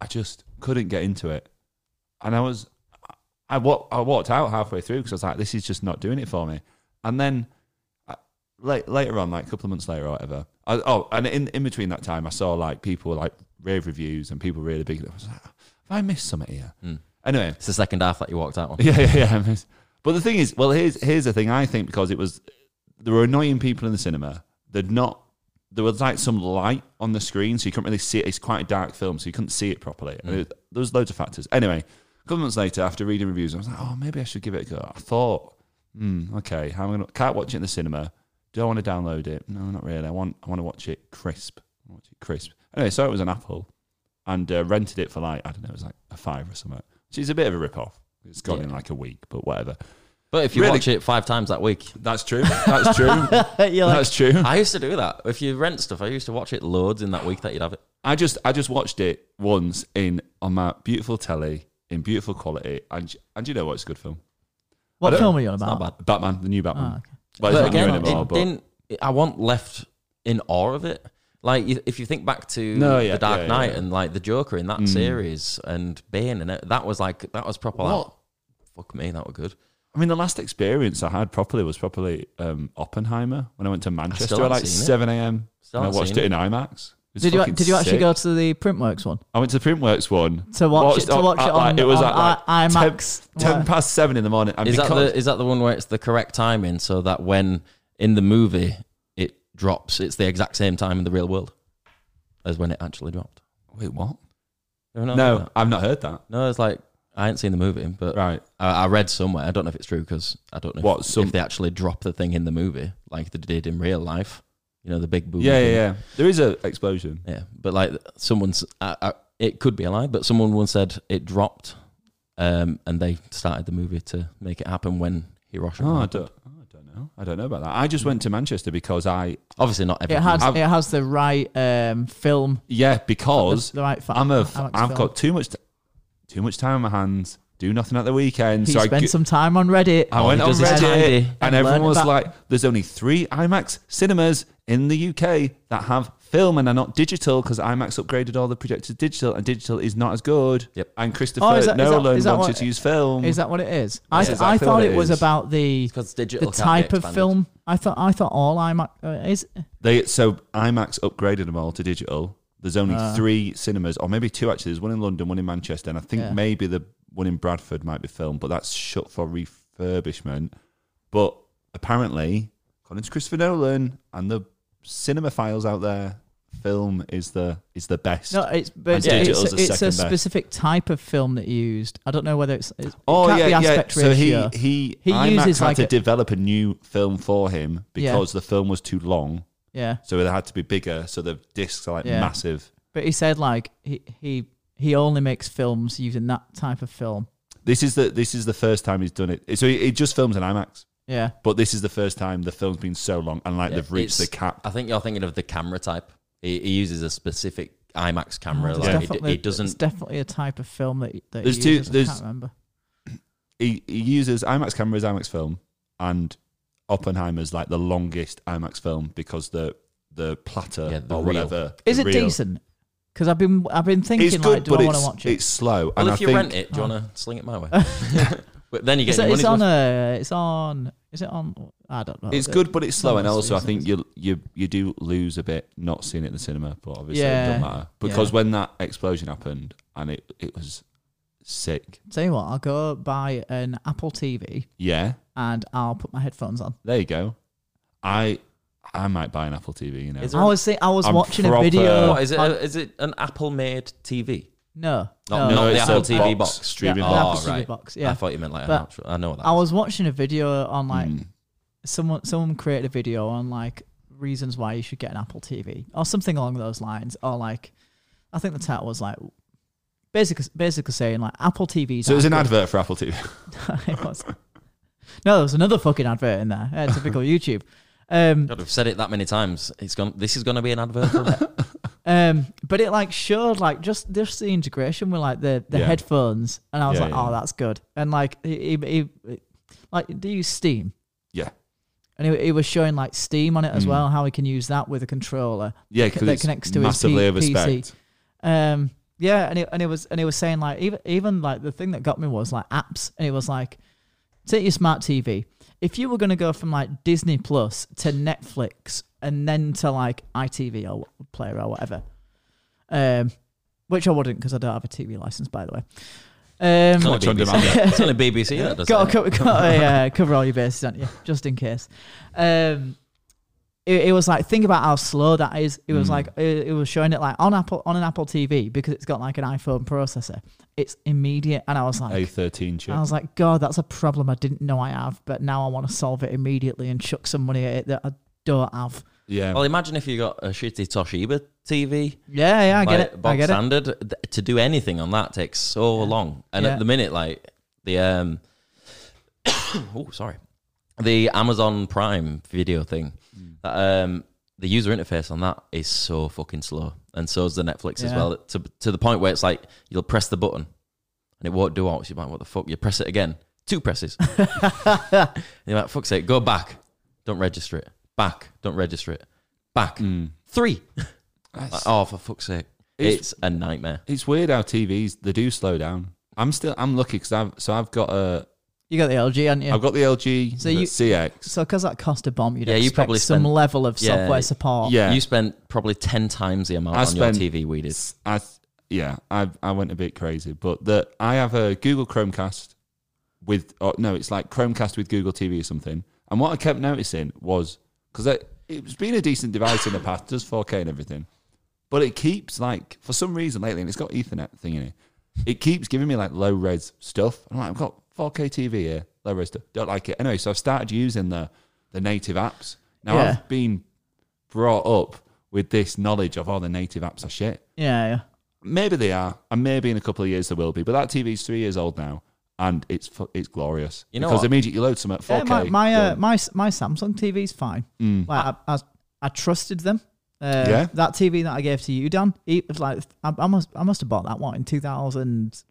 [SPEAKER 3] I just couldn't get into it, and I was I wa- I walked out halfway through because I was like, this is just not doing it for me. And then I, late, later on, like a couple of months later or whatever, I, oh, and in, in between that time, I saw like people like rave reviews and people really big. I was like, have I missed something here? Anyway,
[SPEAKER 1] It's the second half that you walked out on.
[SPEAKER 3] yeah, yeah, yeah. I miss- But the thing is, well, here's here's the thing. I think because it was there were annoying people in the cinema. They'd not. There was like some light on the screen, so you couldn't really see it. It's quite a dark film, so you couldn't see it properly. And it, there was loads of factors. Anyway, a couple months later, after reading reviews, I was like, oh, maybe I should give it a go. I thought, hmm, okay, how am I gonna? Can't watch it in the cinema. Do I want to download it? No, not really. I want I want to watch it crisp. I want to watch it crisp. Anyway, so it was an Apple and uh, rented it for like I don't know, it was like a five or something, which is a bit of a rip off. It's gone in like a week, but whatever.
[SPEAKER 1] But if you
[SPEAKER 3] Really-
[SPEAKER 1] watch it five times that week,
[SPEAKER 3] That's true. That's true.
[SPEAKER 2] You're like,
[SPEAKER 3] That's true.
[SPEAKER 1] I used to do that. If you rent stuff, I used to watch it loads in that week that you'd have it.
[SPEAKER 3] I just I just watched it once in on my beautiful telly in beautiful quality, and and you know what? It's a good film.
[SPEAKER 2] what
[SPEAKER 3] don't-
[SPEAKER 2] film are you on
[SPEAKER 1] Not
[SPEAKER 2] about?
[SPEAKER 1] bad.
[SPEAKER 3] Batman, the new Batman.
[SPEAKER 2] Oh, okay.
[SPEAKER 3] Well, it's
[SPEAKER 1] but
[SPEAKER 3] not
[SPEAKER 1] again,
[SPEAKER 3] new anymore,
[SPEAKER 1] it
[SPEAKER 3] but
[SPEAKER 1] didn't. I want left in awe of it. Like you- if you think back to
[SPEAKER 3] No, yeah,
[SPEAKER 1] the Dark
[SPEAKER 3] yeah, yeah,
[SPEAKER 1] Knight
[SPEAKER 3] yeah. Mm.
[SPEAKER 1] and like the Joker in that series and Bane and it, that was like that was proper. Like,
[SPEAKER 3] What?
[SPEAKER 1] fuck me, that was good.
[SPEAKER 3] I mean, the last experience I had properly was probably um, Oppenheimer when I went to Manchester at
[SPEAKER 1] haven't
[SPEAKER 3] like
[SPEAKER 1] seen it.
[SPEAKER 3] seven a.m.
[SPEAKER 1] Still
[SPEAKER 3] and I
[SPEAKER 1] haven't
[SPEAKER 3] watched
[SPEAKER 1] seen
[SPEAKER 3] it in IMAX. It's
[SPEAKER 2] Did you
[SPEAKER 3] fucking
[SPEAKER 2] did you actually
[SPEAKER 3] sick.
[SPEAKER 2] go to the Printworks one?
[SPEAKER 3] I went to the Printworks one
[SPEAKER 2] To watch
[SPEAKER 3] Watched
[SPEAKER 2] it- to watch it
[SPEAKER 3] at, like,
[SPEAKER 2] on-
[SPEAKER 3] it was
[SPEAKER 2] on
[SPEAKER 3] at like
[SPEAKER 2] I-
[SPEAKER 3] 10
[SPEAKER 2] IMAX. uh,
[SPEAKER 3] Ten,
[SPEAKER 2] What?
[SPEAKER 3] past seven in the morning. And
[SPEAKER 1] Is that
[SPEAKER 3] because-
[SPEAKER 1] the is that the one where it's the correct timing so that when in the movie it drops, it's the exact same time in the real world as when it actually dropped.
[SPEAKER 3] wait? What?
[SPEAKER 1] You ever know
[SPEAKER 3] No,
[SPEAKER 1] that?
[SPEAKER 3] I've not heard that.
[SPEAKER 1] no, it's like I ain't seen the movie, but
[SPEAKER 3] Right.
[SPEAKER 1] Uh, I, I read somewhere. I don't know if it's true because I don't know
[SPEAKER 3] What,
[SPEAKER 1] if,
[SPEAKER 3] some-
[SPEAKER 1] if they actually drop the thing in the movie like they did in real life. You know, the big boom.
[SPEAKER 3] Yeah, yeah, yeah. There is a explosion.
[SPEAKER 1] yeah. But like someone's, I, I, it could be a lie, but someone once said it dropped, um, and they started the movie to make it happen when Hiroshima.
[SPEAKER 3] Oh, I
[SPEAKER 1] happened.
[SPEAKER 3] don't. oh, I don't know. I don't know about that. I just went to Manchester because I
[SPEAKER 1] Obviously, not
[SPEAKER 2] It
[SPEAKER 1] everything.
[SPEAKER 2] has
[SPEAKER 3] I've-
[SPEAKER 2] it has the right um film
[SPEAKER 3] yeah because
[SPEAKER 2] the right fa-
[SPEAKER 3] I'm a
[SPEAKER 2] IMAX
[SPEAKER 3] I've
[SPEAKER 2] film.
[SPEAKER 3] got too much t- too much time on my hands, do nothing at the weekend.
[SPEAKER 2] He
[SPEAKER 3] so I
[SPEAKER 2] spent
[SPEAKER 3] go-
[SPEAKER 2] some time on Reddit.
[SPEAKER 3] I
[SPEAKER 1] All
[SPEAKER 3] went
[SPEAKER 1] he
[SPEAKER 3] on
[SPEAKER 1] does is
[SPEAKER 3] Reddit,
[SPEAKER 1] tidy.
[SPEAKER 3] and
[SPEAKER 2] And
[SPEAKER 3] everyone
[SPEAKER 2] learn
[SPEAKER 3] was
[SPEAKER 2] about-
[SPEAKER 3] like, "There's only three IMAX cinemas in the UK that have film and are not digital because IMAX upgraded all the projectors digital, and digital is not as good."
[SPEAKER 1] Yep.
[SPEAKER 3] And Christopher
[SPEAKER 2] Oh, is that- is that-
[SPEAKER 3] Nolan
[SPEAKER 2] is that
[SPEAKER 3] wanted
[SPEAKER 2] what-
[SPEAKER 3] to use film.
[SPEAKER 2] Is that what it is? I,
[SPEAKER 3] That's
[SPEAKER 2] I
[SPEAKER 3] exactly
[SPEAKER 2] thought
[SPEAKER 3] what
[SPEAKER 2] it
[SPEAKER 3] it
[SPEAKER 2] was
[SPEAKER 3] is.
[SPEAKER 2] about the
[SPEAKER 1] because digital
[SPEAKER 2] the type of film. I thought I thought all IMAX uh, is
[SPEAKER 3] they so IMAX upgraded them all to digital. There's only
[SPEAKER 2] Ah.
[SPEAKER 3] three cinemas, or maybe two actually. There's one in London, one in Manchester, and I think
[SPEAKER 2] Yeah.
[SPEAKER 3] maybe the one in Bradford might be filmed, but that's shut for refurbishment. But apparently, according to Christopher Nolan and the cinema files out there, film is the is the best.
[SPEAKER 2] no, it's but it's,
[SPEAKER 3] And digital's the
[SPEAKER 2] it's a
[SPEAKER 3] second best.
[SPEAKER 2] specific type of film that he used. I don't know whether it's, it's
[SPEAKER 3] oh
[SPEAKER 2] it can't
[SPEAKER 3] yeah,
[SPEAKER 2] be
[SPEAKER 3] yeah.
[SPEAKER 2] aspect
[SPEAKER 3] So he
[SPEAKER 2] ratio.
[SPEAKER 3] he,
[SPEAKER 2] He
[SPEAKER 3] IMAX
[SPEAKER 2] uses
[SPEAKER 3] had
[SPEAKER 2] like
[SPEAKER 3] to
[SPEAKER 2] a-
[SPEAKER 3] develop a new film for him
[SPEAKER 2] Yeah.
[SPEAKER 3] because the film was too long,
[SPEAKER 2] yeah,
[SPEAKER 3] so it had to be bigger. So the discs are like
[SPEAKER 2] Yeah.
[SPEAKER 3] massive.
[SPEAKER 2] but he said like he he he only makes films using that type of film.
[SPEAKER 3] This is the this is the first time he's done it. So he, he just films in IMAX,
[SPEAKER 2] Yeah,
[SPEAKER 3] but this is the first time the film's been so long and like they've reached the
[SPEAKER 1] It's-
[SPEAKER 3] cap.
[SPEAKER 1] I think you're thinking of the camera type. He, he uuses a specific
[SPEAKER 3] Oh,
[SPEAKER 1] IMAX camera.
[SPEAKER 2] It's
[SPEAKER 1] like it,
[SPEAKER 2] definitely-
[SPEAKER 1] it
[SPEAKER 2] It's
[SPEAKER 1] doesn't.
[SPEAKER 2] definitely a type of film that, he- that
[SPEAKER 3] There's
[SPEAKER 2] he
[SPEAKER 3] two-
[SPEAKER 2] uses.
[SPEAKER 3] there's-
[SPEAKER 2] I can't remember.
[SPEAKER 3] He, he uses IMAX cameras, IMAX film, and Oppenheimer's like the longest IMAX film because the the platter
[SPEAKER 1] Yeah, the
[SPEAKER 3] or
[SPEAKER 1] reel.
[SPEAKER 3] whatever
[SPEAKER 2] Is
[SPEAKER 3] the
[SPEAKER 2] it
[SPEAKER 3] reel-
[SPEAKER 2] decent? Because I've been I've been thinking
[SPEAKER 3] It's good,
[SPEAKER 2] like, do
[SPEAKER 3] but
[SPEAKER 2] I want
[SPEAKER 3] it's
[SPEAKER 2] to watch it?
[SPEAKER 3] it's slow.
[SPEAKER 1] Well,
[SPEAKER 3] and I
[SPEAKER 1] if you
[SPEAKER 3] think Oh.
[SPEAKER 1] rent it, do you want to sling it my way? but then you get
[SPEAKER 2] It's,
[SPEAKER 1] your
[SPEAKER 2] it's
[SPEAKER 1] money's
[SPEAKER 2] on
[SPEAKER 1] worth.
[SPEAKER 2] a. It's on. Is it on? I don't know.
[SPEAKER 3] it's
[SPEAKER 2] The-
[SPEAKER 3] good, but it's slow, and
[SPEAKER 2] Someone
[SPEAKER 3] also I
[SPEAKER 2] else's
[SPEAKER 3] think you you you do lose a bit not seeing it in the cinema, but obviously it
[SPEAKER 2] Yeah.
[SPEAKER 3] doesn't matter because
[SPEAKER 2] Yeah.
[SPEAKER 3] when that explosion happened and it it was sick.
[SPEAKER 2] Tell you what, I'll go buy an Apple TV
[SPEAKER 3] Yeah,
[SPEAKER 2] and I'll put my headphones on.
[SPEAKER 3] There you go. I I might buy an Apple TV. You know,
[SPEAKER 1] Is
[SPEAKER 2] I was think, I was
[SPEAKER 3] I'm
[SPEAKER 2] watching a
[SPEAKER 3] proper-
[SPEAKER 2] video.
[SPEAKER 1] What is it?
[SPEAKER 2] on-
[SPEAKER 1] is it an Apple-made TV?
[SPEAKER 2] no,
[SPEAKER 1] Not,
[SPEAKER 2] no,
[SPEAKER 1] not the
[SPEAKER 3] it's a
[SPEAKER 1] Apple TV
[SPEAKER 3] box,
[SPEAKER 1] box,
[SPEAKER 3] streaming
[SPEAKER 2] Yeah,
[SPEAKER 1] oh,
[SPEAKER 2] an Apple
[SPEAKER 3] box.
[SPEAKER 2] TV
[SPEAKER 1] right.
[SPEAKER 2] box, yeah.
[SPEAKER 1] I thought you meant like. an
[SPEAKER 2] But
[SPEAKER 1] actual- I know what that.
[SPEAKER 2] I
[SPEAKER 1] is.
[SPEAKER 2] was watching a video on like
[SPEAKER 3] Mm.
[SPEAKER 2] someone someone created a video on like reasons why you should get an Apple TV or something along those lines, or like I think the title was like basically basically saying like Apple TVs.
[SPEAKER 3] So it was an
[SPEAKER 2] aren't
[SPEAKER 3] advert for Apple TV.
[SPEAKER 2] good. it was. No, there was another fucking advert in there. Yeah, typical YouTube. Um,
[SPEAKER 1] God, I've said it that many times. It's gone. This is going to be an advert. For it.
[SPEAKER 2] Um, but it like showed like just just the integration with like the the
[SPEAKER 3] Yeah.
[SPEAKER 2] headphones, and I was
[SPEAKER 3] Yeah,
[SPEAKER 2] like,
[SPEAKER 3] yeah.
[SPEAKER 2] oh, that's good. And like he, he, he like do you use Steam?
[SPEAKER 3] Yeah,
[SPEAKER 2] And he, he was showing like Steam on it
[SPEAKER 3] Hmm.
[SPEAKER 2] as well, how he can use that with a controller.
[SPEAKER 3] yeah,
[SPEAKER 2] c-
[SPEAKER 3] because
[SPEAKER 2] that
[SPEAKER 3] it's
[SPEAKER 2] connects to his
[SPEAKER 3] massively
[SPEAKER 2] P-
[SPEAKER 3] over spec.
[SPEAKER 2] PC. Um, yeah, and it and it was and he was saying like even even like the thing that got me was like apps, and it was like take your smart TV. If you were gonna go from like Disney Plus to Netflix and then to like ITV or wh- Player or whatever, um, which I wouldn't because I don't have a TV license, by the way. Um,
[SPEAKER 1] It's only
[SPEAKER 3] Watch on
[SPEAKER 1] BBC.
[SPEAKER 3] demand.
[SPEAKER 1] It's only BBC that does
[SPEAKER 2] got
[SPEAKER 1] it.
[SPEAKER 2] to cover, got to, uh, cover all your bases, don't you? Just in case. Um, it, it was like think about how slow that is. It was
[SPEAKER 1] Hmm.
[SPEAKER 2] like it, it was showing it like on Apple on an Apple TV because it's got like an iPhone processor. It's immediate, and I
[SPEAKER 1] Oh,
[SPEAKER 2] was like,
[SPEAKER 3] A thirteen chip.
[SPEAKER 2] I was like, God, that's a problem I didn't know I have, but now I want to solve it immediately and chuck some money at it that I don't have.
[SPEAKER 3] yeah,
[SPEAKER 1] Well, imagine if you got a shitty Toshiba TV.
[SPEAKER 2] Yeah, yeah, I get
[SPEAKER 1] like,
[SPEAKER 2] it.
[SPEAKER 1] Bog
[SPEAKER 2] I get it.
[SPEAKER 1] standard. Th- To do anything on that takes so long. And
[SPEAKER 2] Yeah.
[SPEAKER 1] at the minute, like the um, oh sorry, the Amazon Prime video thing,
[SPEAKER 3] Hmm.
[SPEAKER 1] that, um, the user interface on that is so fucking slow, and so is the Netflix as
[SPEAKER 2] Yeah.
[SPEAKER 1] well. To to the point where it's like you'll press the button, and it won't do all. So you're like, what the fuck? You press it again, two presses. and you're like, fuck's sake, go back, don't register it. Back, don't register it. Back,
[SPEAKER 3] Hmm.
[SPEAKER 1] three. Like, oh, for fuck's sake.
[SPEAKER 3] It's-
[SPEAKER 1] It's, a nightmare.
[SPEAKER 3] it's weird how TVs they do slow down. I'm still I'm lucky because I've so I've got a
[SPEAKER 2] You got the LG, haven't you?
[SPEAKER 3] I've got the LG
[SPEAKER 2] So you-
[SPEAKER 3] CX.
[SPEAKER 2] so because that cost a bomb, you'd
[SPEAKER 1] Yeah, you
[SPEAKER 2] expect
[SPEAKER 1] probably
[SPEAKER 2] some
[SPEAKER 1] spent-
[SPEAKER 2] level of
[SPEAKER 1] Yeah.
[SPEAKER 2] software support.
[SPEAKER 3] Yeah,
[SPEAKER 1] You spent probably 10 times the amount
[SPEAKER 3] I
[SPEAKER 1] on
[SPEAKER 3] spent-
[SPEAKER 1] your TV we did.
[SPEAKER 3] It's- I th- yeah, I I went a bit crazy, but the I have a Google Chromecast with or no, it's like Chromecast with Google TV or something. And what I kept noticing was because it's been a decent device in the past, does 4K and everything, but it keeps like for some reason lately, and it's got Ethernet thing in it. It keeps giving me like low res stuff. I'm like, I've got 4K TV here, low res stuff. Don't like it anyway. So I've started using the the native apps. Now
[SPEAKER 2] Yeah.
[SPEAKER 3] I've been brought up with this knowledge of all the native apps are shit.
[SPEAKER 2] yeah, yeah.
[SPEAKER 3] Maybe they are, and maybe in a couple of years they will be. But that TV's three years old now, and it's fu- it's glorious.
[SPEAKER 1] You know
[SPEAKER 3] because
[SPEAKER 1] what?
[SPEAKER 3] immediately you load some at four
[SPEAKER 2] Yeah,
[SPEAKER 3] K.
[SPEAKER 2] my my, uh, my s- my Samsung TV's fine. Like I, I, I trusted them. Uh,
[SPEAKER 3] Mm. Yeah.
[SPEAKER 2] That e, TV that I gave to you, Dan, it was like I, I must I must have bought that one in two thousand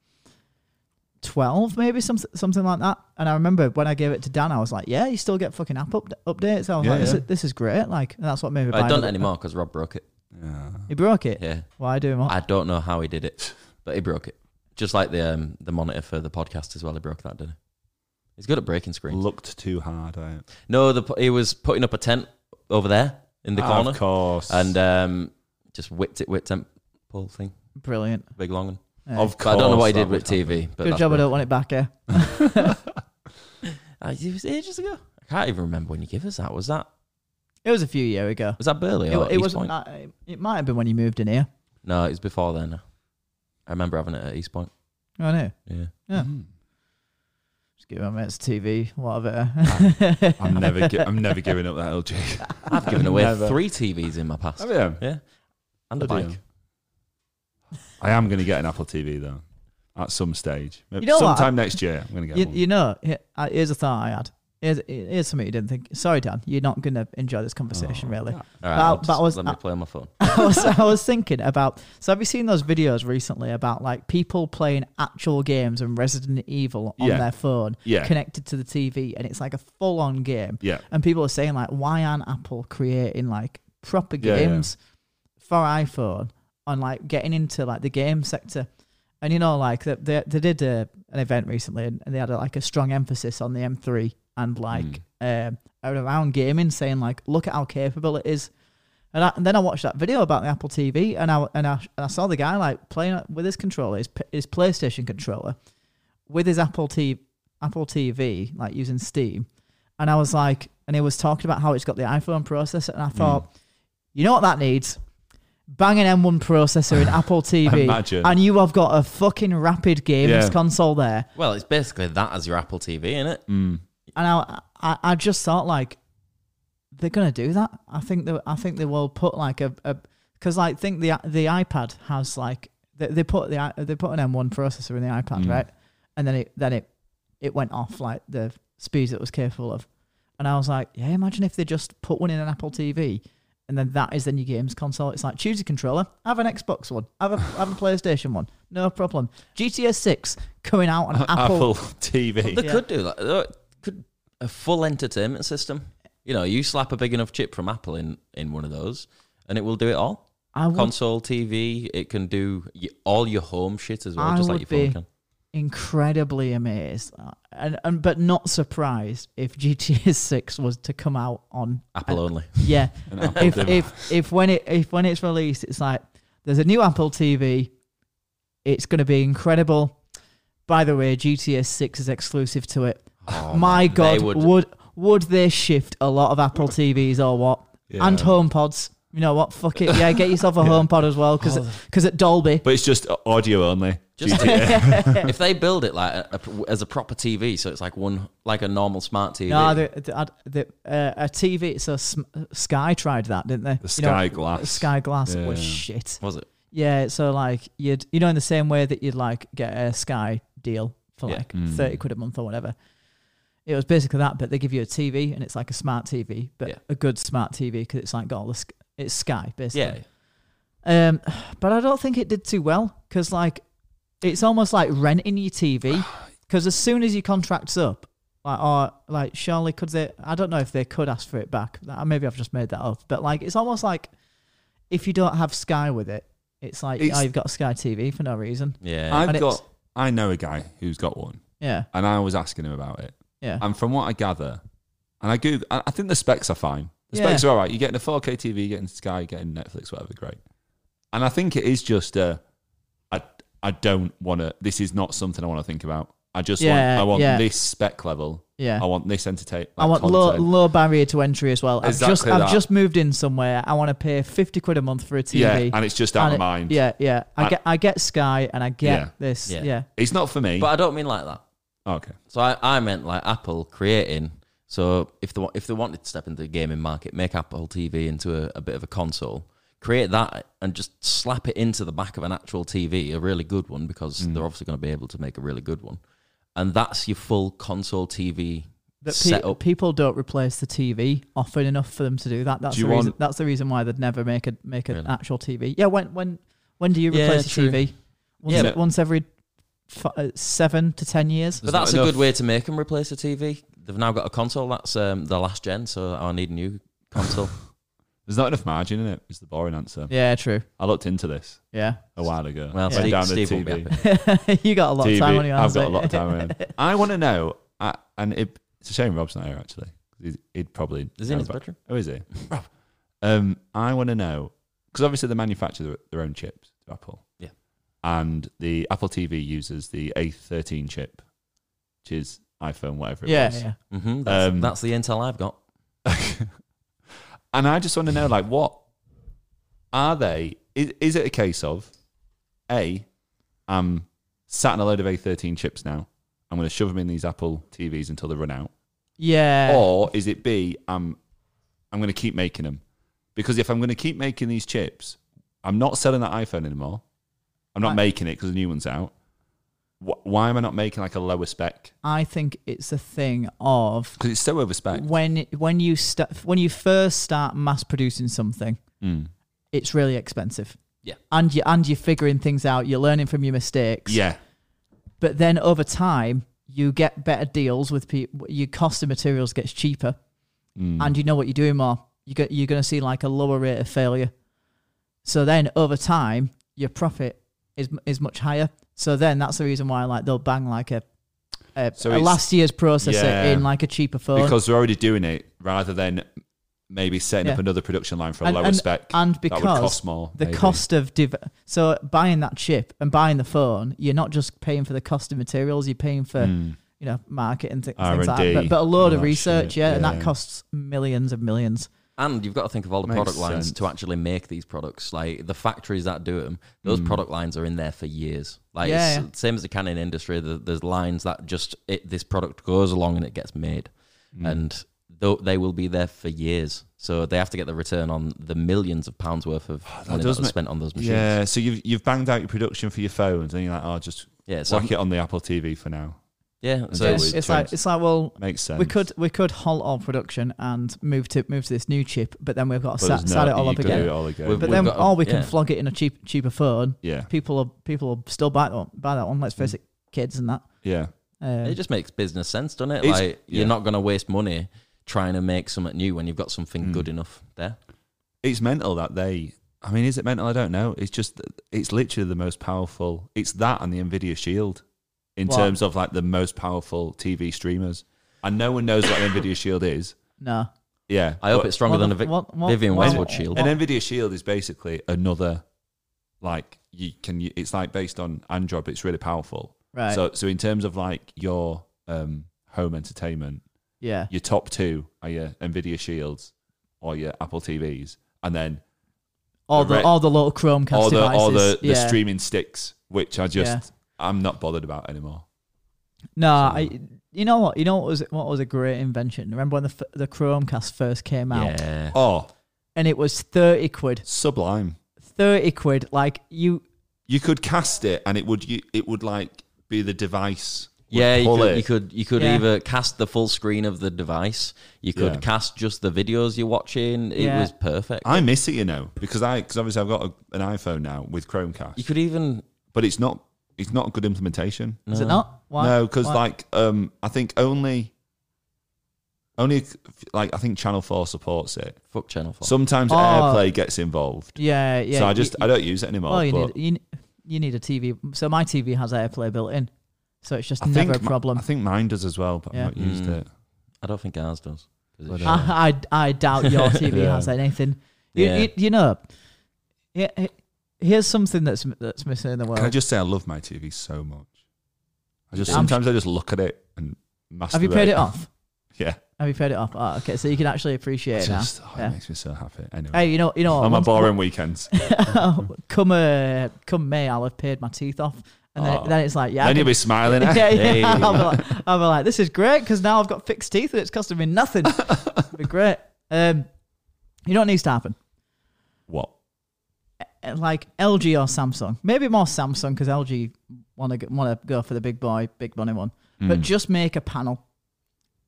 [SPEAKER 2] twelve, maybe something something like that. And I remember when I gave it to Dan, I was like, "Yeah, you still get fucking app up- updates." I was
[SPEAKER 3] Yeah,
[SPEAKER 2] like, this,
[SPEAKER 3] yeah.
[SPEAKER 2] is, "This is great!" Like, and that's what made me.
[SPEAKER 1] I
[SPEAKER 2] buy
[SPEAKER 1] don't
[SPEAKER 2] another-
[SPEAKER 1] anymore because Rob broke it.
[SPEAKER 3] Yeah.
[SPEAKER 2] He broke it.
[SPEAKER 1] Yeah,
[SPEAKER 2] Why do him up?
[SPEAKER 1] I don't know how he did it, but he broke it. Just like the um, the monitor for the podcast as well, he broke that, didn't he? He's good at breaking screens.
[SPEAKER 3] Looked too hard. I,
[SPEAKER 1] No, the he was putting up a tent over there in the corner
[SPEAKER 3] Ah, Of course.
[SPEAKER 1] and um, just whipped it with tent pole thing,
[SPEAKER 2] Brilliant.
[SPEAKER 1] big long one.
[SPEAKER 2] Yeah.
[SPEAKER 3] of course.
[SPEAKER 1] But I don't know what he
[SPEAKER 3] that
[SPEAKER 1] did
[SPEAKER 3] would
[SPEAKER 1] with TV. But
[SPEAKER 2] Good
[SPEAKER 1] that's
[SPEAKER 2] job. I
[SPEAKER 1] broken.
[SPEAKER 2] don't want it back here.
[SPEAKER 1] Uh, it was ages ago. I can't even remember when you gave us that. Was that
[SPEAKER 2] It was a few year ago.
[SPEAKER 1] was that Burley?
[SPEAKER 2] It,
[SPEAKER 1] or
[SPEAKER 2] it
[SPEAKER 1] East
[SPEAKER 2] wasn't.
[SPEAKER 1] Point?
[SPEAKER 2] That, it- it might have been when you moved in here.
[SPEAKER 1] No, it was before then. I remember having it at East Point.
[SPEAKER 2] I know.
[SPEAKER 1] Yeah,
[SPEAKER 2] Yeah.
[SPEAKER 3] happen.
[SPEAKER 2] Just give my mates TV, whatever.
[SPEAKER 3] I'm never. Gi- I'm never giving up that LG.
[SPEAKER 1] I've given away
[SPEAKER 3] Never.
[SPEAKER 1] three TVs in my past
[SPEAKER 3] Have you?
[SPEAKER 1] and a
[SPEAKER 3] Bloody
[SPEAKER 1] bike.
[SPEAKER 3] I am going to get an Apple TV though, at some stage. Maybe
[SPEAKER 2] You know what?
[SPEAKER 3] sometime next year. I'm going to get
[SPEAKER 2] you,
[SPEAKER 3] one.
[SPEAKER 2] you know, he- uh, here's a thought I had. Here's, here's something you didn't think. Sorry, Dan, you're not going to enjoy this conversation,
[SPEAKER 3] Oh,
[SPEAKER 2] really.
[SPEAKER 3] yeah.
[SPEAKER 1] All right,
[SPEAKER 2] That-
[SPEAKER 1] I'll
[SPEAKER 2] that
[SPEAKER 1] just
[SPEAKER 2] was-
[SPEAKER 1] let me
[SPEAKER 2] uh,
[SPEAKER 1] play on my phone.
[SPEAKER 2] I, was, I was thinking about. So, have you seen those videos recently about like people playing actual games and Resident Evil on
[SPEAKER 3] Yeah.
[SPEAKER 2] their phone
[SPEAKER 3] Yeah.
[SPEAKER 2] connected to the TV? And it's like a full on game.
[SPEAKER 3] Yeah.
[SPEAKER 2] And people are saying, like, why aren't Apple creating like proper
[SPEAKER 3] Yeah, yeah.
[SPEAKER 2] games for iPhone on like getting into like the game sector? And you know, like they they, they did a, an event recently, and and they had a, like a strong emphasis on the M3 and like
[SPEAKER 3] Hmm.
[SPEAKER 2] um, around gaming, saying like, look at how capable it is. And, I, and then I watched that video about the Apple TV, and I and I, and I saw the guy like playing it with his controller, his, p- his PlayStation controller, with his Apple TV, Apple TV, like using Steam, and I was like, and he was talking about how it's got the iPhone processor, and I
[SPEAKER 3] Hmm.
[SPEAKER 2] thought, you know what that needs? Bang an M1 processor in Apple TV,
[SPEAKER 3] Imagine.
[SPEAKER 2] and you have got a fucking rapid games
[SPEAKER 3] Yeah.
[SPEAKER 2] console there.
[SPEAKER 1] Well, it's basically that as your Apple TV, isn't it?
[SPEAKER 3] Mm.
[SPEAKER 2] And I, I, I just thought like, they're gonna do that. I think they, I think they will put like a, because like think the the iPad has like they, they put the i- they put an M1 processor in the iPad
[SPEAKER 3] Mm.
[SPEAKER 2] right, and then it then it it went off like the speeds it was capable of, and I was like, yeah, imagine if they just put one in an Apple TV. And then that is then your games console. It's like choose a controller. Have an Xbox one. Have a have a PlayStation one. No problem. GTA Six coming out on
[SPEAKER 3] Apple
[SPEAKER 1] They
[SPEAKER 3] TV.
[SPEAKER 2] Yeah.
[SPEAKER 1] could do that. They Could a full entertainment system? You know, you slap a big enough chip from Apple in in one of those, and it will do it all.
[SPEAKER 2] I would
[SPEAKER 1] Console, TV, it can do y- all your home shit as well,
[SPEAKER 2] I
[SPEAKER 1] just like your
[SPEAKER 2] would
[SPEAKER 1] phone
[SPEAKER 2] be-
[SPEAKER 1] can.
[SPEAKER 2] incredibly amazed uh, and, and but not surprised if GTA 6 was to come out on uh,
[SPEAKER 1] Apple only.
[SPEAKER 2] yeah
[SPEAKER 3] An Apple
[SPEAKER 2] if
[SPEAKER 3] TV.
[SPEAKER 2] if if when it if when it's released it's like there's a new Apple TV it's going to be incredible by the way GTA 6 is exclusive to it my god
[SPEAKER 1] They
[SPEAKER 2] would.
[SPEAKER 1] would-
[SPEAKER 2] would they shift a lot of Apple TVs or what
[SPEAKER 3] Yeah.
[SPEAKER 2] and home pods you know what fuck it yeah get yourself a home pod as well cuz at Dolby
[SPEAKER 3] But it's just audio only.
[SPEAKER 1] Just-
[SPEAKER 3] GTA.
[SPEAKER 1] if they build it like a, a- as a proper TV, so it's like one like a normal smart TV.
[SPEAKER 2] No, the, the, ad- the, uh, a TV. So Sm- Sky tried that, didn't they?
[SPEAKER 3] the
[SPEAKER 2] You know,
[SPEAKER 3] Sky Glass.
[SPEAKER 2] Sky Glass was
[SPEAKER 3] Yeah.
[SPEAKER 2] shit.
[SPEAKER 1] was it?
[SPEAKER 2] Yeah, so like you'd you know in the same way that you'd like get a Sky deal for
[SPEAKER 1] Yeah.
[SPEAKER 2] like
[SPEAKER 3] Mm.
[SPEAKER 2] thirty quid a month or whatever. It was basically that, but they give you a TV and it's like a smart TV, but
[SPEAKER 1] Yeah.
[SPEAKER 2] a good smart TV because it's like got all the sk- it's Sky basically.
[SPEAKER 1] Yeah,
[SPEAKER 2] Um, but I don't think it did too well because, like, it's almost like renting your TV. Because as soon as your contract's up, like, or like, surely could they? I don't know if they could ask for it back. Uh, Maybe I've just made that up. But like, it's almost like if you don't have Sky with it, it's like
[SPEAKER 3] It's-
[SPEAKER 2] oh, you've got Sky TV for no reason.
[SPEAKER 1] yeah.
[SPEAKER 3] I've
[SPEAKER 2] And it's-
[SPEAKER 3] got. I know a guy who's got one,
[SPEAKER 2] Yeah,
[SPEAKER 3] and I was asking him about it.
[SPEAKER 2] yeah,
[SPEAKER 3] And from what I gather, and I Google, I I think the specs are fine. The
[SPEAKER 2] Yeah.
[SPEAKER 3] specs are all right. You're getting a 4K TV, you're getting Sky, you're getting Netflix, whatever, great. And I think it is just a, I, I don't want to, this is not something I want to think about. I just
[SPEAKER 2] Yeah,
[SPEAKER 3] want, I want
[SPEAKER 2] yeah.
[SPEAKER 3] this spec level.
[SPEAKER 2] yeah.
[SPEAKER 3] I want this entertainment.
[SPEAKER 2] I want low, low barrier to entry as well. I've just
[SPEAKER 3] Exactly
[SPEAKER 2] I've
[SPEAKER 3] that.
[SPEAKER 2] just moved in somewhere. I want to pay fifty quid a month for a TV.
[SPEAKER 3] Yeah, and it's just out
[SPEAKER 2] And
[SPEAKER 3] of
[SPEAKER 2] it-
[SPEAKER 3] mind.
[SPEAKER 2] Yeah, yeah. I,
[SPEAKER 3] I-
[SPEAKER 2] get I get Sky and I get
[SPEAKER 3] Yeah.
[SPEAKER 2] this.
[SPEAKER 1] Yeah.
[SPEAKER 2] yeah.
[SPEAKER 3] It's not for me. Oh,
[SPEAKER 1] but I don't mean like that.
[SPEAKER 3] okay.
[SPEAKER 1] So I, I meant like Apple creating. So if they wa- if they wanted to step into the gaming market, make Apple TV into a, a bit of a console, create that and just slap it into the back of an actual TV, a really good one, because
[SPEAKER 3] Mm.
[SPEAKER 1] they're obviously going to be able to make a really good one, and that's your full console TV
[SPEAKER 2] that pe-
[SPEAKER 1] set up.
[SPEAKER 2] people don't replace the TV often enough for them to do that. That's
[SPEAKER 3] Do you
[SPEAKER 2] the reason.
[SPEAKER 3] want-
[SPEAKER 2] That's the reason why they'd never make a make an
[SPEAKER 1] Really?
[SPEAKER 2] actual TV. Yeah, when when when do you
[SPEAKER 1] Yeah,
[SPEAKER 2] replace a
[SPEAKER 1] true.
[SPEAKER 2] TV? Once,
[SPEAKER 1] Yeah,
[SPEAKER 2] e-
[SPEAKER 1] but-
[SPEAKER 2] once every f- uh, seven to ten years.
[SPEAKER 1] But
[SPEAKER 3] There's
[SPEAKER 1] that's a
[SPEAKER 3] not
[SPEAKER 1] good
[SPEAKER 3] enough.
[SPEAKER 1] way to make them replace the TV. They've now got a console that's um, the last gen, so I need a new console.
[SPEAKER 3] There's not enough margin in it. Is the boring answer.
[SPEAKER 2] Yeah, true.
[SPEAKER 3] I looked into this
[SPEAKER 2] Yeah,
[SPEAKER 3] a while ago.
[SPEAKER 1] Well,
[SPEAKER 3] Went
[SPEAKER 1] Steve,
[SPEAKER 3] down the
[SPEAKER 1] Steve won't be
[SPEAKER 3] TV.
[SPEAKER 1] happy.
[SPEAKER 2] you got a lot of
[SPEAKER 3] TV.
[SPEAKER 2] time on your hands.
[SPEAKER 3] I've got a
[SPEAKER 2] mate.
[SPEAKER 3] lot of time. on my hands. I want to know, I, and it, it's a shame Rob's not here actually. He'd, he'd probably.
[SPEAKER 1] Is he in
[SPEAKER 3] know
[SPEAKER 1] his
[SPEAKER 3] about-
[SPEAKER 1] bedroom?
[SPEAKER 3] Oh, is he? Rob. Um, I want to know because obviously they manufacture their, their own chips, Apple.
[SPEAKER 1] Yeah.
[SPEAKER 3] And the Apple TV uses the A13 chip, which is iPhone, whatever it
[SPEAKER 2] yeah,
[SPEAKER 3] was.
[SPEAKER 2] yeah.
[SPEAKER 1] hmm that's,
[SPEAKER 3] Um,
[SPEAKER 1] that's the intel I've got.
[SPEAKER 3] and I just want to know, like, what are they? Is, is it a case of a? I'm sat in a load of A13 chips now. I'm going to shove them in these Apple TVs until they run out.
[SPEAKER 2] Yeah.
[SPEAKER 3] or is it B? I'm I'm going to keep making them because if I'm going to keep making these chips, I'm not selling that iPhone anymore. I'm not
[SPEAKER 2] Right.
[SPEAKER 3] making it because the new one's out. Wh- Why am I not making like a lower spec?
[SPEAKER 2] I think it's a thing of
[SPEAKER 3] Because it's so over spec.
[SPEAKER 2] when when you st- when you first start mass producing something,
[SPEAKER 3] Mm.
[SPEAKER 2] it's really expensive.
[SPEAKER 1] Yeah.
[SPEAKER 2] and you and you're figuring things out. You're learning from your mistakes.
[SPEAKER 3] Yeah,
[SPEAKER 2] but then over time you get better deals with people. Your cost of materials gets cheaper,
[SPEAKER 3] Mm.
[SPEAKER 2] and you know what you're doing more. You get you're going to see like a lower rate of failure. So then over time your profit is is much higher. So then that's the reason why like they'll bang like a. A,
[SPEAKER 3] So
[SPEAKER 2] a
[SPEAKER 3] it's-
[SPEAKER 2] last year's processor
[SPEAKER 3] Yeah.
[SPEAKER 2] in like a cheaper phone
[SPEAKER 3] because they're already doing it rather than maybe setting up
[SPEAKER 2] Yeah.
[SPEAKER 3] another production line for a
[SPEAKER 2] And-
[SPEAKER 3] lower
[SPEAKER 2] and-
[SPEAKER 3] spec.
[SPEAKER 2] and
[SPEAKER 3] that would
[SPEAKER 2] because
[SPEAKER 3] cost more.
[SPEAKER 2] the
[SPEAKER 3] maybe.
[SPEAKER 2] cost of div- so buying that chip and buying the phone you're not just paying for the cost of materials you're paying for
[SPEAKER 3] Hmm.
[SPEAKER 2] you know marketing th- things like
[SPEAKER 3] R&D,
[SPEAKER 2] that but, but a load
[SPEAKER 3] all
[SPEAKER 2] of
[SPEAKER 3] Oh, that
[SPEAKER 2] research
[SPEAKER 3] shit,
[SPEAKER 2] yeah, and that
[SPEAKER 3] yeah.
[SPEAKER 2] costs millions and millions
[SPEAKER 1] And you've got to think of all the
[SPEAKER 3] Makes
[SPEAKER 1] product lines
[SPEAKER 3] sense.
[SPEAKER 1] to actually make these products. Like the factories that do them, those product lines are in there for years. Like
[SPEAKER 2] Yeah,
[SPEAKER 1] it's
[SPEAKER 2] yeah.
[SPEAKER 1] same as the Canon industry, the, there's lines that just it, this product goes along and it gets made, and though they will be there for years. So they have to get the return on the millions of pounds worth of money that
[SPEAKER 3] does
[SPEAKER 1] was
[SPEAKER 3] make-
[SPEAKER 1] spent on those machines.
[SPEAKER 3] Yeah, so you've you've banged out your production for your phones, and you're like, oh, just
[SPEAKER 1] Yeah, so-
[SPEAKER 3] whack it on the Apple TV for now.
[SPEAKER 1] yeah. So
[SPEAKER 3] Yeah,
[SPEAKER 2] it's,
[SPEAKER 3] we-
[SPEAKER 2] it's like
[SPEAKER 3] terms-
[SPEAKER 2] it's like well
[SPEAKER 3] Makes sense.
[SPEAKER 2] we could we could halt all production and move to move to this new chip but then we've got to
[SPEAKER 3] But
[SPEAKER 2] start
[SPEAKER 3] there's
[SPEAKER 2] start
[SPEAKER 3] no-
[SPEAKER 2] it all
[SPEAKER 3] you
[SPEAKER 2] up
[SPEAKER 3] could
[SPEAKER 2] again
[SPEAKER 3] do it all again.
[SPEAKER 1] We've-
[SPEAKER 2] but
[SPEAKER 1] we've
[SPEAKER 2] then
[SPEAKER 1] got to-
[SPEAKER 2] or we can
[SPEAKER 1] yeah.
[SPEAKER 2] flog it in a cheap cheaper phone
[SPEAKER 3] yeah,
[SPEAKER 2] people are people will still buy that one, buy that one let's
[SPEAKER 3] Hmm.
[SPEAKER 2] face it kids and that
[SPEAKER 3] yeah.
[SPEAKER 2] um,
[SPEAKER 1] It just makes business sense, doesn't it?
[SPEAKER 3] It's-
[SPEAKER 1] like
[SPEAKER 3] yeah.
[SPEAKER 1] you're not going to waste money trying to make something new when you've got something good enough there.
[SPEAKER 3] it's mental that they i mean is it mental i don't know it's just it's literally the most powerful it's that and the nvidia shield in
[SPEAKER 2] Wow.
[SPEAKER 3] terms of like the most powerful tv streamers and no one knows what an nvidia shield is
[SPEAKER 2] no
[SPEAKER 3] yeah
[SPEAKER 1] I hope
[SPEAKER 3] but
[SPEAKER 1] it's stronger
[SPEAKER 2] What
[SPEAKER 1] than a
[SPEAKER 2] the-
[SPEAKER 1] Vic-
[SPEAKER 2] what- what-
[SPEAKER 1] Vivian
[SPEAKER 2] what-
[SPEAKER 1] Westwood shield.
[SPEAKER 3] an nvidia shield is basically another like you can it's like based on android but it's really powerful
[SPEAKER 2] Right.
[SPEAKER 3] so so in terms of like your um home entertainment
[SPEAKER 2] yeah
[SPEAKER 3] your top two are your nvidia shields or your apple tvs and then
[SPEAKER 2] all
[SPEAKER 3] the
[SPEAKER 2] the
[SPEAKER 3] re-
[SPEAKER 2] all the little Chromecast
[SPEAKER 3] or the
[SPEAKER 2] devices
[SPEAKER 3] or the, the
[SPEAKER 2] yeah.
[SPEAKER 3] streaming sticks, which I just
[SPEAKER 2] Yeah.
[SPEAKER 3] I'm not bothered about anymore.
[SPEAKER 2] No, I. You know what? You know what was what was a great invention? Remember when the f- the Chromecast first came out,
[SPEAKER 1] Yeah.
[SPEAKER 3] Oh,
[SPEAKER 2] and it was thirty quid.
[SPEAKER 3] sublime!
[SPEAKER 2] Thirty quid, like you.
[SPEAKER 3] You could cast it, and it would you it would like be the device. would
[SPEAKER 1] Yeah, you
[SPEAKER 3] pull
[SPEAKER 1] could,
[SPEAKER 3] it.
[SPEAKER 1] you could you could
[SPEAKER 2] Yeah.
[SPEAKER 1] either cast the full screen of the device, you could
[SPEAKER 3] Yeah.
[SPEAKER 1] cast just the videos you're watching. It
[SPEAKER 2] Yeah.
[SPEAKER 1] was perfect.
[SPEAKER 3] I miss it, you know, because I because obviously I've got a, an iPhone now with Chromecast,
[SPEAKER 1] you could even
[SPEAKER 3] but it's not it's not a good implementation.
[SPEAKER 2] Is it not? Why?
[SPEAKER 3] Uh, No, because
[SPEAKER 2] Why?
[SPEAKER 3] like um, I think only only like I think Channel Four supports it.
[SPEAKER 1] fuck Channel Four.
[SPEAKER 3] Sometimes
[SPEAKER 2] Oh.
[SPEAKER 3] AirPlay gets involved,
[SPEAKER 2] Yeah, yeah.
[SPEAKER 3] so I
[SPEAKER 2] you-
[SPEAKER 3] just
[SPEAKER 2] you-
[SPEAKER 3] I don't use it anymore.
[SPEAKER 2] well, you
[SPEAKER 3] but-
[SPEAKER 2] need you, ne- you need a TV. So my TV has AirPlay built in, so it's just
[SPEAKER 3] I
[SPEAKER 2] never a
[SPEAKER 3] think mi-
[SPEAKER 2] problem.
[SPEAKER 3] I think mine does as well, but
[SPEAKER 2] Yeah.
[SPEAKER 3] I've not used
[SPEAKER 1] Mm.
[SPEAKER 3] it.
[SPEAKER 1] I don't think ours does. 'Cause it's
[SPEAKER 3] But,
[SPEAKER 1] shit.
[SPEAKER 3] uh,
[SPEAKER 2] I, I I doubt your TV
[SPEAKER 3] Yeah.
[SPEAKER 2] has anything. You,
[SPEAKER 1] Yeah.
[SPEAKER 2] you, you know, yeah, he- here's something that's that's missing in the world.
[SPEAKER 3] Can I just say I love my TV so much? I just
[SPEAKER 1] I'm
[SPEAKER 3] sometimes I just look at it and masturbate.
[SPEAKER 2] Have you paid it off?
[SPEAKER 3] Yeah.
[SPEAKER 2] Have you paid it off? Oh, okay, so you can actually appreciate it now.
[SPEAKER 3] Just, oh,
[SPEAKER 2] Yeah.
[SPEAKER 3] It makes me so happy. Anyway,
[SPEAKER 2] Hey, you know, you know, what?
[SPEAKER 3] on my
[SPEAKER 2] once-
[SPEAKER 3] boring weekends, then
[SPEAKER 2] come uh, come May, I'll have paid my teeth off, and then,
[SPEAKER 3] Oh.
[SPEAKER 2] then it's like, yeah, I
[SPEAKER 3] you'll
[SPEAKER 2] can-
[SPEAKER 3] be smiling. at
[SPEAKER 2] yeah,
[SPEAKER 3] it.
[SPEAKER 2] yeah. I'll, be like, I'll be like, this is great because now I've got fixed teeth and it's costing me nothing. It'll be great. Um, you know what needs to happen?
[SPEAKER 3] What?
[SPEAKER 2] Uh, Like LG or Samsung, maybe more Samsung because LG want to want to go for the big boy, big money one.
[SPEAKER 3] Hmm.
[SPEAKER 2] But just make a panel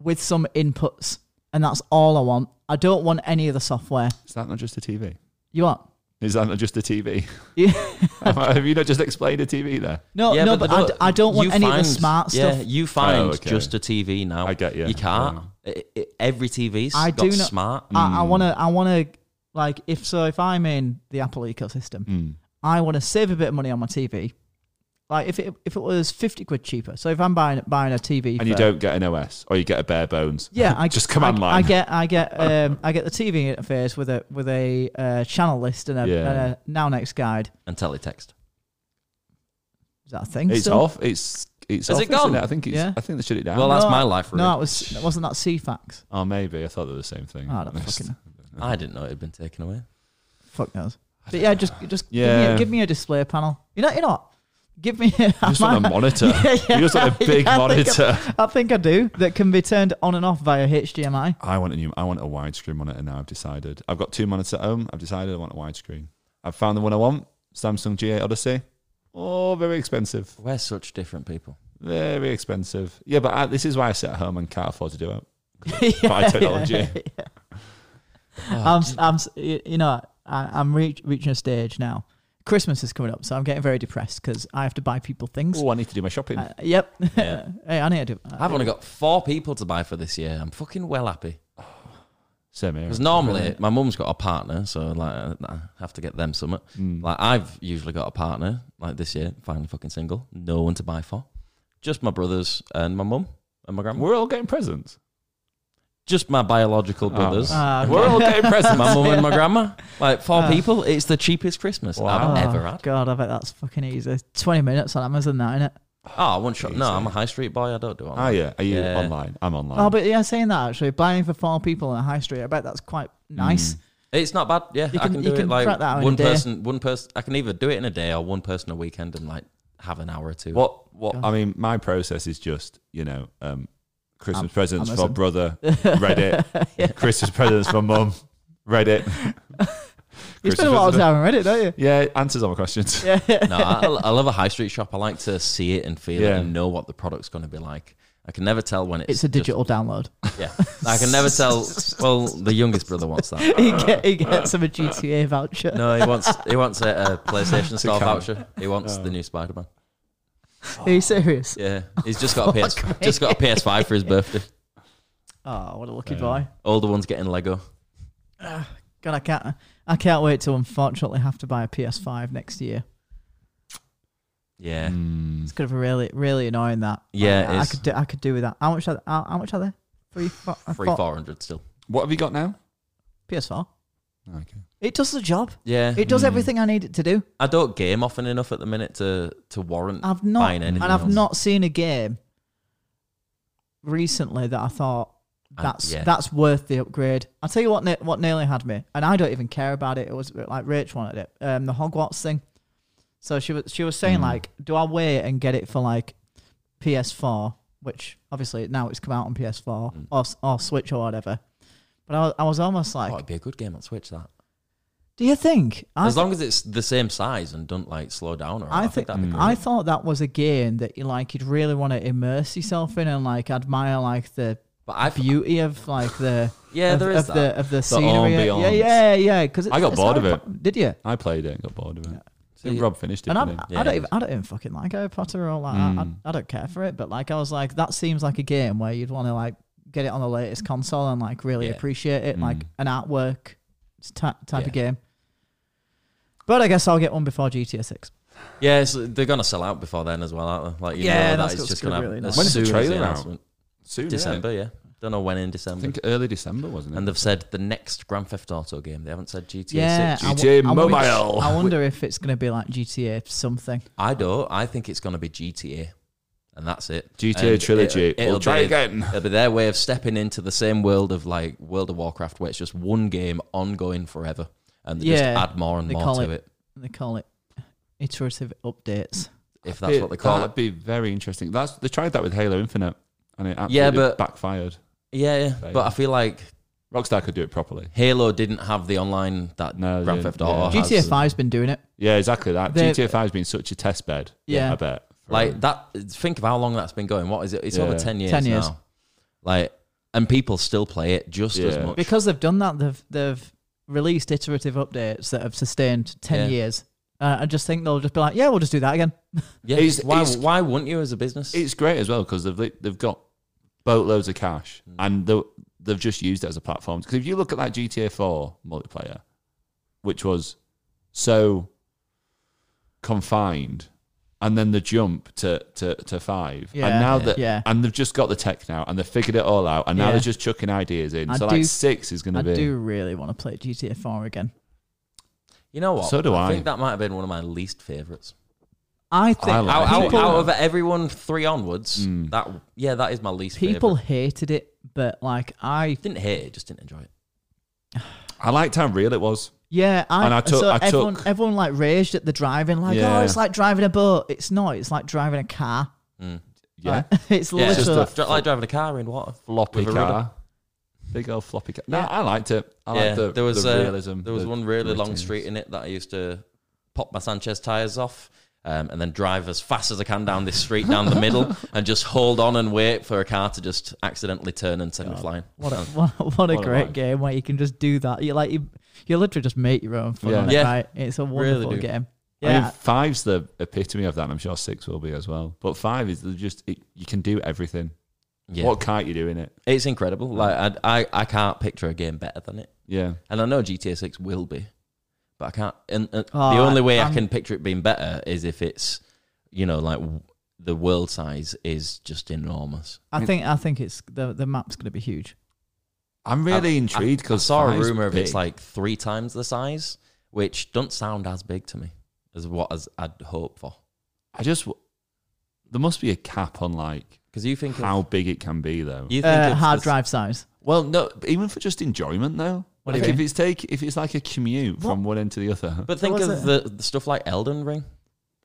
[SPEAKER 2] with some inputs, and that's all I want. I don't want any of the software.
[SPEAKER 3] Is that not just a TV?
[SPEAKER 2] You want?
[SPEAKER 3] Is that not just a TV?
[SPEAKER 2] Yeah.
[SPEAKER 3] Have you not just explained a TV there?
[SPEAKER 2] No,
[SPEAKER 1] Yeah,
[SPEAKER 2] no, but, I
[SPEAKER 1] the-
[SPEAKER 2] d- I, don't want
[SPEAKER 1] you
[SPEAKER 2] any of
[SPEAKER 1] find-
[SPEAKER 2] the smart
[SPEAKER 1] yeah,
[SPEAKER 2] stuff.
[SPEAKER 1] you find
[SPEAKER 3] Oh, okay.
[SPEAKER 1] just a TV now.
[SPEAKER 3] I get you.
[SPEAKER 1] You can't. I- I- every TV's
[SPEAKER 2] I
[SPEAKER 1] got
[SPEAKER 2] do not-
[SPEAKER 1] smart.
[SPEAKER 2] I, I wanna, I wanna, like, if so, if I'm in the Apple ecosystem, I wanna save a bit of money on my TV. Like, if it if it was fifty quid cheaper, so if I'm buying buying a TV,
[SPEAKER 3] And you
[SPEAKER 2] for-
[SPEAKER 3] don't get an OS, or you get a bare bones.
[SPEAKER 2] yeah, I
[SPEAKER 3] just command
[SPEAKER 2] I,
[SPEAKER 3] line.
[SPEAKER 2] I get, I get, um, I get the TV interface with a with a uh, channel list and a,
[SPEAKER 3] Yeah.
[SPEAKER 2] and a now next guide.
[SPEAKER 1] And teletext.
[SPEAKER 2] Is that a thing?
[SPEAKER 3] it's
[SPEAKER 2] still?
[SPEAKER 3] off. It's it's
[SPEAKER 1] Has
[SPEAKER 3] off.
[SPEAKER 1] it
[SPEAKER 3] isn't
[SPEAKER 1] gone?
[SPEAKER 3] I think it's.
[SPEAKER 2] Yeah.
[SPEAKER 3] I think they shut it down.
[SPEAKER 1] Well, that's
[SPEAKER 2] No,
[SPEAKER 1] my life.
[SPEAKER 2] No,
[SPEAKER 1] Ruth.
[SPEAKER 2] it was it wasn't that CFAX.
[SPEAKER 3] oh, maybe I thought they were the same thing.
[SPEAKER 2] Oh, I don't fucking
[SPEAKER 1] I didn't know it had been taken away.
[SPEAKER 2] Fuck knows. But yeah, just just give, me
[SPEAKER 3] Yeah.
[SPEAKER 2] a, give me a display panel. You know, you know, what? give me. A,
[SPEAKER 3] You just want a monitor.
[SPEAKER 2] Yeah, yeah,
[SPEAKER 3] you just want a big
[SPEAKER 2] yeah, I think I-
[SPEAKER 3] monitor.
[SPEAKER 2] I think I do. That can be turned on and off via HDMI.
[SPEAKER 3] I want a new. I want a widescreen monitor now. I've decided. I've got two monitors at home. I've decided I want a widescreen. I've found the one I want. Samsung G8 Odyssey. Oh, very expensive.
[SPEAKER 1] We're such different people.
[SPEAKER 3] Very expensive. Yeah, but I, this is why I sit at home and can't afford to do it.
[SPEAKER 2] yeah,
[SPEAKER 3] By technology. Oh,
[SPEAKER 2] I'm, s- I'm, s- y- you know, I, I'm reach, reaching a stage now. Christmas is coming up, so I'm getting very depressed because I have to buy people things.
[SPEAKER 3] Oh, I need to do my shopping.
[SPEAKER 2] Uh, yep.
[SPEAKER 1] Yeah.
[SPEAKER 2] hey, I need to.
[SPEAKER 1] I've only got four people to buy for this year. I'm fucking well happy
[SPEAKER 3] Same here.
[SPEAKER 1] because normally my mum's got a partner, so like I have to get them something.
[SPEAKER 2] Hmm.
[SPEAKER 1] Like I've usually got a partner. Like this year, finally fucking single. No one to buy for. Just my brothers and my mum and my grandma.
[SPEAKER 3] We're all getting presents.
[SPEAKER 1] Just my biological brothers.
[SPEAKER 2] Ah, okay.
[SPEAKER 1] We're all getting presents. My mum and my grandma. Like
[SPEAKER 2] Ah.
[SPEAKER 1] four people. It's the cheapest Christmas
[SPEAKER 3] Wow.
[SPEAKER 1] I've ever had.
[SPEAKER 2] Oh, God, I bet that's fucking easy. Twenty minutes on Amazon, that innit?
[SPEAKER 1] Oh, one shot. No, I'm a high street boy. I don't do it.
[SPEAKER 2] Ah,
[SPEAKER 3] Oh, yeah. Are you
[SPEAKER 1] Yeah.
[SPEAKER 3] online? I'm online.
[SPEAKER 2] Oh, but yeah, saying that actually, buying for four people in a high street, I bet that's quite nice.
[SPEAKER 3] Mm.
[SPEAKER 1] It's not bad. Yeah,
[SPEAKER 2] You
[SPEAKER 1] I
[SPEAKER 2] can-
[SPEAKER 1] can do
[SPEAKER 2] you
[SPEAKER 1] it
[SPEAKER 2] can
[SPEAKER 1] like
[SPEAKER 2] crack that out in
[SPEAKER 1] one
[SPEAKER 2] a day.
[SPEAKER 1] person. One person. I can either do it in a day or one person a weekend and like have an hour or two.
[SPEAKER 3] What? What? I mean, my process is just you know, um, Christmas presents for
[SPEAKER 2] Amazon.
[SPEAKER 3] brother, Reddit. Christmas presents for mum, Reddit.
[SPEAKER 2] You
[SPEAKER 3] Christmas
[SPEAKER 2] spend a lot of
[SPEAKER 3] presents-
[SPEAKER 2] time on Reddit, don't you?
[SPEAKER 3] Yeah, answers all my questions.
[SPEAKER 1] No, I, I love a high street shop. I like to see it and feel
[SPEAKER 3] Yeah.
[SPEAKER 1] it and know what the product's going to be like. I can never tell when it's.
[SPEAKER 2] It's a
[SPEAKER 1] just-
[SPEAKER 2] digital download.
[SPEAKER 1] yeah, I can never tell. Well, the youngest brother wants that.
[SPEAKER 2] he, get, he gets him a GTA voucher.
[SPEAKER 1] No, he wants he wants a, a PlayStation Store
[SPEAKER 3] can.
[SPEAKER 1] voucher. He wants
[SPEAKER 2] Oh.
[SPEAKER 1] the new Spider Man.
[SPEAKER 2] Are you serious?
[SPEAKER 1] Yeah, he's just got a PS just got a PS5 for his birthday.
[SPEAKER 2] Oh, what a lucky boy!
[SPEAKER 1] Older one's getting Lego.
[SPEAKER 2] God, I can't, I can't wait to unfortunately have to buy a PS5 next year.
[SPEAKER 1] Yeah,
[SPEAKER 2] It's gonna be really, really annoying that.
[SPEAKER 1] Mm. Yeah,
[SPEAKER 2] I,
[SPEAKER 1] it
[SPEAKER 2] I
[SPEAKER 1] is.
[SPEAKER 2] could, do, I could do with that. How much are, how, how much are they? Three, four, uh,
[SPEAKER 1] three
[SPEAKER 2] four-
[SPEAKER 1] four hundred still.
[SPEAKER 3] What have you got now?
[SPEAKER 2] PS4.
[SPEAKER 3] Okay.
[SPEAKER 2] It does the job.
[SPEAKER 1] Yeah,
[SPEAKER 2] It does everything I need it to do.
[SPEAKER 1] I don't game often enough at the minute to to warrant
[SPEAKER 2] I've not,
[SPEAKER 1] buying
[SPEAKER 2] and
[SPEAKER 1] anything.
[SPEAKER 2] I've
[SPEAKER 1] else.
[SPEAKER 2] not seen a game recently that I thought
[SPEAKER 1] Uh,
[SPEAKER 2] that's
[SPEAKER 1] yeah.
[SPEAKER 2] that's worth the upgrade. I'll tell you what, ne- what nearly had me, and I don't even care about it. It was like Rach wanted it, um, the Hogwarts thing. So she was she was saying
[SPEAKER 1] Hmm.
[SPEAKER 2] like, do I wait and get it for like PS4, which obviously now it's come out on PS4
[SPEAKER 1] Hmm.
[SPEAKER 2] or s- or Switch or whatever. But I was, I was almost like,
[SPEAKER 1] Oh, it'd be a good game on Switch. That
[SPEAKER 2] do you think? I
[SPEAKER 1] as long as it's the same size and don't like slow down. Or
[SPEAKER 2] I think
[SPEAKER 1] that'd be
[SPEAKER 2] I thought that was a game that you like you'd really want to immerse yourself in and like admire like the
[SPEAKER 1] But I view.
[SPEAKER 2] beauty of like the
[SPEAKER 1] Yeah,
[SPEAKER 2] of,
[SPEAKER 1] there is
[SPEAKER 2] of
[SPEAKER 1] that.
[SPEAKER 2] the of the scenery. yeah,
[SPEAKER 3] ambiance.
[SPEAKER 2] yeah, yeah. Because
[SPEAKER 3] I got bored of
[SPEAKER 2] Did you?
[SPEAKER 3] I played it and got bored of it. I think
[SPEAKER 1] See-
[SPEAKER 3] Rob finished it.
[SPEAKER 2] And I'm,
[SPEAKER 3] didn't he?
[SPEAKER 1] Yeah,
[SPEAKER 2] I don't
[SPEAKER 1] it Hmm.
[SPEAKER 2] even I don't even fucking like Harry Potter or all that. I, I, I don't care for it. But like I was like that seems like a game where you'd want to like get it on the latest console and like really
[SPEAKER 1] Yeah. Hmm.
[SPEAKER 2] appreciate it, like an artwork t- type
[SPEAKER 1] Yeah.
[SPEAKER 2] of game. But I guess I'll get one before GTA Six.
[SPEAKER 1] Yeah, so they're gonna sell out before then as well, aren't they? Like, you
[SPEAKER 2] Yeah,
[SPEAKER 1] know
[SPEAKER 2] that's
[SPEAKER 1] that it's
[SPEAKER 2] what's
[SPEAKER 1] just
[SPEAKER 2] gonna
[SPEAKER 1] gonna
[SPEAKER 2] be
[SPEAKER 1] happen.
[SPEAKER 2] really
[SPEAKER 1] as
[SPEAKER 3] nice. When's the
[SPEAKER 1] soon as
[SPEAKER 3] trailer out?
[SPEAKER 1] announcement-
[SPEAKER 3] Soon, yeah.
[SPEAKER 1] December, yeah. Don't know when in
[SPEAKER 3] I
[SPEAKER 1] December.
[SPEAKER 3] think early December wasn't it?
[SPEAKER 1] and they've said the next Grand Theft Auto game. They haven't said GTA
[SPEAKER 2] Yeah,
[SPEAKER 1] 6.
[SPEAKER 2] I wo-
[SPEAKER 3] GTA
[SPEAKER 2] I wonder-
[SPEAKER 3] Mobile.
[SPEAKER 2] I wonder if it's going to be like GTA something.
[SPEAKER 1] I don't. I think it's gonna be GTA, and that's it.
[SPEAKER 3] GTA
[SPEAKER 1] And
[SPEAKER 3] trilogy.
[SPEAKER 1] it-
[SPEAKER 3] We'll try
[SPEAKER 1] be,
[SPEAKER 3] again.
[SPEAKER 1] It'll be their way of stepping into the same world of like World of Warcraft, where it's just one game ongoing forever, and they
[SPEAKER 2] Yeah,
[SPEAKER 1] just add more and
[SPEAKER 2] they
[SPEAKER 1] more
[SPEAKER 2] call
[SPEAKER 1] to
[SPEAKER 2] it-
[SPEAKER 1] it,
[SPEAKER 2] They call it iterative updates.
[SPEAKER 1] if that's what they call it.
[SPEAKER 3] That'd be very interesting. That's they tried that with Halo Infinite, and it absolutely
[SPEAKER 1] Yeah, but-
[SPEAKER 3] backfired.
[SPEAKER 1] Yeah, yeah. But I feel like
[SPEAKER 3] Rockstar could do it properly.
[SPEAKER 1] Halo didn't have the online that
[SPEAKER 3] No, they
[SPEAKER 1] Grand
[SPEAKER 3] didn't,
[SPEAKER 1] Theft Auto
[SPEAKER 3] yeah.
[SPEAKER 1] has.
[SPEAKER 2] GTA Five's been doing it.
[SPEAKER 3] Yeah, exactly. That
[SPEAKER 2] They're-
[SPEAKER 3] GTA Five has been such a test bed.
[SPEAKER 2] Yeah.
[SPEAKER 3] I bet. for-
[SPEAKER 1] Like that. Think of how long that's been going. What is it? It's over
[SPEAKER 3] Yeah.
[SPEAKER 1] ten years.
[SPEAKER 2] 10 years.
[SPEAKER 1] Now. Like, and people still play it just as
[SPEAKER 3] Yeah.
[SPEAKER 1] much.
[SPEAKER 2] Because they've done that, they've they've released iterative updates that have sustained 10
[SPEAKER 1] Yeah.
[SPEAKER 2] years. Uh, I just think they'll just be like, yeah, we'll just do that again.
[SPEAKER 1] Yeah,
[SPEAKER 3] It's-
[SPEAKER 1] why
[SPEAKER 3] it's-
[SPEAKER 1] why wouldn't you as a business?
[SPEAKER 3] It's great as well because they've li- they've got boatloads of cash and they- they've just used it as a platform. Because if you look at that GTA Four multiplayer, which was so confined, and then the jump to to, to five,
[SPEAKER 2] Yeah,
[SPEAKER 3] and now
[SPEAKER 1] yeah.
[SPEAKER 3] that
[SPEAKER 2] Yeah.
[SPEAKER 3] and they've just got the tech now and they've figured it all out, and now
[SPEAKER 2] Yeah.
[SPEAKER 3] they're just chucking ideas in.
[SPEAKER 2] I
[SPEAKER 3] so
[SPEAKER 2] do-
[SPEAKER 3] like six is going
[SPEAKER 2] I
[SPEAKER 3] to be.
[SPEAKER 2] do really want to play GTA 4 again.
[SPEAKER 1] you know what?
[SPEAKER 3] So do I.
[SPEAKER 1] think that might have been one of my least favorites.
[SPEAKER 2] I think
[SPEAKER 3] like
[SPEAKER 1] Out, out,
[SPEAKER 3] People- Hmm.
[SPEAKER 1] out of everyone three onwards, that yeah, that is my least.
[SPEAKER 2] people
[SPEAKER 1] favorite.
[SPEAKER 2] hated it, but like, I,
[SPEAKER 1] didn't hate it, just didn't enjoy it.
[SPEAKER 3] I liked how real it was.
[SPEAKER 2] yeah, I,
[SPEAKER 3] And I took-
[SPEAKER 2] so
[SPEAKER 3] I
[SPEAKER 2] everyone,
[SPEAKER 3] took-
[SPEAKER 2] everyone like raged at the driving, like, oh,
[SPEAKER 3] Yeah.
[SPEAKER 2] it's like driving a boat. It's not, it's like driving a car.
[SPEAKER 3] Yeah,
[SPEAKER 2] Like, it's
[SPEAKER 1] Yeah, it's just
[SPEAKER 2] literally,
[SPEAKER 1] like- like driving a car in water.
[SPEAKER 3] floppy
[SPEAKER 1] With a rudder.
[SPEAKER 3] car. Big old floppy car. No,
[SPEAKER 2] Yeah.
[SPEAKER 3] I liked it. I
[SPEAKER 1] yeah,
[SPEAKER 3] liked the,
[SPEAKER 1] there was
[SPEAKER 3] the
[SPEAKER 1] uh,
[SPEAKER 3] realism.
[SPEAKER 1] There was
[SPEAKER 3] the
[SPEAKER 1] one really long
[SPEAKER 3] grittiness.
[SPEAKER 1] street in it that I used to pop my Sanchez tires off. Um, and then drive as fast as I can down this street down the middle, and just hold on and wait for a car to just accidentally turn and send me flying.
[SPEAKER 2] what a, what, a- what a
[SPEAKER 3] What a
[SPEAKER 2] great
[SPEAKER 3] vibe.
[SPEAKER 2] game where you can just do that. You like, you, you literally just make your own fun
[SPEAKER 3] Yeah.
[SPEAKER 2] on it,
[SPEAKER 1] Yeah.
[SPEAKER 2] right? It's a wonderful
[SPEAKER 1] do.
[SPEAKER 2] game.
[SPEAKER 3] I mean,
[SPEAKER 2] Yeah.
[SPEAKER 3] five's the epitome of that. and I'm sure six will be as well. But five is the- just it, you can do everything.
[SPEAKER 1] Yeah.
[SPEAKER 3] What can't you do in it?
[SPEAKER 1] It's incredible. Like I, I, I can't picture a game better than it.
[SPEAKER 3] Yeah,
[SPEAKER 1] And I know GTA Six will be, but I can't. And, and
[SPEAKER 2] Oh,
[SPEAKER 1] the only way i
[SPEAKER 2] I'm-
[SPEAKER 1] can picture it being better is if it's, you know, like w- the world size is just enormous.
[SPEAKER 2] I think I think it's the the map's going to be huge.
[SPEAKER 3] I'm really
[SPEAKER 1] I-
[SPEAKER 3] intrigued
[SPEAKER 1] I
[SPEAKER 3] because
[SPEAKER 1] saw a rumor of it's like three times the size, which don't sound as big to me as what as I'd hope for.
[SPEAKER 3] I just w- there must be a cap on like
[SPEAKER 1] Because you think
[SPEAKER 3] how
[SPEAKER 1] of,
[SPEAKER 3] big it can be though.
[SPEAKER 1] you think
[SPEAKER 2] Uh,
[SPEAKER 1] of
[SPEAKER 2] hard
[SPEAKER 1] the-
[SPEAKER 2] drive size.
[SPEAKER 3] well, no, even for just enjoyment though.
[SPEAKER 2] What do
[SPEAKER 3] like
[SPEAKER 2] you
[SPEAKER 3] if
[SPEAKER 2] mean?
[SPEAKER 3] it's take if it's like a commute from one end to the other.
[SPEAKER 1] But think
[SPEAKER 2] was
[SPEAKER 1] of the,
[SPEAKER 2] it?
[SPEAKER 1] the stuff like Elden Ring.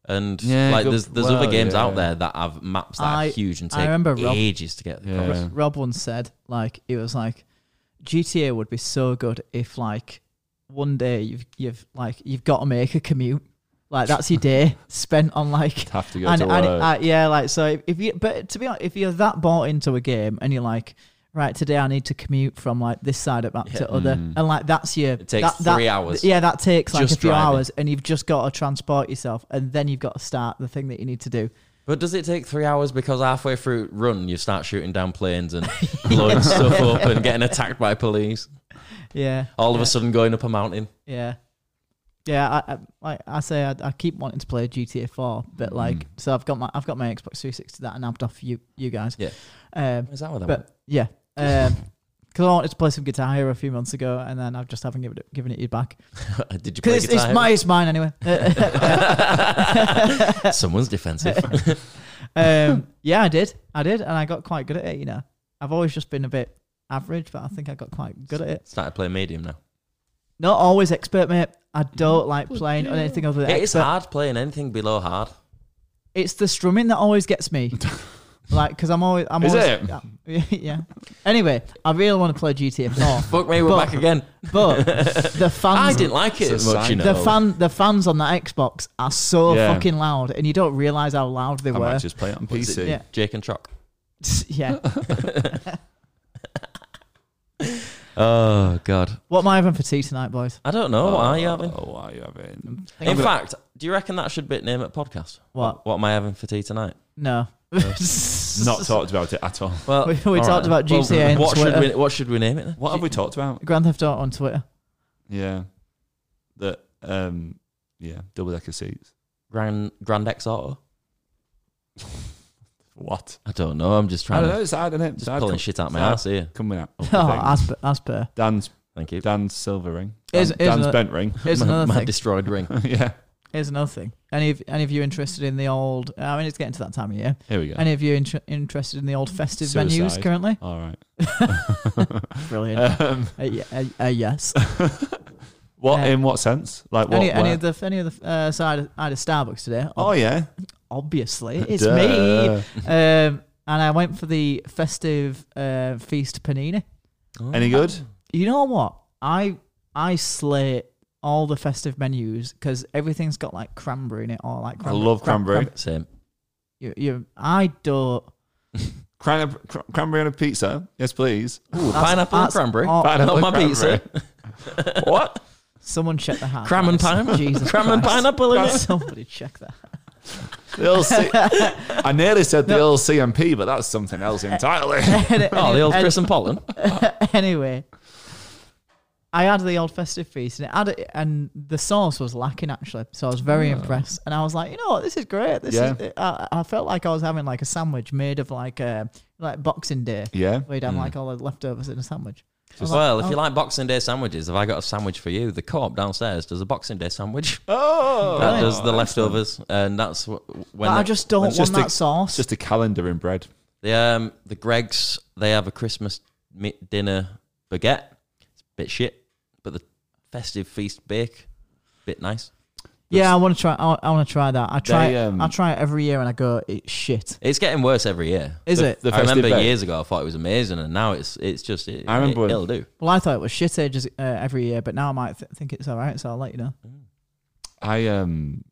[SPEAKER 1] And
[SPEAKER 3] Yeah,
[SPEAKER 1] like
[SPEAKER 3] good-
[SPEAKER 1] there's there's
[SPEAKER 3] well,
[SPEAKER 1] other games
[SPEAKER 3] yeah.
[SPEAKER 1] out there that have maps that
[SPEAKER 2] I-
[SPEAKER 1] are huge and
[SPEAKER 2] I
[SPEAKER 1] take
[SPEAKER 2] remember Rob-
[SPEAKER 1] ages to get.
[SPEAKER 3] Yeah.
[SPEAKER 1] across.
[SPEAKER 2] R- Rob once said like it was like GTA would be so good if like one day you've you've like you've got to make a commute. Like that's your day spent on like
[SPEAKER 3] have to go
[SPEAKER 2] and,
[SPEAKER 3] to
[SPEAKER 2] and-
[SPEAKER 3] work.
[SPEAKER 2] uh, yeah, like so if, if you but to be honest, if you're that bought into a game and you're like right today I need to commute from like this side up map to other and like that's your it
[SPEAKER 1] Mm. takes three hours.
[SPEAKER 2] Yeah, that takes like
[SPEAKER 1] Just
[SPEAKER 2] a few
[SPEAKER 1] driving.
[SPEAKER 2] hours and you've just got to transport yourself and then you've got to start the thing that you need to do.
[SPEAKER 1] But does it take three hours because halfway through run you start shooting down planes and blowing stuff up and getting attacked by police?
[SPEAKER 2] Yeah.
[SPEAKER 1] All of
[SPEAKER 2] yeah.
[SPEAKER 1] a sudden going up a mountain.
[SPEAKER 2] Yeah. Yeah, I, I like I say I, I keep wanting to play GTA 4, but like
[SPEAKER 1] Mm.
[SPEAKER 2] so I've got my I've got my Xbox 360 that I nabbed off you you guys.
[SPEAKER 1] Yeah.
[SPEAKER 2] Um,
[SPEAKER 1] Is that what that
[SPEAKER 2] but yeah, because I wanted to play some Guitar Hero a few months ago, and then I've just haven't given it given it you back
[SPEAKER 1] was? Did you play
[SPEAKER 2] because it's, it's
[SPEAKER 1] guitar?
[SPEAKER 2] my it's mine anyway.
[SPEAKER 1] Someone's defensive.
[SPEAKER 2] um, yeah, I did, I did, and I got quite good at it. You know, I've always just been a bit average, but I think I got quite good at it.
[SPEAKER 1] Started playing medium now.
[SPEAKER 2] Not always expert, mate. I don't like playing on anything other than
[SPEAKER 1] It is
[SPEAKER 2] expert.
[SPEAKER 1] hard playing anything below hard.
[SPEAKER 2] It's the strumming that always gets me. like, because I'm always, I'm
[SPEAKER 3] Is
[SPEAKER 2] always,
[SPEAKER 3] it?
[SPEAKER 2] Yeah, yeah. Anyway, I really want to play GTA 4,
[SPEAKER 1] Fuck me, we're
[SPEAKER 2] But-
[SPEAKER 1] back again.
[SPEAKER 2] but the fans,
[SPEAKER 1] I didn't like it
[SPEAKER 3] It's a
[SPEAKER 1] as much, you
[SPEAKER 3] sign
[SPEAKER 1] know.
[SPEAKER 2] the fan, the fans on that Xbox are so
[SPEAKER 3] Yeah.
[SPEAKER 2] fucking loud, and you don't realize how loud they
[SPEAKER 3] I
[SPEAKER 2] were.
[SPEAKER 3] might just play it on
[SPEAKER 1] Is
[SPEAKER 3] PC.
[SPEAKER 1] it
[SPEAKER 2] Yeah.
[SPEAKER 1] Jake and Trock.
[SPEAKER 2] yeah.
[SPEAKER 1] Oh god,
[SPEAKER 2] What am I having for tea tonight, boys?
[SPEAKER 1] I don't know. What are you having?
[SPEAKER 3] Oh, what are you having?
[SPEAKER 2] Think
[SPEAKER 1] In
[SPEAKER 2] about-
[SPEAKER 1] fact, do you reckon that should be name at podcast?
[SPEAKER 2] What?
[SPEAKER 1] What am I having for tea tonight?
[SPEAKER 2] no.
[SPEAKER 3] Not talked about it at all.
[SPEAKER 1] Well,
[SPEAKER 2] We- we
[SPEAKER 1] all
[SPEAKER 2] talked about GTA and
[SPEAKER 1] what should we?
[SPEAKER 2] Twitter.
[SPEAKER 1] What should we name it? Then?
[SPEAKER 3] What have we talked about?
[SPEAKER 2] Grand Theft Auto on Twitter.
[SPEAKER 3] Yeah. That um yeah, double decker seats.
[SPEAKER 1] Grand Grand X Auto.
[SPEAKER 3] What?
[SPEAKER 1] I don't know. I'm just
[SPEAKER 3] I
[SPEAKER 1] trying
[SPEAKER 3] don't
[SPEAKER 1] to
[SPEAKER 3] know, it's hard, isn't it?
[SPEAKER 1] just pulling shit out my ass here.
[SPEAKER 3] Coming out.
[SPEAKER 2] Oh, Asper, Asper.
[SPEAKER 3] Dan's
[SPEAKER 1] Thank you.
[SPEAKER 3] Dan's silver ring. Dan,
[SPEAKER 2] Here's- here's
[SPEAKER 3] Dan's
[SPEAKER 2] another-
[SPEAKER 3] bent ring.
[SPEAKER 2] Here's
[SPEAKER 1] my,
[SPEAKER 2] another
[SPEAKER 1] my
[SPEAKER 2] thing.
[SPEAKER 1] destroyed ring.
[SPEAKER 3] yeah.
[SPEAKER 2] Here's another thing. Any of any of you interested in the old? I mean, it's getting to that time of year.
[SPEAKER 3] Here we go.
[SPEAKER 2] Any of you inter- interested in the old festive menus
[SPEAKER 3] Suicide.
[SPEAKER 2] currently?
[SPEAKER 3] all right.
[SPEAKER 2] Brilliant.
[SPEAKER 3] Um,
[SPEAKER 2] Uh, yeah, uh, uh, yes.
[SPEAKER 3] what
[SPEAKER 2] Uh,
[SPEAKER 3] in what sense? Like what?
[SPEAKER 2] any, any
[SPEAKER 3] where?
[SPEAKER 2] of the any of the uh, so I had, I had a Starbucks today.
[SPEAKER 3] oh yeah.
[SPEAKER 2] obviously it's
[SPEAKER 3] Duh.
[SPEAKER 2] me. Um, and I went for the festive uh, feast panini.
[SPEAKER 1] Oh.
[SPEAKER 3] Any good?
[SPEAKER 2] You know what? I I slate all the festive menus because everything's got like cranberry in it or like
[SPEAKER 3] I
[SPEAKER 2] cranberry.
[SPEAKER 3] love
[SPEAKER 2] cran-
[SPEAKER 3] cranberry.
[SPEAKER 1] Same.
[SPEAKER 2] you, you, I don't.
[SPEAKER 3] Cran- cr- cranberry on a pizza. Yes, please.
[SPEAKER 1] Ooh, pineapple and
[SPEAKER 2] that's
[SPEAKER 1] cranberry.
[SPEAKER 2] all-
[SPEAKER 1] Not
[SPEAKER 3] Pineapple
[SPEAKER 1] my
[SPEAKER 3] and
[SPEAKER 1] pizza. what?
[SPEAKER 2] Someone check the hat.
[SPEAKER 1] Cram and
[SPEAKER 2] Christ.
[SPEAKER 1] pine?
[SPEAKER 2] Jesus
[SPEAKER 1] Cram and
[SPEAKER 2] Christ.
[SPEAKER 1] pineapple in it?
[SPEAKER 2] Somebody check that.
[SPEAKER 3] The old C- I nearly said the old CMP, but that's something else entirely.
[SPEAKER 1] Oh, the old Chris and Pollen.
[SPEAKER 2] anyway, I had the old festive feast, and it had it, and the sauce was lacking actually. So I was very impressed, and I was like, you know what, this is great. This
[SPEAKER 3] Oh. Yeah.
[SPEAKER 2] is. I, I felt like I was having like a sandwich made of like a like Boxing Day.
[SPEAKER 3] yeah. Hmm.
[SPEAKER 2] We'd have like all the leftovers in a sandwich. I was like,
[SPEAKER 1] Well, if you
[SPEAKER 2] oh,
[SPEAKER 1] like Boxing Day sandwiches, have I got a sandwich for you? The co-op downstairs does a Boxing Day sandwich.
[SPEAKER 3] Oh,
[SPEAKER 1] That does the leftovers, and that's what when
[SPEAKER 2] but I
[SPEAKER 1] the-
[SPEAKER 2] just don't want
[SPEAKER 3] just
[SPEAKER 2] that
[SPEAKER 3] a-
[SPEAKER 2] sauce.
[SPEAKER 3] It's just a calendar in bread.
[SPEAKER 1] the um the Gregs they have a Christmas mi- dinner baguette. It's a bit shit, but the festive feast bake, bit nice.
[SPEAKER 2] yeah, I want to try. I, I want to try that. I try.
[SPEAKER 3] They, um,
[SPEAKER 2] I try it every year, and I go, it's shit.
[SPEAKER 1] It's getting worse every year.
[SPEAKER 2] Is
[SPEAKER 3] the-
[SPEAKER 2] it?
[SPEAKER 3] the
[SPEAKER 1] I
[SPEAKER 3] festive
[SPEAKER 1] remember
[SPEAKER 3] bake.
[SPEAKER 1] years ago I thought it was amazing, and now it's it's just it,
[SPEAKER 3] I remember
[SPEAKER 1] it,
[SPEAKER 3] when-
[SPEAKER 1] will do.
[SPEAKER 2] well, I thought it was shit ages uh, every year, but now I might th- think it's all right. So I'll let you know.
[SPEAKER 3] I um,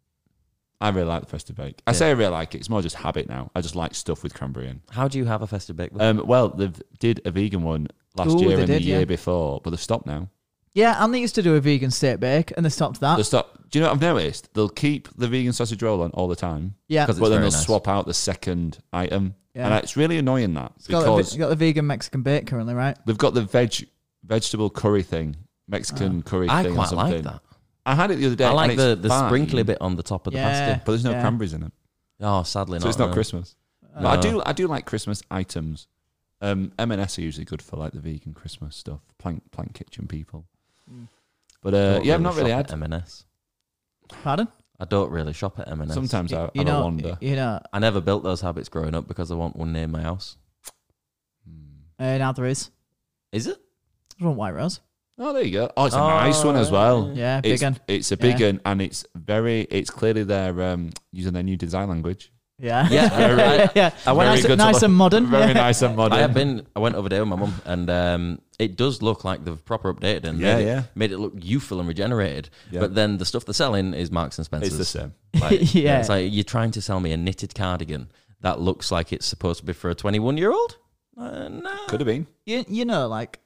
[SPEAKER 3] I really like the festive bake. I
[SPEAKER 1] Yeah.
[SPEAKER 3] say I really like it. It's more just habit now. I just like stuff with cranberry in.
[SPEAKER 1] How do you have a festive bake?
[SPEAKER 3] Um, well, they did a vegan one last
[SPEAKER 2] Ooh,
[SPEAKER 3] year
[SPEAKER 2] they
[SPEAKER 3] and the
[SPEAKER 2] did,
[SPEAKER 3] year
[SPEAKER 2] yeah.
[SPEAKER 3] before, but they've stopped now.
[SPEAKER 2] Yeah, and they used to do a vegan steak bake, and they stopped that.
[SPEAKER 3] They'll stop. Do you know what I've noticed? They'll keep the vegan sausage roll on all the time,
[SPEAKER 2] yeah,
[SPEAKER 1] 'Cause
[SPEAKER 3] but then
[SPEAKER 1] very
[SPEAKER 3] they'll
[SPEAKER 1] nice.
[SPEAKER 3] swap out the second item,
[SPEAKER 2] Yeah.
[SPEAKER 3] and it's really annoying that
[SPEAKER 2] it's got, the,
[SPEAKER 3] because
[SPEAKER 2] ve- got the vegan Mexican bake currently, right?
[SPEAKER 3] they've got the veg vegetable curry thing, Mexican
[SPEAKER 2] Ah.
[SPEAKER 3] curry
[SPEAKER 1] I
[SPEAKER 3] thing. or
[SPEAKER 1] quite
[SPEAKER 3] something.
[SPEAKER 1] like that.
[SPEAKER 3] I had it the other day.
[SPEAKER 1] I like
[SPEAKER 3] and
[SPEAKER 1] the
[SPEAKER 3] it's
[SPEAKER 1] the
[SPEAKER 3] fine,
[SPEAKER 1] sprinkly bit on the top of the
[SPEAKER 2] Yeah.
[SPEAKER 1] pasty.
[SPEAKER 3] but there's no
[SPEAKER 2] Yeah.
[SPEAKER 3] cranberries in it,
[SPEAKER 1] Oh, sadly
[SPEAKER 3] so
[SPEAKER 1] not.
[SPEAKER 3] it's not
[SPEAKER 1] no.
[SPEAKER 3] Christmas. But
[SPEAKER 1] Uh,
[SPEAKER 3] I do I do like Christmas items. Um, M&S are usually good for like the vegan Christmas stuff, plank plank kitchen people.
[SPEAKER 2] Mm.
[SPEAKER 3] But uh,
[SPEAKER 1] Don't
[SPEAKER 3] yeah, I've not really
[SPEAKER 1] shop
[SPEAKER 3] had.
[SPEAKER 1] at M&S.
[SPEAKER 2] Pardon?
[SPEAKER 1] I don't really shop at M&S.
[SPEAKER 3] Sometimes I, I
[SPEAKER 2] you know,
[SPEAKER 3] wonder.
[SPEAKER 2] you know,
[SPEAKER 1] I never built those habits growing up because I want one near my house.
[SPEAKER 2] uh, now there is.
[SPEAKER 1] Is it?
[SPEAKER 2] There's one white rose.
[SPEAKER 3] Oh, there you go. Oh, it's a
[SPEAKER 1] Oh,
[SPEAKER 3] nice one as well.
[SPEAKER 2] Yeah, big
[SPEAKER 3] It's,
[SPEAKER 2] one.
[SPEAKER 3] it's a
[SPEAKER 2] Yeah.
[SPEAKER 3] big one, and it's very. It's clearly they're um, using their new design language.
[SPEAKER 2] Yeah,
[SPEAKER 1] Yeah, I-
[SPEAKER 2] yeah.
[SPEAKER 1] I went
[SPEAKER 3] Very
[SPEAKER 2] nice
[SPEAKER 3] good to
[SPEAKER 2] nice
[SPEAKER 3] look-
[SPEAKER 2] and modern.
[SPEAKER 3] Very
[SPEAKER 2] yeah.
[SPEAKER 3] nice and modern.
[SPEAKER 1] I have been. I went over there with my mum, and um, it does look like they've proper updated and
[SPEAKER 3] Yeah,
[SPEAKER 1] made,
[SPEAKER 3] yeah.
[SPEAKER 1] It, made it look youthful and regenerated.
[SPEAKER 3] Yeah.
[SPEAKER 1] But then the stuff they're selling is Marks and Spencer's.
[SPEAKER 3] It's the same.
[SPEAKER 1] Like,
[SPEAKER 2] Yeah.
[SPEAKER 1] it's like you're trying to sell me a knitted cardigan that looks like it's supposed to be for a 21 year old. Uh, no.
[SPEAKER 3] Could have been.
[SPEAKER 2] You, you know, like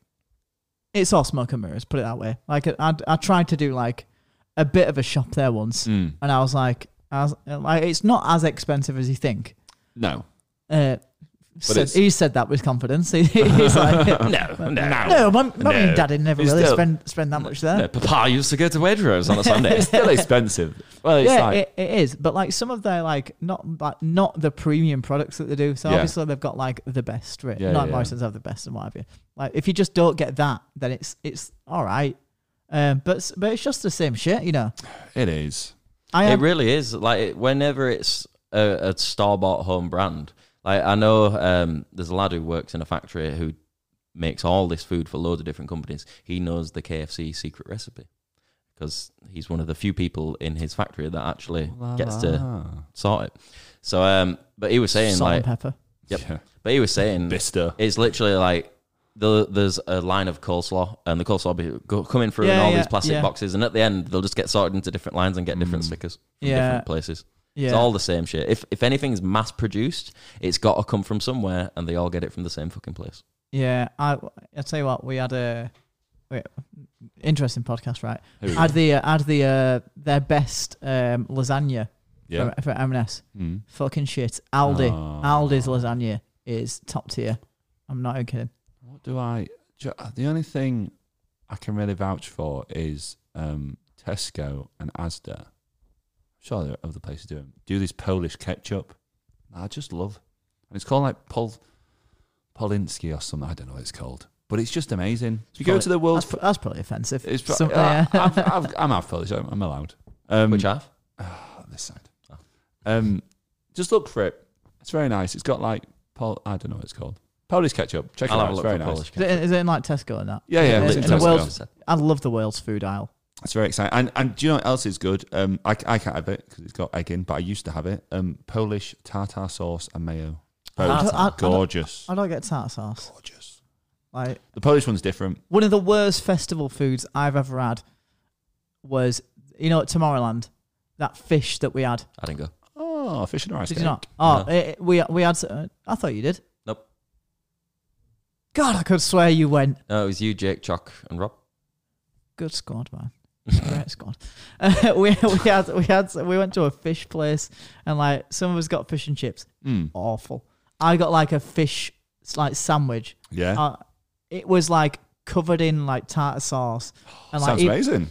[SPEAKER 2] it's all smoke and mirrors. Put it that way. Like I, I, I tried to do like a bit of a shop there once,
[SPEAKER 3] Hmm.
[SPEAKER 2] and I was like, I was, like, it's not as expensive as you think.
[SPEAKER 3] No.
[SPEAKER 2] Uh, said,
[SPEAKER 3] it's-
[SPEAKER 2] he said that with confidence. He, he's like,
[SPEAKER 1] No, no,
[SPEAKER 2] no, my mum
[SPEAKER 3] No.
[SPEAKER 2] and daddy never
[SPEAKER 3] It's
[SPEAKER 2] really
[SPEAKER 3] still-
[SPEAKER 2] spend spend that much there.
[SPEAKER 1] No, Papa used to go to Waitrose on a Sunday.
[SPEAKER 3] It's still expensive. Well, it's
[SPEAKER 2] yeah,
[SPEAKER 3] like
[SPEAKER 2] it, it is. But like some of their like not like not the premium products that they do. So
[SPEAKER 3] Yeah.
[SPEAKER 2] obviously they've got like the best. Right?
[SPEAKER 3] Yeah,
[SPEAKER 2] not
[SPEAKER 3] yeah,
[SPEAKER 2] Morrison's have the best and what have you. Like if you just don't get that, then it's it's all right. Um, but s- but it's just the same shit, you know.
[SPEAKER 3] it is.
[SPEAKER 2] I
[SPEAKER 1] It
[SPEAKER 2] had,
[SPEAKER 1] really is. Like it- whenever it's a, a store-bought home brand, like I know um, there's a lad who works in a factory who makes all this food for loads of different companies. He knows the KFC secret recipe because he's one of the few people in his factory that actually gets to
[SPEAKER 3] Ah.
[SPEAKER 1] sort it. So, um, but he was saying
[SPEAKER 2] salt
[SPEAKER 1] like,
[SPEAKER 2] and pepper.
[SPEAKER 1] Yep.
[SPEAKER 3] Yeah.
[SPEAKER 1] but he was saying
[SPEAKER 3] Bister.
[SPEAKER 1] it's literally like the, there's a line of coleslaw, and the coleslaw will be go, coming through in
[SPEAKER 2] Yeah,
[SPEAKER 1] all
[SPEAKER 2] yeah,
[SPEAKER 1] these plastic
[SPEAKER 2] yeah. Mm.
[SPEAKER 1] boxes, and at the end they'll just get sorted into different lines and get different stickers from
[SPEAKER 2] Yeah.
[SPEAKER 1] different places.
[SPEAKER 2] Yeah,
[SPEAKER 1] It's all the same shit. If if anything's mass produced, it's got to come from somewhere, and they all get it from the same fucking place.
[SPEAKER 2] yeah. I I tell you what, we had a wait, interesting podcast, right?
[SPEAKER 3] Here we
[SPEAKER 2] Had
[SPEAKER 3] go.
[SPEAKER 2] the uh, had the uh, their best um, lasagna
[SPEAKER 3] Yeah.
[SPEAKER 2] for, for M&S.
[SPEAKER 3] Mm.
[SPEAKER 2] Fucking shit. Aldi.
[SPEAKER 3] Oh.
[SPEAKER 2] Aldi's lasagna is top tier. I'm not even kidding.
[SPEAKER 3] What do I? do you- The only thing I can really vouch for is um, Tesco and Asda. I'm sure there are other places doing do this Polish ketchup. I just love, and it's called like Pol Polinski or something. I don't know what it's called, but it's just amazing. If you go
[SPEAKER 2] Probably-
[SPEAKER 3] to the world's,
[SPEAKER 2] That's, that's probably offensive.
[SPEAKER 3] it's pro-
[SPEAKER 2] Some-
[SPEAKER 3] I,
[SPEAKER 2] yeah.
[SPEAKER 3] I've, I've, I'm half Polish. I'm, I'm allowed. Um,
[SPEAKER 1] Which half?
[SPEAKER 3] on this side. Um, just look for it. It's very nice. It's got like Pol. I don't know what it's called. Polish ketchup. Check
[SPEAKER 1] I'll
[SPEAKER 3] it
[SPEAKER 1] have
[SPEAKER 3] out.
[SPEAKER 1] a
[SPEAKER 3] It's
[SPEAKER 1] look
[SPEAKER 3] very
[SPEAKER 1] for
[SPEAKER 3] nice.
[SPEAKER 1] Polish.
[SPEAKER 2] is, it, is it in like Tesco and that?
[SPEAKER 3] Yeah, yeah,
[SPEAKER 2] It's
[SPEAKER 3] it's
[SPEAKER 2] in the
[SPEAKER 3] Tesco.
[SPEAKER 2] world's, I love the world's food aisle.
[SPEAKER 3] It's very exciting. And and do you know what else is good? Um, I, I can't have it because it's got egg in, but I used to have it. Um, Polish tartar sauce and mayo.
[SPEAKER 2] I
[SPEAKER 3] Both
[SPEAKER 2] don't- I- I don't-
[SPEAKER 3] gorgeous,
[SPEAKER 2] I don't get tart sauce.
[SPEAKER 3] gorgeous.
[SPEAKER 2] Like
[SPEAKER 3] The Polish one's different.
[SPEAKER 2] one of the worst festival foods I've ever had was you know at Tomorrowland that fish that we had.
[SPEAKER 1] I didn't go.
[SPEAKER 3] Oh, fish and rice.
[SPEAKER 2] Did
[SPEAKER 3] cake.
[SPEAKER 2] you not? Oh,
[SPEAKER 1] No.
[SPEAKER 2] it, we we had. Uh, I thought you did.
[SPEAKER 1] Nope.
[SPEAKER 2] God, I could swear you went.
[SPEAKER 1] No, it was you, Jake, Chock, and Rob.
[SPEAKER 2] good squad, man. Great squad. Uh, we we had we had we went to a fish place and like some of us got fish and chips.
[SPEAKER 3] Mm.
[SPEAKER 2] Awful. I got like a fish s- like sandwich.
[SPEAKER 3] Yeah.
[SPEAKER 2] Uh, it was like covered in like tartar sauce, and like
[SPEAKER 3] Sounds
[SPEAKER 2] it,
[SPEAKER 3] amazing.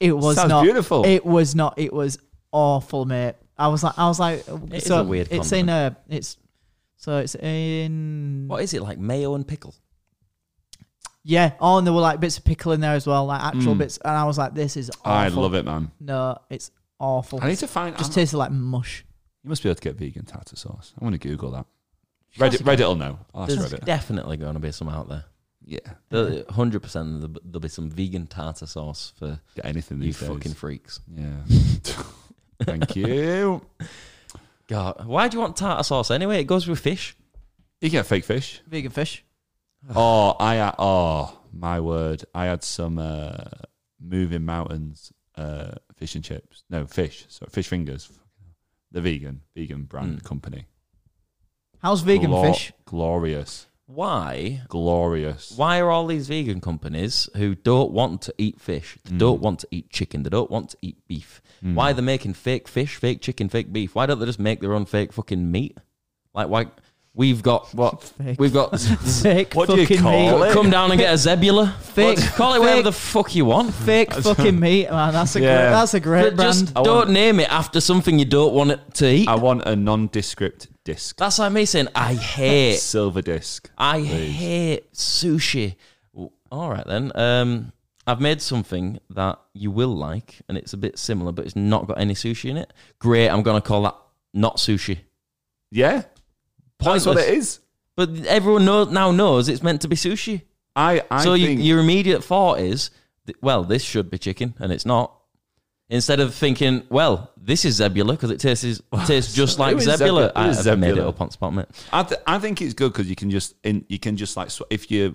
[SPEAKER 2] it was
[SPEAKER 3] Sounds
[SPEAKER 2] not
[SPEAKER 3] beautiful.
[SPEAKER 2] It was not. It was awful, mate. I was like, I was like,
[SPEAKER 1] It is
[SPEAKER 2] so
[SPEAKER 1] a weird
[SPEAKER 2] It's in a. It's so it's in.
[SPEAKER 1] What is it like? Mayo and pickle.
[SPEAKER 2] Yeah. Oh, and there were like bits of pickle in there as well, like actual
[SPEAKER 3] Mm.
[SPEAKER 2] bits. And I was like, this is. awful.
[SPEAKER 3] I love it, man.
[SPEAKER 2] No, it's awful.
[SPEAKER 3] I need to find.
[SPEAKER 2] Just
[SPEAKER 3] I'm-
[SPEAKER 2] tasted like mush.
[SPEAKER 3] you must be able to get vegan tartar sauce. I want to Google that.
[SPEAKER 2] Sure
[SPEAKER 3] Reddit,
[SPEAKER 2] you can.
[SPEAKER 3] Reddit will know. I'll ask
[SPEAKER 1] There's
[SPEAKER 3] Reddit.
[SPEAKER 1] definitely going to be some out there.
[SPEAKER 3] Yeah.
[SPEAKER 1] Hundred percent, there'll there'll be some vegan tartar sauce for
[SPEAKER 3] Get anything
[SPEAKER 1] you
[SPEAKER 3] these days.
[SPEAKER 1] fucking freaks.
[SPEAKER 3] Yeah. Thank you.
[SPEAKER 1] God, why do you want tartar sauce anyway? It goes with fish.
[SPEAKER 3] You can get fake fish.
[SPEAKER 2] Vegan fish.
[SPEAKER 3] Oh, I had, oh my word! I had some uh, moving mountains uh, fish and chips. No fish, sorry, fish fingers. The vegan vegan brand
[SPEAKER 1] Mm.
[SPEAKER 3] company.
[SPEAKER 2] How's vegan
[SPEAKER 3] Glo-
[SPEAKER 2] fish?
[SPEAKER 3] Glorious,
[SPEAKER 1] Why?
[SPEAKER 3] glorious.
[SPEAKER 1] Why are all these vegan companies who don't want to eat fish, they
[SPEAKER 2] Mm.
[SPEAKER 1] don't want to eat chicken, they don't want to eat beef? Why are they making fake fish, fake chicken, fake beef? Why don't they just make their own fake fucking meat? Like why we've got what
[SPEAKER 2] Fake.
[SPEAKER 1] we've got.
[SPEAKER 2] Fake
[SPEAKER 3] What do you
[SPEAKER 2] fucking
[SPEAKER 3] call
[SPEAKER 2] meat.
[SPEAKER 3] it?
[SPEAKER 1] Come down and get a zebula.
[SPEAKER 2] Fake-
[SPEAKER 1] What- call it whatever
[SPEAKER 2] fake-
[SPEAKER 1] the fuck you want.
[SPEAKER 2] Fake fucking meat, man. That's a great,
[SPEAKER 3] Yeah.
[SPEAKER 2] that's a great
[SPEAKER 1] But
[SPEAKER 2] brand.
[SPEAKER 1] just
[SPEAKER 3] I
[SPEAKER 1] don't
[SPEAKER 3] want-
[SPEAKER 1] name it after something you don't want it to eat.
[SPEAKER 3] I want a nondescript disc,
[SPEAKER 1] That's like me saying I hate,
[SPEAKER 3] silver disc.
[SPEAKER 1] I
[SPEAKER 3] please.
[SPEAKER 1] hate sushi. W- All right then. Um, I've made something that you will like, and it's a bit similar, but it's not got any sushi in it. Great, I'm gonna call that not sushi.
[SPEAKER 3] Yeah, that's what
[SPEAKER 1] Pointless.
[SPEAKER 3] it is.
[SPEAKER 1] But everyone knows, now knows it's meant to be sushi.
[SPEAKER 3] I I
[SPEAKER 1] so you,
[SPEAKER 3] think
[SPEAKER 1] your immediate thought is, th- well, this should be chicken, and it's not. Instead of thinking, well, this is Zebula because it tastes tastes just like
[SPEAKER 3] Who is
[SPEAKER 1] Zebula.
[SPEAKER 3] Zebula? Who is
[SPEAKER 1] I've made it
[SPEAKER 3] Zebula?
[SPEAKER 1] up on the spot, mate.
[SPEAKER 3] I, th- I think it's good because you can just in you can just like sw- if you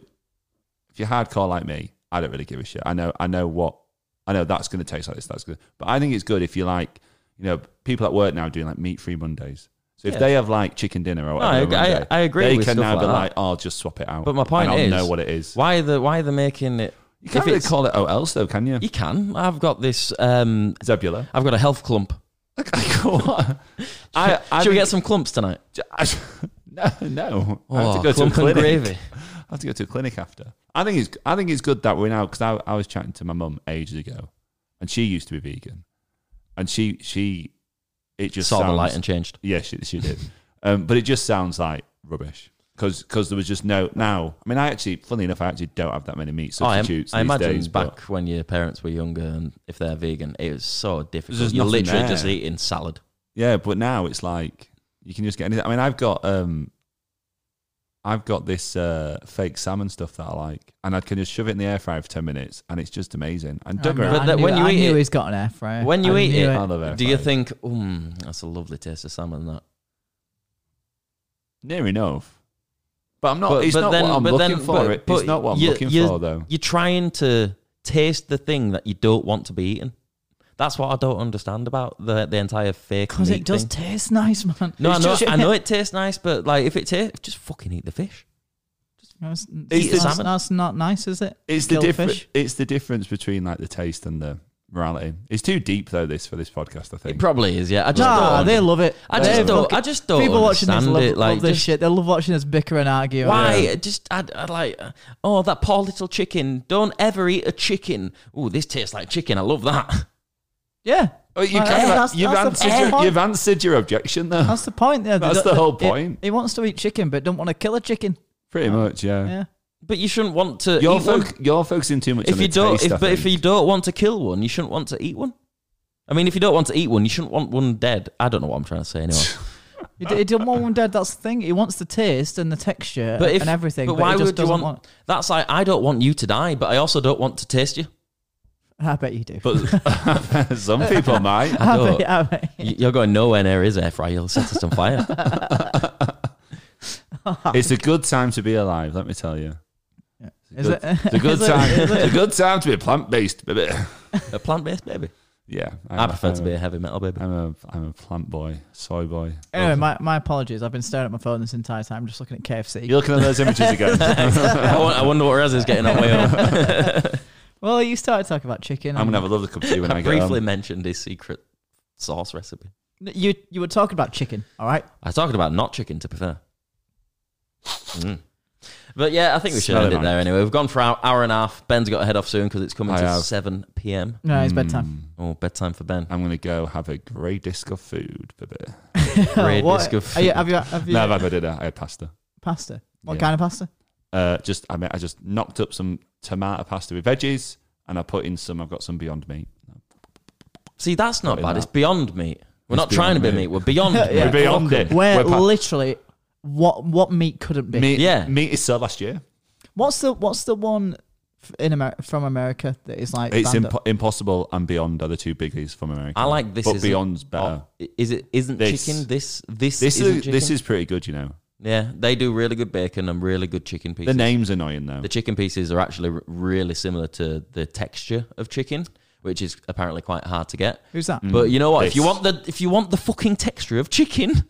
[SPEAKER 3] if you're hardcore like me, I don't really give a shit. I know I know what I know that's going to taste like this. That's good, but I think it's good if you like you know people at work now doing like meat free Mondays. So if
[SPEAKER 1] Yeah.
[SPEAKER 3] they have like chicken dinner or whatever,
[SPEAKER 1] I
[SPEAKER 3] on
[SPEAKER 1] ag- I-
[SPEAKER 3] Monday,
[SPEAKER 1] I agree
[SPEAKER 3] They
[SPEAKER 1] with
[SPEAKER 3] can
[SPEAKER 1] stuff
[SPEAKER 3] now
[SPEAKER 1] like
[SPEAKER 3] be
[SPEAKER 1] that.
[SPEAKER 3] like, "Oh, just swap it out."
[SPEAKER 1] But my point
[SPEAKER 3] and I'll
[SPEAKER 1] is,
[SPEAKER 3] know what it is.
[SPEAKER 1] Why are they Why are they making it?
[SPEAKER 3] You can't
[SPEAKER 1] if
[SPEAKER 3] really
[SPEAKER 1] it's-
[SPEAKER 3] call it oh else though, can you?
[SPEAKER 1] you can. I've got this. Um,
[SPEAKER 3] Zebula.
[SPEAKER 1] I've got a health clump.
[SPEAKER 3] I, I
[SPEAKER 1] Should we
[SPEAKER 3] think-
[SPEAKER 1] get some clumps tonight?
[SPEAKER 3] I, no, no. I have
[SPEAKER 1] Oh,
[SPEAKER 3] to go to a
[SPEAKER 1] clump and
[SPEAKER 3] clinic.
[SPEAKER 1] gravy.
[SPEAKER 3] I have to go to a clinic after. I think it's I think it's good that we're now because I, I was chatting to my mum ages ago, and she used to be vegan, and she she it just
[SPEAKER 1] Saw
[SPEAKER 3] sounds,
[SPEAKER 1] the light and changed.
[SPEAKER 3] yeah she, she did, um, but it just sounds like rubbish because there was just no now. I mean, I actually, funny enough, I actually don't have that many meat
[SPEAKER 1] Oh, I,
[SPEAKER 3] substitutes.
[SPEAKER 1] I
[SPEAKER 3] these
[SPEAKER 1] imagine
[SPEAKER 3] days,
[SPEAKER 1] back
[SPEAKER 3] but
[SPEAKER 1] when your parents were younger and if they're vegan, it was so difficult.
[SPEAKER 3] There's
[SPEAKER 1] You're
[SPEAKER 3] nothing
[SPEAKER 1] literally
[SPEAKER 3] there.
[SPEAKER 1] just eating salad.
[SPEAKER 3] yeah, but now it's like you can just get anything. I mean, I've got um. I've got this uh, fake salmon stuff that I like, and I can just shove it in the air fryer for ten minutes, and it's just amazing. And
[SPEAKER 2] I
[SPEAKER 3] don't get me
[SPEAKER 2] know,
[SPEAKER 3] wrong,
[SPEAKER 1] But
[SPEAKER 2] I
[SPEAKER 1] that-
[SPEAKER 2] knew
[SPEAKER 1] when
[SPEAKER 2] it.
[SPEAKER 1] you
[SPEAKER 2] I
[SPEAKER 1] eat
[SPEAKER 2] knew
[SPEAKER 1] it-
[SPEAKER 2] he's got an air fryer.
[SPEAKER 1] When you
[SPEAKER 2] I
[SPEAKER 1] eat
[SPEAKER 2] knew
[SPEAKER 1] it,
[SPEAKER 3] I love air
[SPEAKER 1] Do you
[SPEAKER 3] fryers.
[SPEAKER 1] think, um, that's a lovely taste of salmon? That,
[SPEAKER 3] Near enough. But I'm not. it's not what I'm
[SPEAKER 1] but
[SPEAKER 3] looking
[SPEAKER 1] then-
[SPEAKER 3] for.
[SPEAKER 1] but-
[SPEAKER 3] It-
[SPEAKER 1] but
[SPEAKER 3] it's not what I'm
[SPEAKER 1] you-
[SPEAKER 3] looking
[SPEAKER 1] you-
[SPEAKER 3] for, though.
[SPEAKER 1] You're trying to taste the thing that you don't want to be eating. That's what I don't understand about the the entire fake.
[SPEAKER 2] Because it
[SPEAKER 1] meat
[SPEAKER 2] does
[SPEAKER 1] thing.
[SPEAKER 2] taste nice, man.
[SPEAKER 1] no, I
[SPEAKER 2] It's
[SPEAKER 1] know,
[SPEAKER 2] just-
[SPEAKER 1] I know it tastes nice, but like if it tastes, just fucking eat the fish.
[SPEAKER 2] That's,
[SPEAKER 3] It's
[SPEAKER 2] that's-
[SPEAKER 1] the-
[SPEAKER 2] that's not nice, is it?
[SPEAKER 3] It's the
[SPEAKER 2] Kill
[SPEAKER 3] difference.
[SPEAKER 2] fish.
[SPEAKER 3] It's the difference between like the taste and the morality. It's too deep though. This for this podcast, I
[SPEAKER 1] It
[SPEAKER 3] think.
[SPEAKER 1] probably is, yeah. I just
[SPEAKER 2] Nah,
[SPEAKER 1] don't.
[SPEAKER 2] they love it.
[SPEAKER 1] I
[SPEAKER 2] They
[SPEAKER 1] just don't-
[SPEAKER 2] fucking-
[SPEAKER 1] I just don't
[SPEAKER 2] People watching this
[SPEAKER 1] understand
[SPEAKER 2] love,
[SPEAKER 1] it,
[SPEAKER 2] love
[SPEAKER 1] like,
[SPEAKER 2] this
[SPEAKER 1] just-
[SPEAKER 2] shit. They love watching us bicker and argue.
[SPEAKER 1] Why?
[SPEAKER 2] Yeah.
[SPEAKER 1] It Just I'd, I'd like, uh, oh, that poor little chicken. Don't ever eat a chicken. Oh, this tastes like chicken. I love that.
[SPEAKER 2] Yeah.
[SPEAKER 3] Oh, you
[SPEAKER 2] Like,
[SPEAKER 3] kind of-
[SPEAKER 2] that's-
[SPEAKER 3] you've
[SPEAKER 2] that's the
[SPEAKER 3] answered.
[SPEAKER 2] point.
[SPEAKER 3] Your, you've answered your objection though.
[SPEAKER 2] That's the point. Yeah,
[SPEAKER 3] That's the whole point.
[SPEAKER 2] He, wants to eat chicken, but don't want to kill a chicken.
[SPEAKER 3] Pretty much, yeah.
[SPEAKER 2] Yeah.
[SPEAKER 1] But you shouldn't want to.
[SPEAKER 3] You're
[SPEAKER 1] eat one.
[SPEAKER 3] foc- you're focusing too much
[SPEAKER 1] if
[SPEAKER 3] on
[SPEAKER 1] you
[SPEAKER 3] the
[SPEAKER 1] don't,
[SPEAKER 3] taste. I
[SPEAKER 1] if, but if
[SPEAKER 3] think.
[SPEAKER 1] you don't want to kill one, you shouldn't want to eat one. I mean, if you don't want to eat one, you shouldn't want one dead. I don't know what I'm trying to say anyway.
[SPEAKER 2] He, d- he didn't want one dead. That's the thing. He wants the taste and the texture
[SPEAKER 1] But if
[SPEAKER 2] and everything.
[SPEAKER 1] but
[SPEAKER 2] he
[SPEAKER 1] why
[SPEAKER 2] just
[SPEAKER 1] would you
[SPEAKER 2] doesn't
[SPEAKER 1] want,
[SPEAKER 2] want?
[SPEAKER 1] That's like I don't want you to die, but I also don't want to taste you.
[SPEAKER 2] I bet you do.
[SPEAKER 3] but some people might.
[SPEAKER 1] I
[SPEAKER 2] I
[SPEAKER 1] don't.
[SPEAKER 2] bet, I bet.
[SPEAKER 1] Y- You're going nowhere near his air fryer. You'll set us on fire.
[SPEAKER 3] It's a good time to be alive. Let me tell you.
[SPEAKER 2] Is it?
[SPEAKER 3] It's a good
[SPEAKER 2] Is it-
[SPEAKER 3] time.
[SPEAKER 2] is it-
[SPEAKER 3] It's a good time to be plant based.
[SPEAKER 1] a plant-based baby.
[SPEAKER 3] yeah, I'm
[SPEAKER 1] I
[SPEAKER 3] a-
[SPEAKER 1] prefer to
[SPEAKER 3] I'm
[SPEAKER 1] be
[SPEAKER 3] a-
[SPEAKER 1] a heavy metal baby.
[SPEAKER 3] I'm a I'm a plant boy, soy boy.
[SPEAKER 2] Anyway, my, my apologies. I've been staring at my phone this entire time, just looking at KFC.
[SPEAKER 3] You're looking at those images again.
[SPEAKER 1] I, won- I wonder what Rez is getting on way up.
[SPEAKER 2] Well, you started talking about chicken.
[SPEAKER 3] I'm gonna have a lovely cup of tea when I,
[SPEAKER 1] I
[SPEAKER 3] get home.
[SPEAKER 1] briefly mentioned his secret sauce recipe.
[SPEAKER 2] N- You you were talking about chicken, all right?
[SPEAKER 1] I was talking about not chicken, to be fair. Mm. But yeah, I think we should
[SPEAKER 3] Smell
[SPEAKER 1] end
[SPEAKER 3] it,
[SPEAKER 1] it there
[SPEAKER 3] Mike.
[SPEAKER 1] anyway. We've gone for our hour and a half. Ben's got to head off soon because it's coming
[SPEAKER 3] I
[SPEAKER 1] to
[SPEAKER 3] have.
[SPEAKER 1] 7 p.m.
[SPEAKER 2] No, it's bedtime.
[SPEAKER 3] Hmm,
[SPEAKER 1] Oh, bedtime for Ben.
[SPEAKER 3] I'm gonna go have a great disc of food, baby.
[SPEAKER 1] Great
[SPEAKER 2] What-
[SPEAKER 1] disc of
[SPEAKER 2] Are you, have you have you
[SPEAKER 3] No, I've had dinner. I had pasta.
[SPEAKER 2] pasta? What
[SPEAKER 3] Yeah.
[SPEAKER 2] kind of pasta?
[SPEAKER 3] Uh, just I mean, I just knocked up some tomato pasta with veggies, and I put in some. I've got some Beyond Meat.
[SPEAKER 1] See, that's not
[SPEAKER 3] Not in
[SPEAKER 1] bad.
[SPEAKER 3] that.
[SPEAKER 1] It's beyond meat. We're
[SPEAKER 3] It's
[SPEAKER 1] not trying to be
[SPEAKER 3] beyond
[SPEAKER 1] meat.
[SPEAKER 3] meat.
[SPEAKER 1] We're beyond meat.
[SPEAKER 3] We're beyond it.
[SPEAKER 2] Where
[SPEAKER 3] We're pa-
[SPEAKER 2] literally, what what meat couldn't be?
[SPEAKER 3] meat,
[SPEAKER 1] Yeah.
[SPEAKER 3] meat is so last year.
[SPEAKER 2] What's the what's the one f- in America from America that is like?
[SPEAKER 3] It's
[SPEAKER 2] banned
[SPEAKER 3] impo- impossible and Beyond are the two biggies from America.
[SPEAKER 1] I like this.
[SPEAKER 3] but
[SPEAKER 1] isn't-
[SPEAKER 3] Beyond's better.
[SPEAKER 1] oh, is it? Isn't
[SPEAKER 3] This.
[SPEAKER 1] chicken this? This,
[SPEAKER 3] This
[SPEAKER 1] isn't
[SPEAKER 3] is
[SPEAKER 1] chicken?
[SPEAKER 3] this is pretty good, you know.
[SPEAKER 1] Yeah, they do really good bacon and really good chicken pieces.
[SPEAKER 3] The name's annoying though.
[SPEAKER 1] The chicken pieces are actually r- really similar to the texture of chicken, which is apparently quite hard to get.
[SPEAKER 2] Who's that?
[SPEAKER 3] Mm.
[SPEAKER 1] But you know what? If you
[SPEAKER 3] This.
[SPEAKER 1] want the if you want the fucking texture of chicken,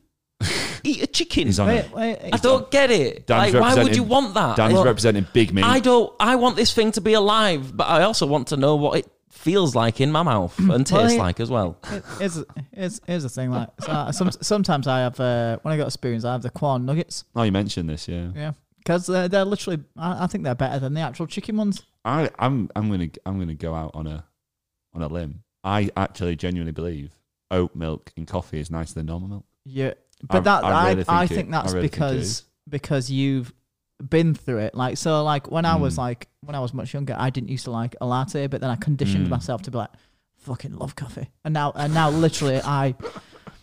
[SPEAKER 1] eat a chicken.
[SPEAKER 3] He's on
[SPEAKER 2] Wait,
[SPEAKER 3] it.
[SPEAKER 2] wait,
[SPEAKER 1] I don't get it. Like,
[SPEAKER 3] Dan's
[SPEAKER 1] why would
[SPEAKER 3] representing-
[SPEAKER 1] you want that?
[SPEAKER 3] Dan's
[SPEAKER 1] Well,
[SPEAKER 3] representing big meat.
[SPEAKER 1] I don't. I want this thing to be alive, but I also want to know what it feels like in my mouth
[SPEAKER 3] Mm.
[SPEAKER 1] and
[SPEAKER 2] Well,
[SPEAKER 1] tastes
[SPEAKER 2] yeah.
[SPEAKER 1] like as well.
[SPEAKER 2] Here's, here's, here's the thing, like so I- some, sometimes I have uh, when I got spoons, I have the corn nuggets,
[SPEAKER 3] oh, you mentioned this, yeah.
[SPEAKER 2] yeah, because they're, they're literally, I, I think they're better than the actual chicken ones.
[SPEAKER 3] I, I'm I'm gonna I'm gonna go out on a on a limb. I actually genuinely believe oat milk in coffee is nicer than normal milk.
[SPEAKER 2] Yeah, but
[SPEAKER 3] I-
[SPEAKER 2] that I,
[SPEAKER 3] I
[SPEAKER 2] I,
[SPEAKER 3] really
[SPEAKER 2] think,
[SPEAKER 3] think it- I
[SPEAKER 2] that's
[SPEAKER 3] really think it
[SPEAKER 2] because
[SPEAKER 3] is.
[SPEAKER 2] because you've been through it. Like so, like when I was
[SPEAKER 3] Mm.
[SPEAKER 2] like when I was much younger, I didn't used to like a latte, but then I conditioned
[SPEAKER 3] Mm.
[SPEAKER 2] myself to be like, fucking love coffee, and now and now literally I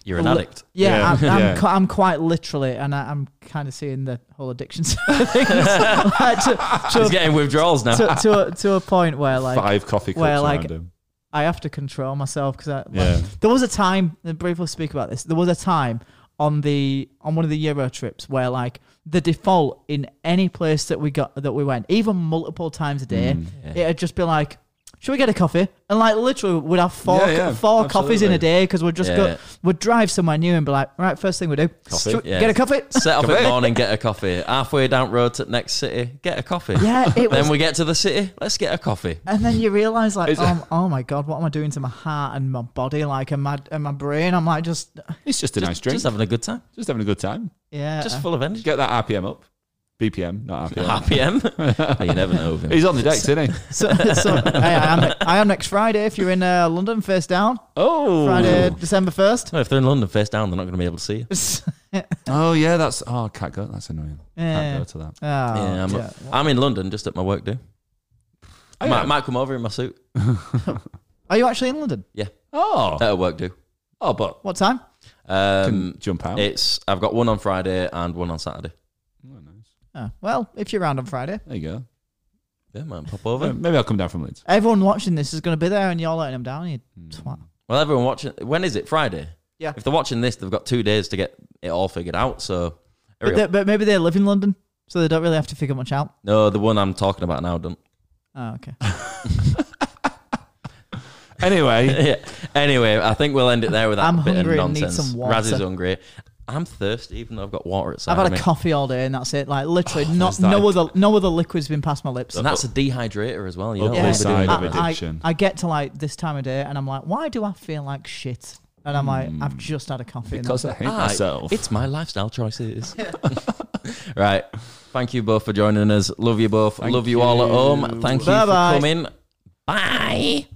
[SPEAKER 1] You're an
[SPEAKER 2] Well,
[SPEAKER 1] addict.
[SPEAKER 2] Yeah,
[SPEAKER 3] Yeah.
[SPEAKER 2] I'm, I'm,
[SPEAKER 3] Yeah.
[SPEAKER 2] qui- I'm quite literally, and I, I'm kind of seeing the whole addiction side of things like, to,
[SPEAKER 1] He's
[SPEAKER 2] to,
[SPEAKER 1] getting withdrawals now.
[SPEAKER 2] to, to, a, to a point where like
[SPEAKER 3] Five coffee cups
[SPEAKER 2] where, like-
[SPEAKER 3] around him.
[SPEAKER 2] I have to control myself because like,
[SPEAKER 3] Yeah.
[SPEAKER 2] there was a time. and Briefly speak about this. There was a time on the on one of the Euro trips where like the default in any place that we got that we went, even multiple times a day,
[SPEAKER 3] Mm.
[SPEAKER 2] it'd just be like. Should we get a coffee? And like literally, we'd have four
[SPEAKER 3] Yeah, yeah,
[SPEAKER 2] four coffees in a
[SPEAKER 3] absolutely.
[SPEAKER 2] day because we'd just
[SPEAKER 1] Yeah.
[SPEAKER 2] go, we'd drive somewhere new and be like, right, first thing we do,
[SPEAKER 3] Coffee,
[SPEAKER 2] should we
[SPEAKER 1] yeah.
[SPEAKER 2] get a coffee.
[SPEAKER 1] Set off at morning, get a coffee. Halfway down road to the next city, get a coffee.
[SPEAKER 2] Yeah, it was.
[SPEAKER 1] Then we get to the city. Let's get a coffee.
[SPEAKER 2] and then you realize, like,
[SPEAKER 3] It's-
[SPEAKER 2] oh, oh my god, what am I doing to my heart and my body, like, and my and my brain? I'm like, just
[SPEAKER 3] It's just a nice drink.
[SPEAKER 1] Just
[SPEAKER 3] Just,
[SPEAKER 1] having a good time.
[SPEAKER 3] having a good time.
[SPEAKER 2] yeah.
[SPEAKER 1] Just full of energy.
[SPEAKER 3] Get that RPM up. BPM, not RPM.
[SPEAKER 1] RPM. you never know. with him.
[SPEAKER 3] He's on the decks, isn't he?
[SPEAKER 2] so, so, hey, I am, I am next Friday if you're in uh, London, face down,
[SPEAKER 3] Oh,
[SPEAKER 2] Friday, December first.
[SPEAKER 1] No, if they're in London face down, they're not going to be able to see you.
[SPEAKER 3] Oh yeah, that's oh I can't go. That's annoying.
[SPEAKER 2] Yeah.
[SPEAKER 3] Can't go to that.
[SPEAKER 1] yeah, I'm,
[SPEAKER 2] Oh, yeah.
[SPEAKER 1] Um, I'm in London just at my work do.
[SPEAKER 3] Oh,
[SPEAKER 1] Might,
[SPEAKER 3] yeah.
[SPEAKER 1] might come over in my suit
[SPEAKER 2] Are you actually in London?
[SPEAKER 3] oh,
[SPEAKER 1] at a work do.
[SPEAKER 3] oh, but
[SPEAKER 2] What time? Uh,
[SPEAKER 3] can
[SPEAKER 1] uh, Um,
[SPEAKER 3] jump out.
[SPEAKER 1] it's I've got one on Friday and one on Saturday.
[SPEAKER 3] Oh, nice.
[SPEAKER 2] Oh, well, if you're around on Friday,
[SPEAKER 3] There you go.
[SPEAKER 1] Yeah, might pop over.
[SPEAKER 3] Well, Maybe I'll come down from Leeds.
[SPEAKER 2] everyone watching this is going to be there, and you're letting them down. You
[SPEAKER 1] Hmm.
[SPEAKER 2] twat.
[SPEAKER 1] Well, everyone watching. When is it? Friday.
[SPEAKER 2] Yeah.
[SPEAKER 1] If they're watching this, they've got two days to get it all figured out. So, hurry
[SPEAKER 2] But,
[SPEAKER 1] up.
[SPEAKER 2] they, but maybe they live in London, so they don't really have to figure much out.
[SPEAKER 1] no, the one I'm talking about now don't.
[SPEAKER 2] Oh, okay.
[SPEAKER 3] Anyway,
[SPEAKER 1] yeah. Anyway, I think we'll end it there with that
[SPEAKER 2] I'm
[SPEAKER 1] bit
[SPEAKER 2] hungry
[SPEAKER 1] of
[SPEAKER 2] and need
[SPEAKER 1] nonsense.
[SPEAKER 2] some water.
[SPEAKER 1] Raz is hungry. I'm thirsty, even though I've got water at
[SPEAKER 2] I've had
[SPEAKER 1] me.
[SPEAKER 2] a coffee all day, and that's it. Like literally, not
[SPEAKER 3] there's that.
[SPEAKER 2] no other no other liquid's been past my lips.
[SPEAKER 1] and that's a dehydrator as well. You
[SPEAKER 3] Up
[SPEAKER 1] don't
[SPEAKER 3] Yeah.
[SPEAKER 1] wanna
[SPEAKER 3] this
[SPEAKER 1] be doing
[SPEAKER 3] side
[SPEAKER 1] that.
[SPEAKER 3] of
[SPEAKER 2] Oh, I,
[SPEAKER 3] addiction.
[SPEAKER 2] I, I get to like this time of day, and I'm like, why do I feel like shit? And I'm like, I've just had a coffee. and
[SPEAKER 3] Hmm. because I
[SPEAKER 2] that's
[SPEAKER 3] hate
[SPEAKER 1] Ah,
[SPEAKER 3] myself.
[SPEAKER 1] It's my lifestyle choices. right. Thank you both for joining us. Love you both.
[SPEAKER 3] Thank
[SPEAKER 1] Love you all at home.
[SPEAKER 3] you.
[SPEAKER 1] Thank you for
[SPEAKER 2] Bye-bye.
[SPEAKER 1] coming. Bye.